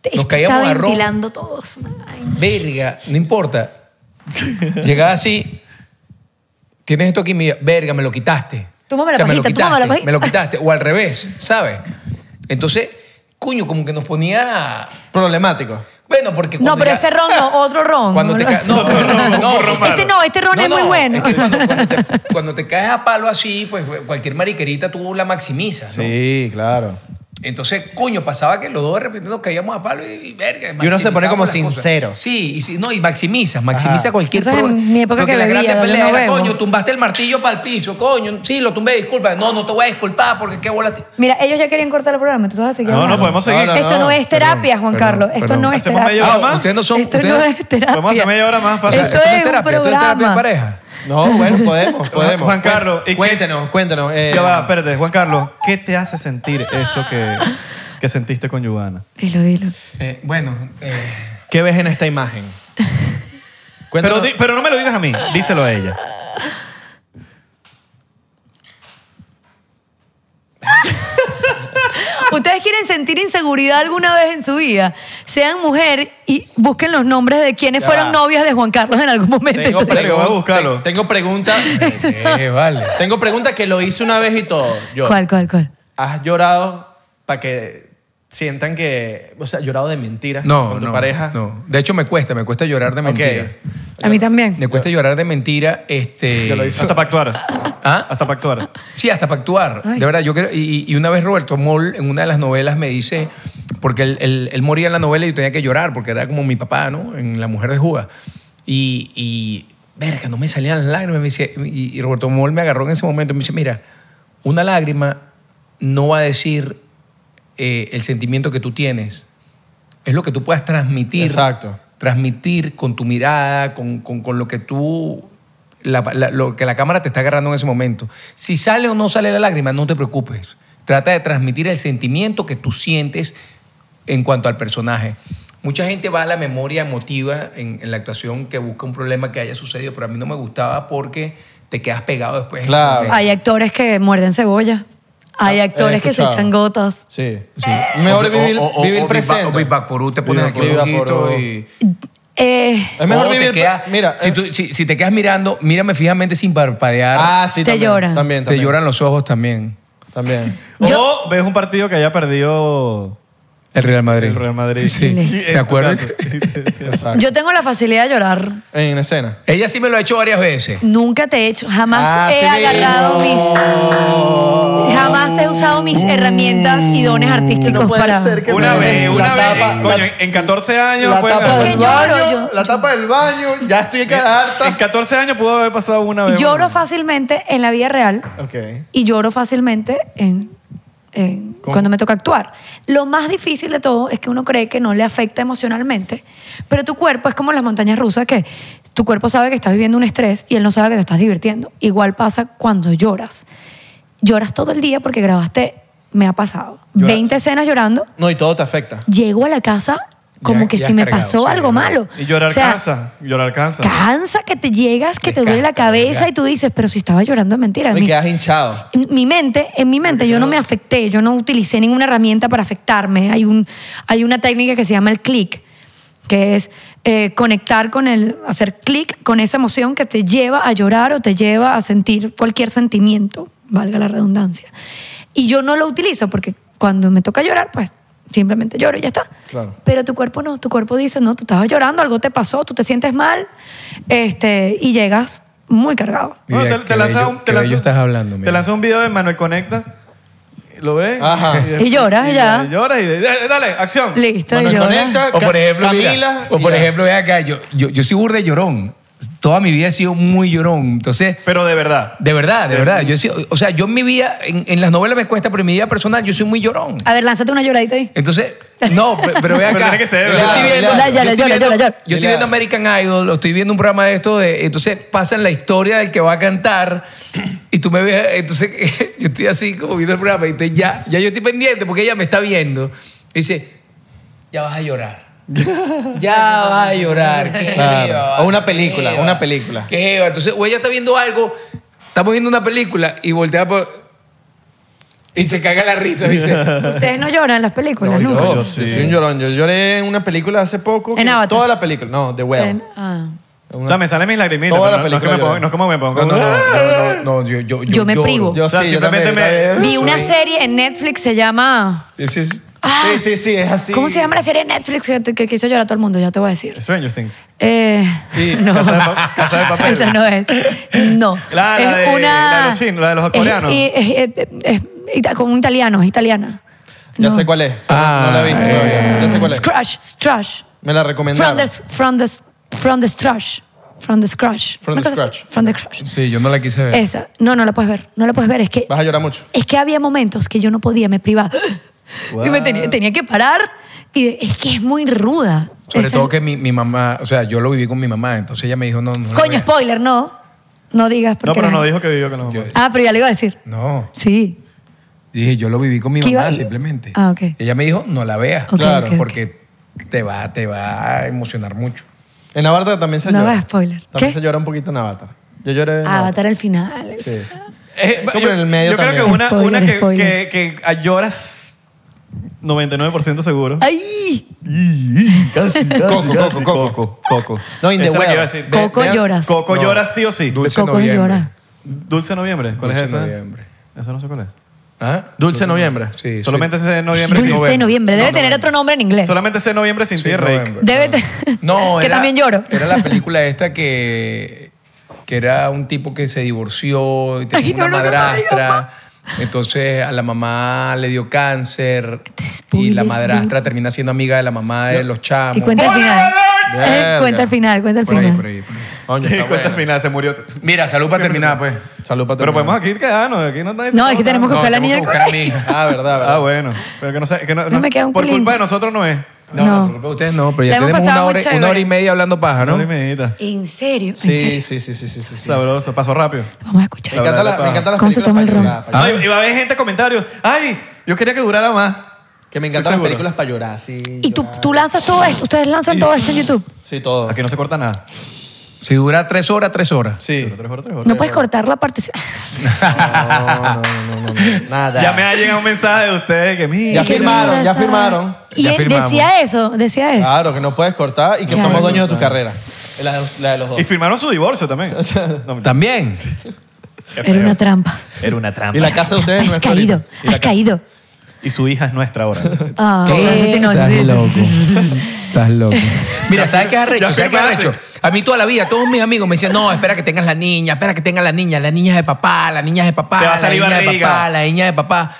Te-
nos
es que
caíamos
está
a ron.
ventilando todos. Ay.
verga, no importa. Llegaba así, tienes esto aquí, mira, verga, me lo quitaste.
Túmame la
me lo
pajita,
quitaste,
túmame la pajita.
me lo quitaste. O al revés, ¿sabes? Entonces, coño, como que nos ponía...
Problemático.
Bueno, porque
No,
cuando
pero
ya-
este ron no, otro ron.
Cuando te ca- no, no, no, no, no, no,
Este no, este ron es muy bueno.
es que cuando, cuando te, cuando te caes a palo así, pues cualquier mariquerita tú la maximizas, ¿no?
Sí, claro.
Entonces, coño, pasaba que los dos de repente nos caíamos a palo y, y verga.
Y uno se pone como
maximizamos las cosas.
sincero.
Sí, y, si- no, y maximizas, maximiza
Ajá.
cualquier
Esa es
problema.
en mi época
Porque
que
la
bebía,
grande
yo
pelea
no
era,
bebo.
coño, tumbaste el martillo para el piso, coño. Sí, lo tumbé, disculpa. No, no te voy a disculpar porque qué bola. te-
Mira, ellos ya querían cortar el programa, tú vas a seguir
No, no,
hablando.
podemos seguir.
No, no,
Esto no es terapia, Juan
perdón,
Carlos. Esto
perdón.
no es
Hacemos media
terapia.
hora más.
Ah, Ustedes no son.
Esto
ustedes-
no es terapia.
Podemos hacer media hora más
o
fácil.
sea,
Esto
esto no
es un
terapia, esto es terapia de
programa.
pareja.
No, bueno, podemos, podemos.
Juan Carlos, ¿y qué-
cuéntenos, cuéntenos. eh,
Ya va, espérate, Juan Carlos, ¿qué te hace sentir eso que, que sentiste con Giovanna?
Dilo, dilo.
Eh, bueno, eh,
¿Qué ves en esta imagen?
Pero,
Cuéntanos.
di- pero no me lo digas a mí, díselo a ella.
¿Ustedes quieren sentir inseguridad alguna vez en su vida? Sean mujer y busquen los nombres de quienes
Ya
fueron
va.
novias de Juan Carlos en algún momento.
tengo
Verga,
pregun-
voy a buscarlo.
te- Tengo pregunta.
eh, vale.
tengo pregunta que lo hice una vez y todo. Yo.
¿Cuál, cuál, cuál?
¿Has llorado para que sientan que, o sea, llorado de mentiras
No,
con tu
no,
pareja?
no. De hecho, me cuesta, me cuesta llorar de
Ok.
mentira.
A mí también.
Me cuesta llorar de mentira, este...
Yo lo hice.
Hasta para actuar.
¿Ah?
Hasta para actuar.
Sí, hasta para actuar.
Ay.
De verdad, yo creo... Y, y una vez Roberto Moll, en una de las novelas, me dice... Porque él, él- él moría en la novela y yo tenía que llorar, porque era como mi papá, ¿no? En La Mujer de Juga. Y... y verga, no me salían las lágrimas. Me dice, y, y Roberto Moll me agarró en ese momento y me dice, mira, una lágrima no va a decir eh, el sentimiento que tú tienes. Es lo que tú puedas transmitir
Exacto.
transmitir con tu mirada, con, con- con lo que tú, la- la- lo que la cámara te está agarrando en ese momento. Si sale o no sale la lágrima, no te preocupes. Trata de transmitir el sentimiento que tú sientes en cuanto al personaje. Mucha gente va a la memoria emotiva en, en la actuación que busca un problema que haya sucedido, pero a mí no me gustaba porque te quedas pegado después. en ese
Claro.
momento.
Hay actores que muerden cebollas. Hay
Ah, he
actores que se
escuchado.
echan gotas.
Sí. Mejor
O-
vivir,
o- o-
vivir
o Viva-
presente.
O Vivac Porú te pone
Viva
aquí un
Porú.
ojito y...
Eh,
Es mejor
o te
vivir.
quedas-
mira,
si,
eh,
tú- si- si te quedas mirando, mírame fijamente sin parpadear.
ah, sí,
Te
también,
lloran.
te
También, también,
lloran los ojos también.
También.
Yo-
O ves un partido que haya perdido
El Real Madrid.
el Real Madrid.
Sí.
Excelente.
¿Te acuerdas?
Exacto.
yo tengo la facilidad de llorar.
En escena.
Ella sí me lo ha hecho varias veces.
Nunca te he hecho, jamás
Ah,
he
sí, Oh.
agarrado mis, jamás he usado mis herramientas y
Mm.
dones artísticos
No puede
para.
ser que-
Una
La
vez, una vez.
tapa-
en- coño,
la-
en 14 años.
La
puede
tapa
haber-
del
que lloro,
baño.
yo-
La tapa del baño. Ya estoy
En
harta.
14 años pudo haber pasado una vez.
Lloro fácilmente en la vida real
Ok.
y lloro fácilmente en, en
¿Cómo?
cuando me toca actuar. Lo más difícil de todo es que uno cree que no le afecta emocionalmente, pero tu cuerpo es como las montañas rusas que tu cuerpo sabe que estás viviendo un estrés y él no sabe que te estás divirtiendo. Igual pasa cuando lloras. Lloras todo el día porque grabaste, me ha pasado,
Llora-
20 escenas llorando.
No, y todo te afecta.
llego a la casa como
Ya-
que
ya
si me
cargado,
pasó
sí,
algo
¿no?
malo.
Y llorar
O sea,
cansa. Llorar cansa.
Cansa que te llegas, que te duele la
Desgasta,
cabeza
desgasta.
y tú dices, pero si estaba llorando es mentira.
Y
Mi-
quedas hinchado.
en mi mente, en mi mente, yo no me afecté, yo no utilicé ninguna herramienta para afectarme. Hay, un, hay una técnica que se llama el click, que es eh, conectar con el, hacer clic con esa emoción que te lleva a llorar o te lleva a sentir cualquier sentimiento, valga la redundancia. Y yo no lo utilizo porque cuando me toca llorar, pues simplemente lloro y ya está.
Claro.
Pero tu cuerpo no, tu cuerpo dice, no, tú estabas llorando, algo te pasó, tú te sientes mal este, y llegas muy cargado.
Bueno,
Mira,
te,
qué
te lanzas
bello-
un,
qué
te lanzas-
bello estás hablando,
Te
mira.
lanzas un video de Manuel Conecta. ¿Lo ves?
Ajá.
después-
Y lloras, ya.
Y lloras y de- dale, dale, acción.
Listo,
Manuel
y lloras.
Conecta,
O por
Ca-
ejemplo, mira,
Camila,
o por
mira.
ejemplo, ve acá, yo, yo, yo soy burda de llorón. Toda mi vida he sido muy llorón. Entonces,
Pero de verdad.
de verdad, de verdad. Yo he sido- o sea, yo en mi vida, en, en las novelas me cuesta, pero en mi vida personal yo soy muy llorón.
A ver, lánzate una lloradita ahí.
Entonces, no, pe- pero ve
Pero
acá.
tiene que ser,
yo
¿verdad?
estoy viendo,
Llora, llora,
yo estoy
llora,
viendo-
llora, llora.
yo estoy viendo American Idol, estoy viendo un programa de esto de, entonces pasan la historia del que va a cantar y tú me ves, entonces yo estoy así como viendo el programa y te- ya, ya yo estoy pendiente porque ella me está viendo. Y dice, ya vas a llorar. Ya vas a llorar. qué
Claro.
jeva,
O una
qué
película,
jeva,
una película.
Qué jeva. Entonces, o ella está viendo algo, estamos viendo una película y voltea por- y se caga la risa, dice.
Ustedes no lloran en las películas,
No,
nunca.
yo soy un llorón. Yo lloré en una película hace poco.
En
que-
Avatar.
Toda la película. No, The Whale.
En- ah.
O sea, me salen mis lagrimitas. pero
Toda la
no- no es que me
película Ah.
pongo- No es como me pongo.
No, no, no, no, no, yo, yo,
Yo me
lloro.
privo.
Yo
O sea,
sí, yo
simplemente
también,
me-
¿sabes?
Vi una serie en Netflix, se llama...
Ese es-
Ah,
Sí, sí, sí, es así.
¿Cómo se llama la serie de Netflix que, que hizo llorar a todo el mundo? Ya te voy a decir.
Stranger Things.
Eh, no.
Casa de Pa- Casa de Papel.
Esa no es. No.
La- la
es
de-
una...
la de los chinos, la de los coreanos.
Es, es- es- es- es- como un italiano, es italiana.
Ya
No.
sé cuál es.
Ah,
no la vi
eh.
todavía. Ya sé cuál es.
Scratch, Scratch.
Me la
From
recomendaron.
the, from the, from the Scratch. From the Scratch.
From
Una
the
cosa así.
Scratch.
From the Scratch.
Sí, yo no la quise ver.
Esa. No, no la puedes ver. No la puedes ver. Es que
Vas a llorar mucho.
es que había momentos que yo no podía, me privaba. Y me tenía, tenía que parar. Y de- es que es muy ruda.
Sobre
Esa-
todo que mi, mi mamá, o sea, yo lo viví con mi mamá, entonces ella me dijo, no, no. la
Coño,
veas.
spoiler, no. No digas
No,
porque.
pero
la-
no dijo que vivió con la mamá.
Yo-
Ah, pero ya le iba a decir.
No,
Sí.
dije, yo lo viví con mi
¿Qué
mamá
iba-
simplemente.
Ah, ok.
Ella me dijo, no la veas,
Ok,
Claro, ok,
ok.
porque te va, te va a emocionar mucho.
En Avatar también se
No
llora.
hagas spoiler.
También
¿Qué?
se llora un poquito en Avatar. Yo lloré en
Avatar al final.
Sí.
Eh,
Como
yo
en el medio
yo creo que
también.
una,
Spoiler,
una que,
spoiler.
que- que lloras 99% seguro.
¡Ay!
Casi, casi,
Coco,
casi.
coco, coco.
Coco, Coco.
No, in the
Esa es la que
well.
iba a decir.
Ve-
Coco
vean-
lloras.
Coco
No.
llora sí o sí.
Dulce
Coco
noviembre.
llora.
Dulce noviembre. ¿Cuál
Dulce
es esa?
noviembre.
Esa no sé cuál es.
¿Ah?
Dulce noviembre.
Sí,
Solamente
soy-
ese noviembre sin
Dulce noviembre. Debe tener otro nombre en inglés.
Solamente ese noviembre sin ti,
soy
Rake.
noviembre.
Debe te-
No,
que
era-
también lloro.
Era la película esta que, que era un tipo que se divorció y tenía
Ay, no,
una
no, no, no,
madrastra.
no, no.
Entonces a la mamá le dio cáncer
Este
y la
spoiler,
madrastra
dude.
termina siendo amiga de la mamá de los chamos.
Y cuenta el final.
Verga.
Eh, Cuenta el final, cuenta el
Por ahí,
final.
por ahí, por ahí.
Coño, está
Cuenta al
buena.
final, se murió.
Mira, salud para terminar, pues.
Salud para
Pero
terminar.
podemos aquí quedarnos. Aquí no está-
No, es que tenemos que
No,
buscar a la
tengo
niña
que
del
buscar a mi
colegio.
hija.
Ah, verdad, verdad.
Ah, bueno. Pero que no sé. que no-
No
no-
me queda un
Por
culín.
culpa de nosotros no es.
No,
No.
no. por culpa de ustedes no, pero
La
ya
hemos
tenemos
pasado
una
muy
hora,
chévere.
una hora y media hablando paja, ¿no?
No, medita.
¿En serio? ¿En
Sí, sí,
serio?
sí, sí, sí, sí, sí.
Sabroso, pasó rápido.
Vamos a
Me
escuchar.
encanta la-
Hablar de
me encantan las
¿Cómo se toma el
películas
ron?
para llorar. para
No,
llorar.
y, y va a haber gente en comentarios. Ay, yo quería que durara más.
Que me encantan las
Seguro.
películas para llorar, sí.
¿Y tú,
llorar.
tú lanzas todo esto? ¿Ustedes lanzan todo esto en YouTube?
Sí, todo.
Aquí no se corta nada.
Si dura tres horas, tres horas.
Sí.
Tres horas, tres horas.
No puedes cortar la parte...
No, no, no, no, no. Nada.
Ya me ha llegado un mensaje de ustedes que mira.
Ya firmaron, ya firmaron.
Y
Ya
él
firmamos.
decía eso, decía eso.
Claro, que no puedes cortar y que
Claro.
somos dueños de tu carrera. La, la de los dos.
Y firmaron su divorcio también. No,
También.
Era una trampa.
Era una trampa.
Y la casa de ustedes no
Has
es
caído,
solita.
Y la
has
casa-
caído.
Y su hija es nuestra ahora.
Ah,
¿Qué?
sí, no, sí,
Estás
sí, sí,
loco.
sí, sí.
Estás loco. Mira, ¿sabes qué es
Ya
arrecho? ¿Sabes qué es
firmaste.
arrecho? A mí toda la vida, todos mis amigos me decían, no, espera que tengas la niña, espera que tengas la niña, la niña es de papá, la niña es de papá,
Te va a
la
salir
niña es de
barriga.
papá, la niña es de papá.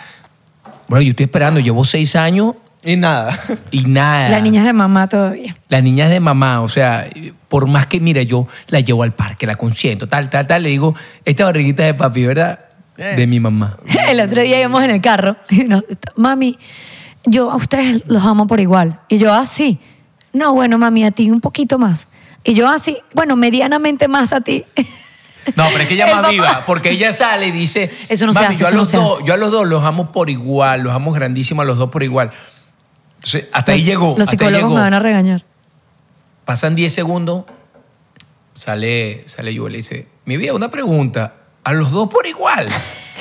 Bueno, yo estoy esperando, llevo seis años
Y nada.
y nada.
La niña es de mamá todavía.
La niña es de mamá, o sea, por más que, mira, yo la llevo al parque, la consiento, tal, tal, tal, le digo, esta barriguita es de papi, ¿verdad?
Eh.
De mi mamá.
El otro día íbamos en el carro y nos- mami, yo a ustedes los amo por igual. Y yo así, no, bueno, mami, a ti un poquito más. Y yo así, bueno, medianamente más a ti.
No, pero es que ella es
El
más
papá.
viva, porque ella sale y dice,
Eso no se
"Mami,
hace,
yo a
eso no
los
se
dos,
hace".
yo a los dos los amo por igual, los amo grandísimo a los dos por igual. Entonces, hasta ahí
Los-
llegó.
Los
hasta ahí
psicólogos
llegó.
me van a regañar.
Pasan 10 segundos, sale, sale yo y le dice, mi vida, una pregunta, a los dos por igual.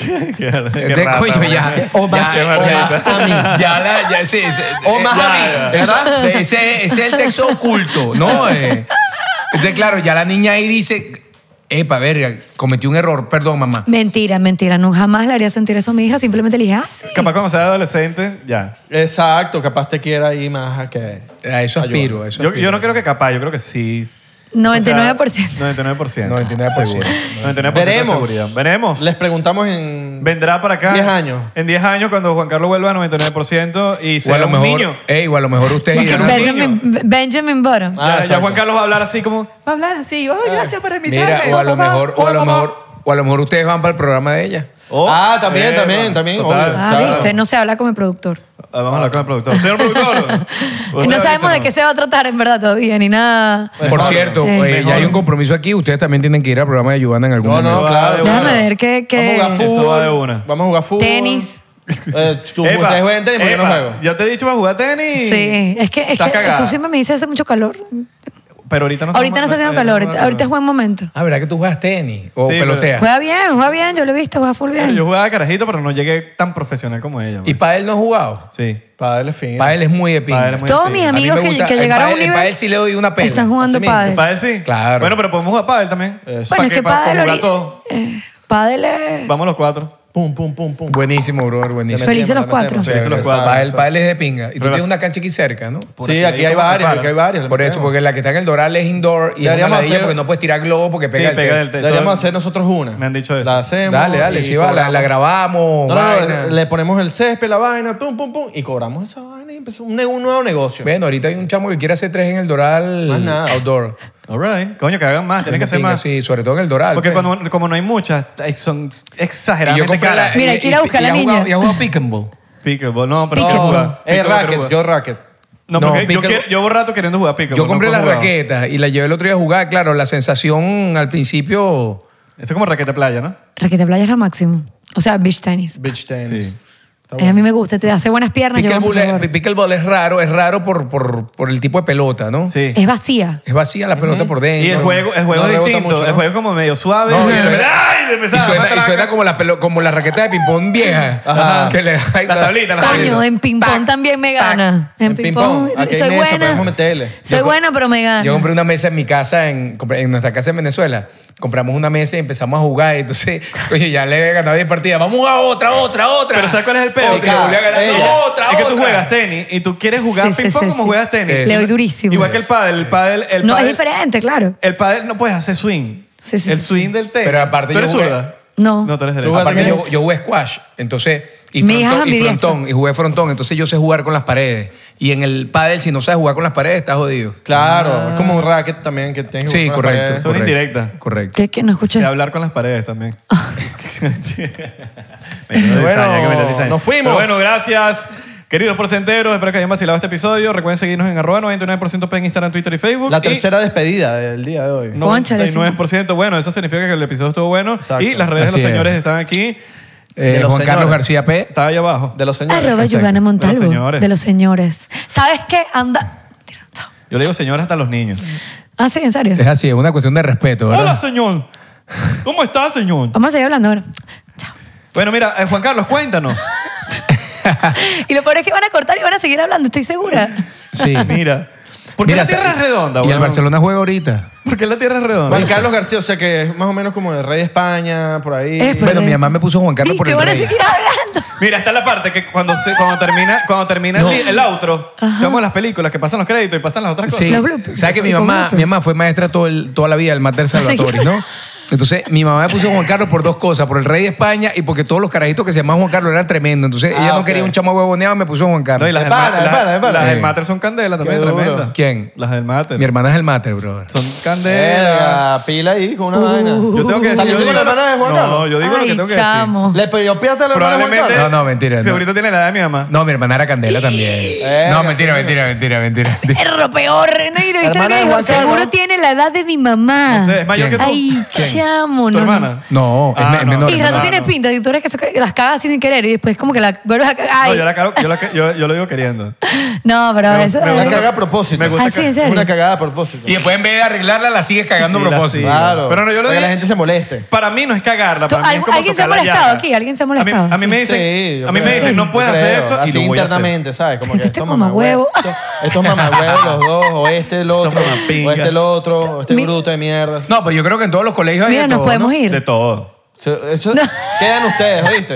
De coño, ya.
O más-
ya,
o
ya,
más a mí.
Ya, la, ya, sí, sí,
O
eh,
más
ya,
a mí,
eso-
¿verdad?
Ese, ese es el texto oculto, ¿no? Eh, entonces, claro, ya la niña ahí dice, epa, verga, cometí un error, perdón, mamá.
Mentira, mentira. No, jamás le haría sentir eso a mi hija. Simplemente le dije, ah, sí.
Capaz cuando sea adolescente, ya.
Exacto, capaz te quiera ir más a que.
A eso aspiro, a eso
Yo,
aspiro.
yo no creo que capaz, yo creo que sí. O sea,
99%.
99%.
99%.
Seguro. 99%
Veremos.
de seguridad. Veremos.
Les preguntamos en.
Vendrá para acá.
10 años.
En 10 años, cuando Juan Carlos vuelva a 99% y
O a
será
lo
un
mejor,
niño.
ey, o a lo mejor usted
Porque
dirá,
no-
Benjamin, Benjamin Button.
Ah,
ya, ya
exacto.
Juan Carlos va a hablar así como.
Va a hablar así. Ay, gracias por invitarme.
mira, o a lo
Papá,
mejor, o a
hola,
lo
papá.
mejor, o a lo mejor ustedes van para el programa de ella.
oh,
Ah, también,
Eva.
también, también,
Total.
obvio.
Ah,
Claro.
viste, no se habla con el productor.
Ah, Vamos a hablar con el productor. Señor productor. usted
no sabemos de
avísenos.
qué se va a tratar en verdad todavía, ni nada.
Pues
Por
no,
cierto,
no.
eh,
Mejor.
ya hay un compromiso aquí. Ustedes también tienen que ir al programa de Giovanna en algún
No, no,
momento.
claro.
Déjame
bueno.
Déjame ver qué... qué-
Vamos a jugar
Eso
fútbol.
va de una.
Vamos a jugar fútbol.
Tenis.
Eh, tú,
Epa,
ustedes juegan tenis porque yo no
epa,
juego.
Ya te he dicho para jugar tenis.
Sí, es que, es
Estás
que
cagada.
tú siempre me dices hace mucho calor.
Pero ahorita no
ahorita no está haciendo calor, ahorita, ahorita es
juega.
buen momento.
Ah, ¿verdad que tú juegas tenis o
Sí, pero-
peloteas?
Juega bien, juega bien, yo lo he visto, juega full bien.
Yo jugaba carajito, pero no llegué tan profesional como ella.
¿Y
man.
para él no has jugado?
Sí.
Para darle fin.
Para él es muy de pinga.
Padel es muy-
Todos
sí.
mis
A
mí
amigos
me
que,
gusta-
que
en
llegaron a un
pádel- en
nivel
pádel sí le doy una pela.
están jugando
Así mismo.
pádel.
¿Padel sí?
Claro.
Bueno, pero podemos jugar pádel también.
Eso.
¿Para
Bueno, es
qué?
que
Para- para
pádel...
jugar
ori-
todo.
eh, pádel es...
Vamos los cuatro.
Pum, pum, pum, pum.
Buenísimo, brother, buenísimo.
Felices
Metemos,
los cuatro.
metemos.
Felices los
Exacto.
cuatro.
Para él, para él es de pinga. Y tú
Pero
tienes
las-
una cancha aquí cerca, ¿no?
Por
Sí,
aquí,
aquí
ahí
hay
como
varios,
prepara.
aquí hay varios. le
Por eso,
metemos.
porque la que está en el Doral es indoor y es una
Deberíamos
ladilla
hacer-
porque no puedes tirar globo porque pega
Sí,
el
pega
techo.
el techo.
Deberíamos hacer nosotros una.
Me han dicho eso.
La hacemos.
Dale, dale,
y
sí va, la,
cobramos.
la grabamos.
No, no, no,
vaina.
le ponemos el césped, la vaina, tum, pum, pum, y cobramos esa vaina y empezamos un, ne- un nuevo negocio. Eh,
Bueno, ahorita hay un chamo que quiere hacer tres en el Doral
Más nada.
outdoor.
All right. Coño, que hagan más. Tienen que hacer
Pinga,
más.
Sí, sobre todo en el Doral.
Porque
pues.
cuando, como no hay muchas, eh, son
Y yo
exageradamente
compré la.
caras.
Mira, hay que ir a buscar a la niña.
Y ha jugado pickleball.
Pickleball, no, pero...
Pickleball.
jugar.
es
Pickleball,
racket,
quiero
yo
jugar.
racket.
No,
No,
porque yo,
pickleball-
quiero- llevo rato queriendo jugar pickleball.
Yo compré
no
la
jugaba.
raqueta y la llevé el otro día a jugar. Claro, la sensación al principio.
Eso es como raqueta de playa, ¿no?
Raqueta playa es lo máximo. O sea, beach tennis.
Beach tennis.
Sí.
Eh, a
Está bueno.
mí me gusta, te hace buenas piernas. yo vamos
Pickleball,
a
es-
jugar.
pickleball es raro, es raro por, por, por el tipo de pelota, ¿no?
Sí.
Es vacía.
Es vacía la pelota por dentro.
Y el juego, el juego
No
es
rebota
distinto.
mucho, ¿no?
El juego es como medio suave.
No, y
¡Ay!
suena,
¡Ay!
y
empezaba,
suena- y
matraca.
suena como la, pelo- como la raqueta de ping-pong vieja.
Ajá.
Que le da y
La
tal.
tablita, la
Coño,
tablita.
en ping-pong también me gana. En,
En
ping-pong.
ping-pong. Aquí hay
soy
mesa,
buena.
podemos meterle.
Soy buena, pero me gana.
Yo compré una mesa en mi casa, en, compré- en nuestra casa en Venezuela. Compramos una mesa y empezamos a jugar. Entonces, coño, ya le he ganado 10 partidas. Vamos a jugar otra, otra, otra.
Pero ¿sabes cuál es el peor?
Y que le volví a ganar
Ella.
otra,
es que tú
otra.
juegas tenis y tú quieres jugar
Sí, sí,
ping-pong
sí,
como
sí.
juegas tenis.
Le doy durísimo.
Igual que el pádel. El pádel, el
no, es
pádel-
diferente, claro.
El pádel no puedes hacer swing.
Sí, sí,
el
sí,
swing del tenis.
Pero aparte yo
¿Tú eres
jugué-
zurda?
No.
No, tú eres
Tú juegas
derecha.
Aparte, yo,
Exactamente.
yo jugué squash, entonces. Y
Mi hija
frontón, y
ambidiestra.
frontón, y jugué frontón. Entonces yo sé jugar con las paredes. Y en el pádel, si no sabes jugar con las paredes, estás jodido.
Claro,
Ah.
es como un racket también que tienes que
Sí,
jugar con la
correcto.
pared.
Son
correcto,
indirectas.
Correcto.
¿Qué? ¿Qué? No
Y
escuché.
hablar con las paredes también.
Ah.
Menos
Bueno,
diseño, que menos diseño.
nos
Pero
fuimos.
bueno, gracias. Queridos porcenteros, espero que hayan vacilado este episodio. Recuerden seguirnos en arroba 99% P en Instagram, Twitter y Facebook.
La
Y
tercera despedida del día de hoy.
No. Cónchale, sí.
99%. Bueno, eso significa que el episodio estuvo bueno.
Exacto.
Y las redes de
Así
los
es.
señores están aquí.
Eh,
De los
Juan Carlos
señores.
García P.
Está ahí abajo.
De los señores.
Arroba
exacto.
Giovanna
De los
Montalvo.
señores.
De los señores. ¿Sabes qué? Anda. Tira, chao.
Yo le digo señores hasta a los niños.
Ah, sí, en serio.
Es así, es una cuestión de respeto, ¿verdad?
Hola, señor. ¿Cómo está, señor?
Vamos a seguir hablando ahora.
Bueno, mira, eh, Juan Carlos, cuéntanos.
Y lo peor es que van a cortar y van a seguir hablando, estoy segura.
Sí.
Mira. ¿Por qué
Mira,
la tierra
sa-
es redonda,
Y el
weón?
Barcelona juega ahorita.
¿Por qué la tierra es redonda?
Juan Carlos García, o sea que es más o menos como el rey de España, por ahí.
Es pues, por
Bueno,
el-
mi mamá me puso Juan Carlos por
¿Viste?
el
Van a
rey.
seguir hablando.
Mira, está la parte que cuando, se- cuando termina, cuando termina el, li- el outro, llamamos las películas que pasan los créditos y pasan las otras
Sí.
Los bloopers.
¿Sabes que mi
Los
mamá,
bloopers.
mi mamá fue maestra todo el- toda la vida del Mater Salvatore,
Sí.
¿no? Entonces, mi mamá me puso Juan Carlos por dos cosas, por el rey de España y porque todos los carajitos que se llamaban Juan Carlos eran tremendos. Entonces,
Ah,
ella no
ok.
quería un chamo huevoneado, me puso Juan
cosas. No,
Carlos.
y las
De
del
pana,
ma-
de
las-
pana, de pana.
las del
Sí.
Mater son candela también,
duro.
tremendas.
¿Quién?
Las del Mater.
Mi hermana es el Mater, brother.
Son candela.
eh,
Verga, pila ahí con una vaina.
uh,
Yo tengo que decir.
¿Saliste
yo
con la
digo-
hermana de Juan
No,
Carlos?
yo digo lo que
Ay,
tengo que decir.
chamo.
¿Le pidió pídate a la hermana de Juan
Probablemente.
Carlos?
No, no, mentira,
Si
no.
ahorita tiene la edad de mi mamá.
No, mi hermana era Candela también.
Eh,
no,
sí,
mentira, mentira, mentira, mentira,
Perro peor, no, y lo viste lo
Hermana
que
de
dijo,
Juan Carlos.
seguro tiene la edad de mi mamá.
No sé, es mayor
¿Quién?
que tú.
Ah. Ay,
¿Quién?
chamo, no,
¿Tu
no.
hermana?
No, es
Ah,
me- menor,
Isra, tú
hermana.
tienes pinta, y tú eres que eso que las cagas así sin querer y después como que la vuelves a cagar.
No,
Ay.
yo, la cago- yo, la, yo, yo lo digo queriendo.
No, pero
Me-
eso...
me
Una
gusta-
cagada a propósito.
Me gusta
Ah, sí, en serio.
Una cagada a propósito.
Y después en vez de arreglarla, la sigues cagando a
Y la
propósito.
sigo.
Claro.
Pero no, yo lo
para que
digo-
la gente se moleste.
Para mí no es cagarla. Para
Tú-
mí es como
¿alguien se ha
tocar la
molestado
llaga.
aquí? ¿Alguien se ha
A mí-
molestado?
A mí, me
Sí,
dicen,
yo
a mí me
creo.
dicen, no puedes
Yo
hacer
creo,
eso.
Así
y lo voy a hacer.
internamente, ¿sabes? Como que
Este
estos
mamahuevo.
mamahuevos. Estos, estos mamahuevos, los dos. O este, el otro.
mamapingas.
O este, el otro. O este
Mi-
bruto de mierda.
No, pues yo creo que en todos los colegios hay
Mira,
de
nos
todo,
podemos
¿no?
ir.
De todo.
Se- eso- Quedan ustedes, ¿oíste?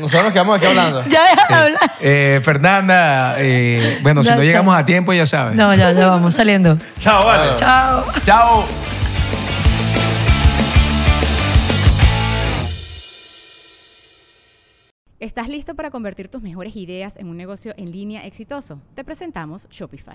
Nosotros nos quedamos aquí hablando.
Ya deja de hablar.
Eh, Fernanda, eh, bueno, si
Ya,
no
chao.
llegamos a tiempo, ya sabes.
No, ya, ya vamos saliendo.
Chao, vale.
Chao.
Chao.
¿Estás listo para convertir tus mejores ideas en un negocio en línea exitoso? Te presentamos Shopify.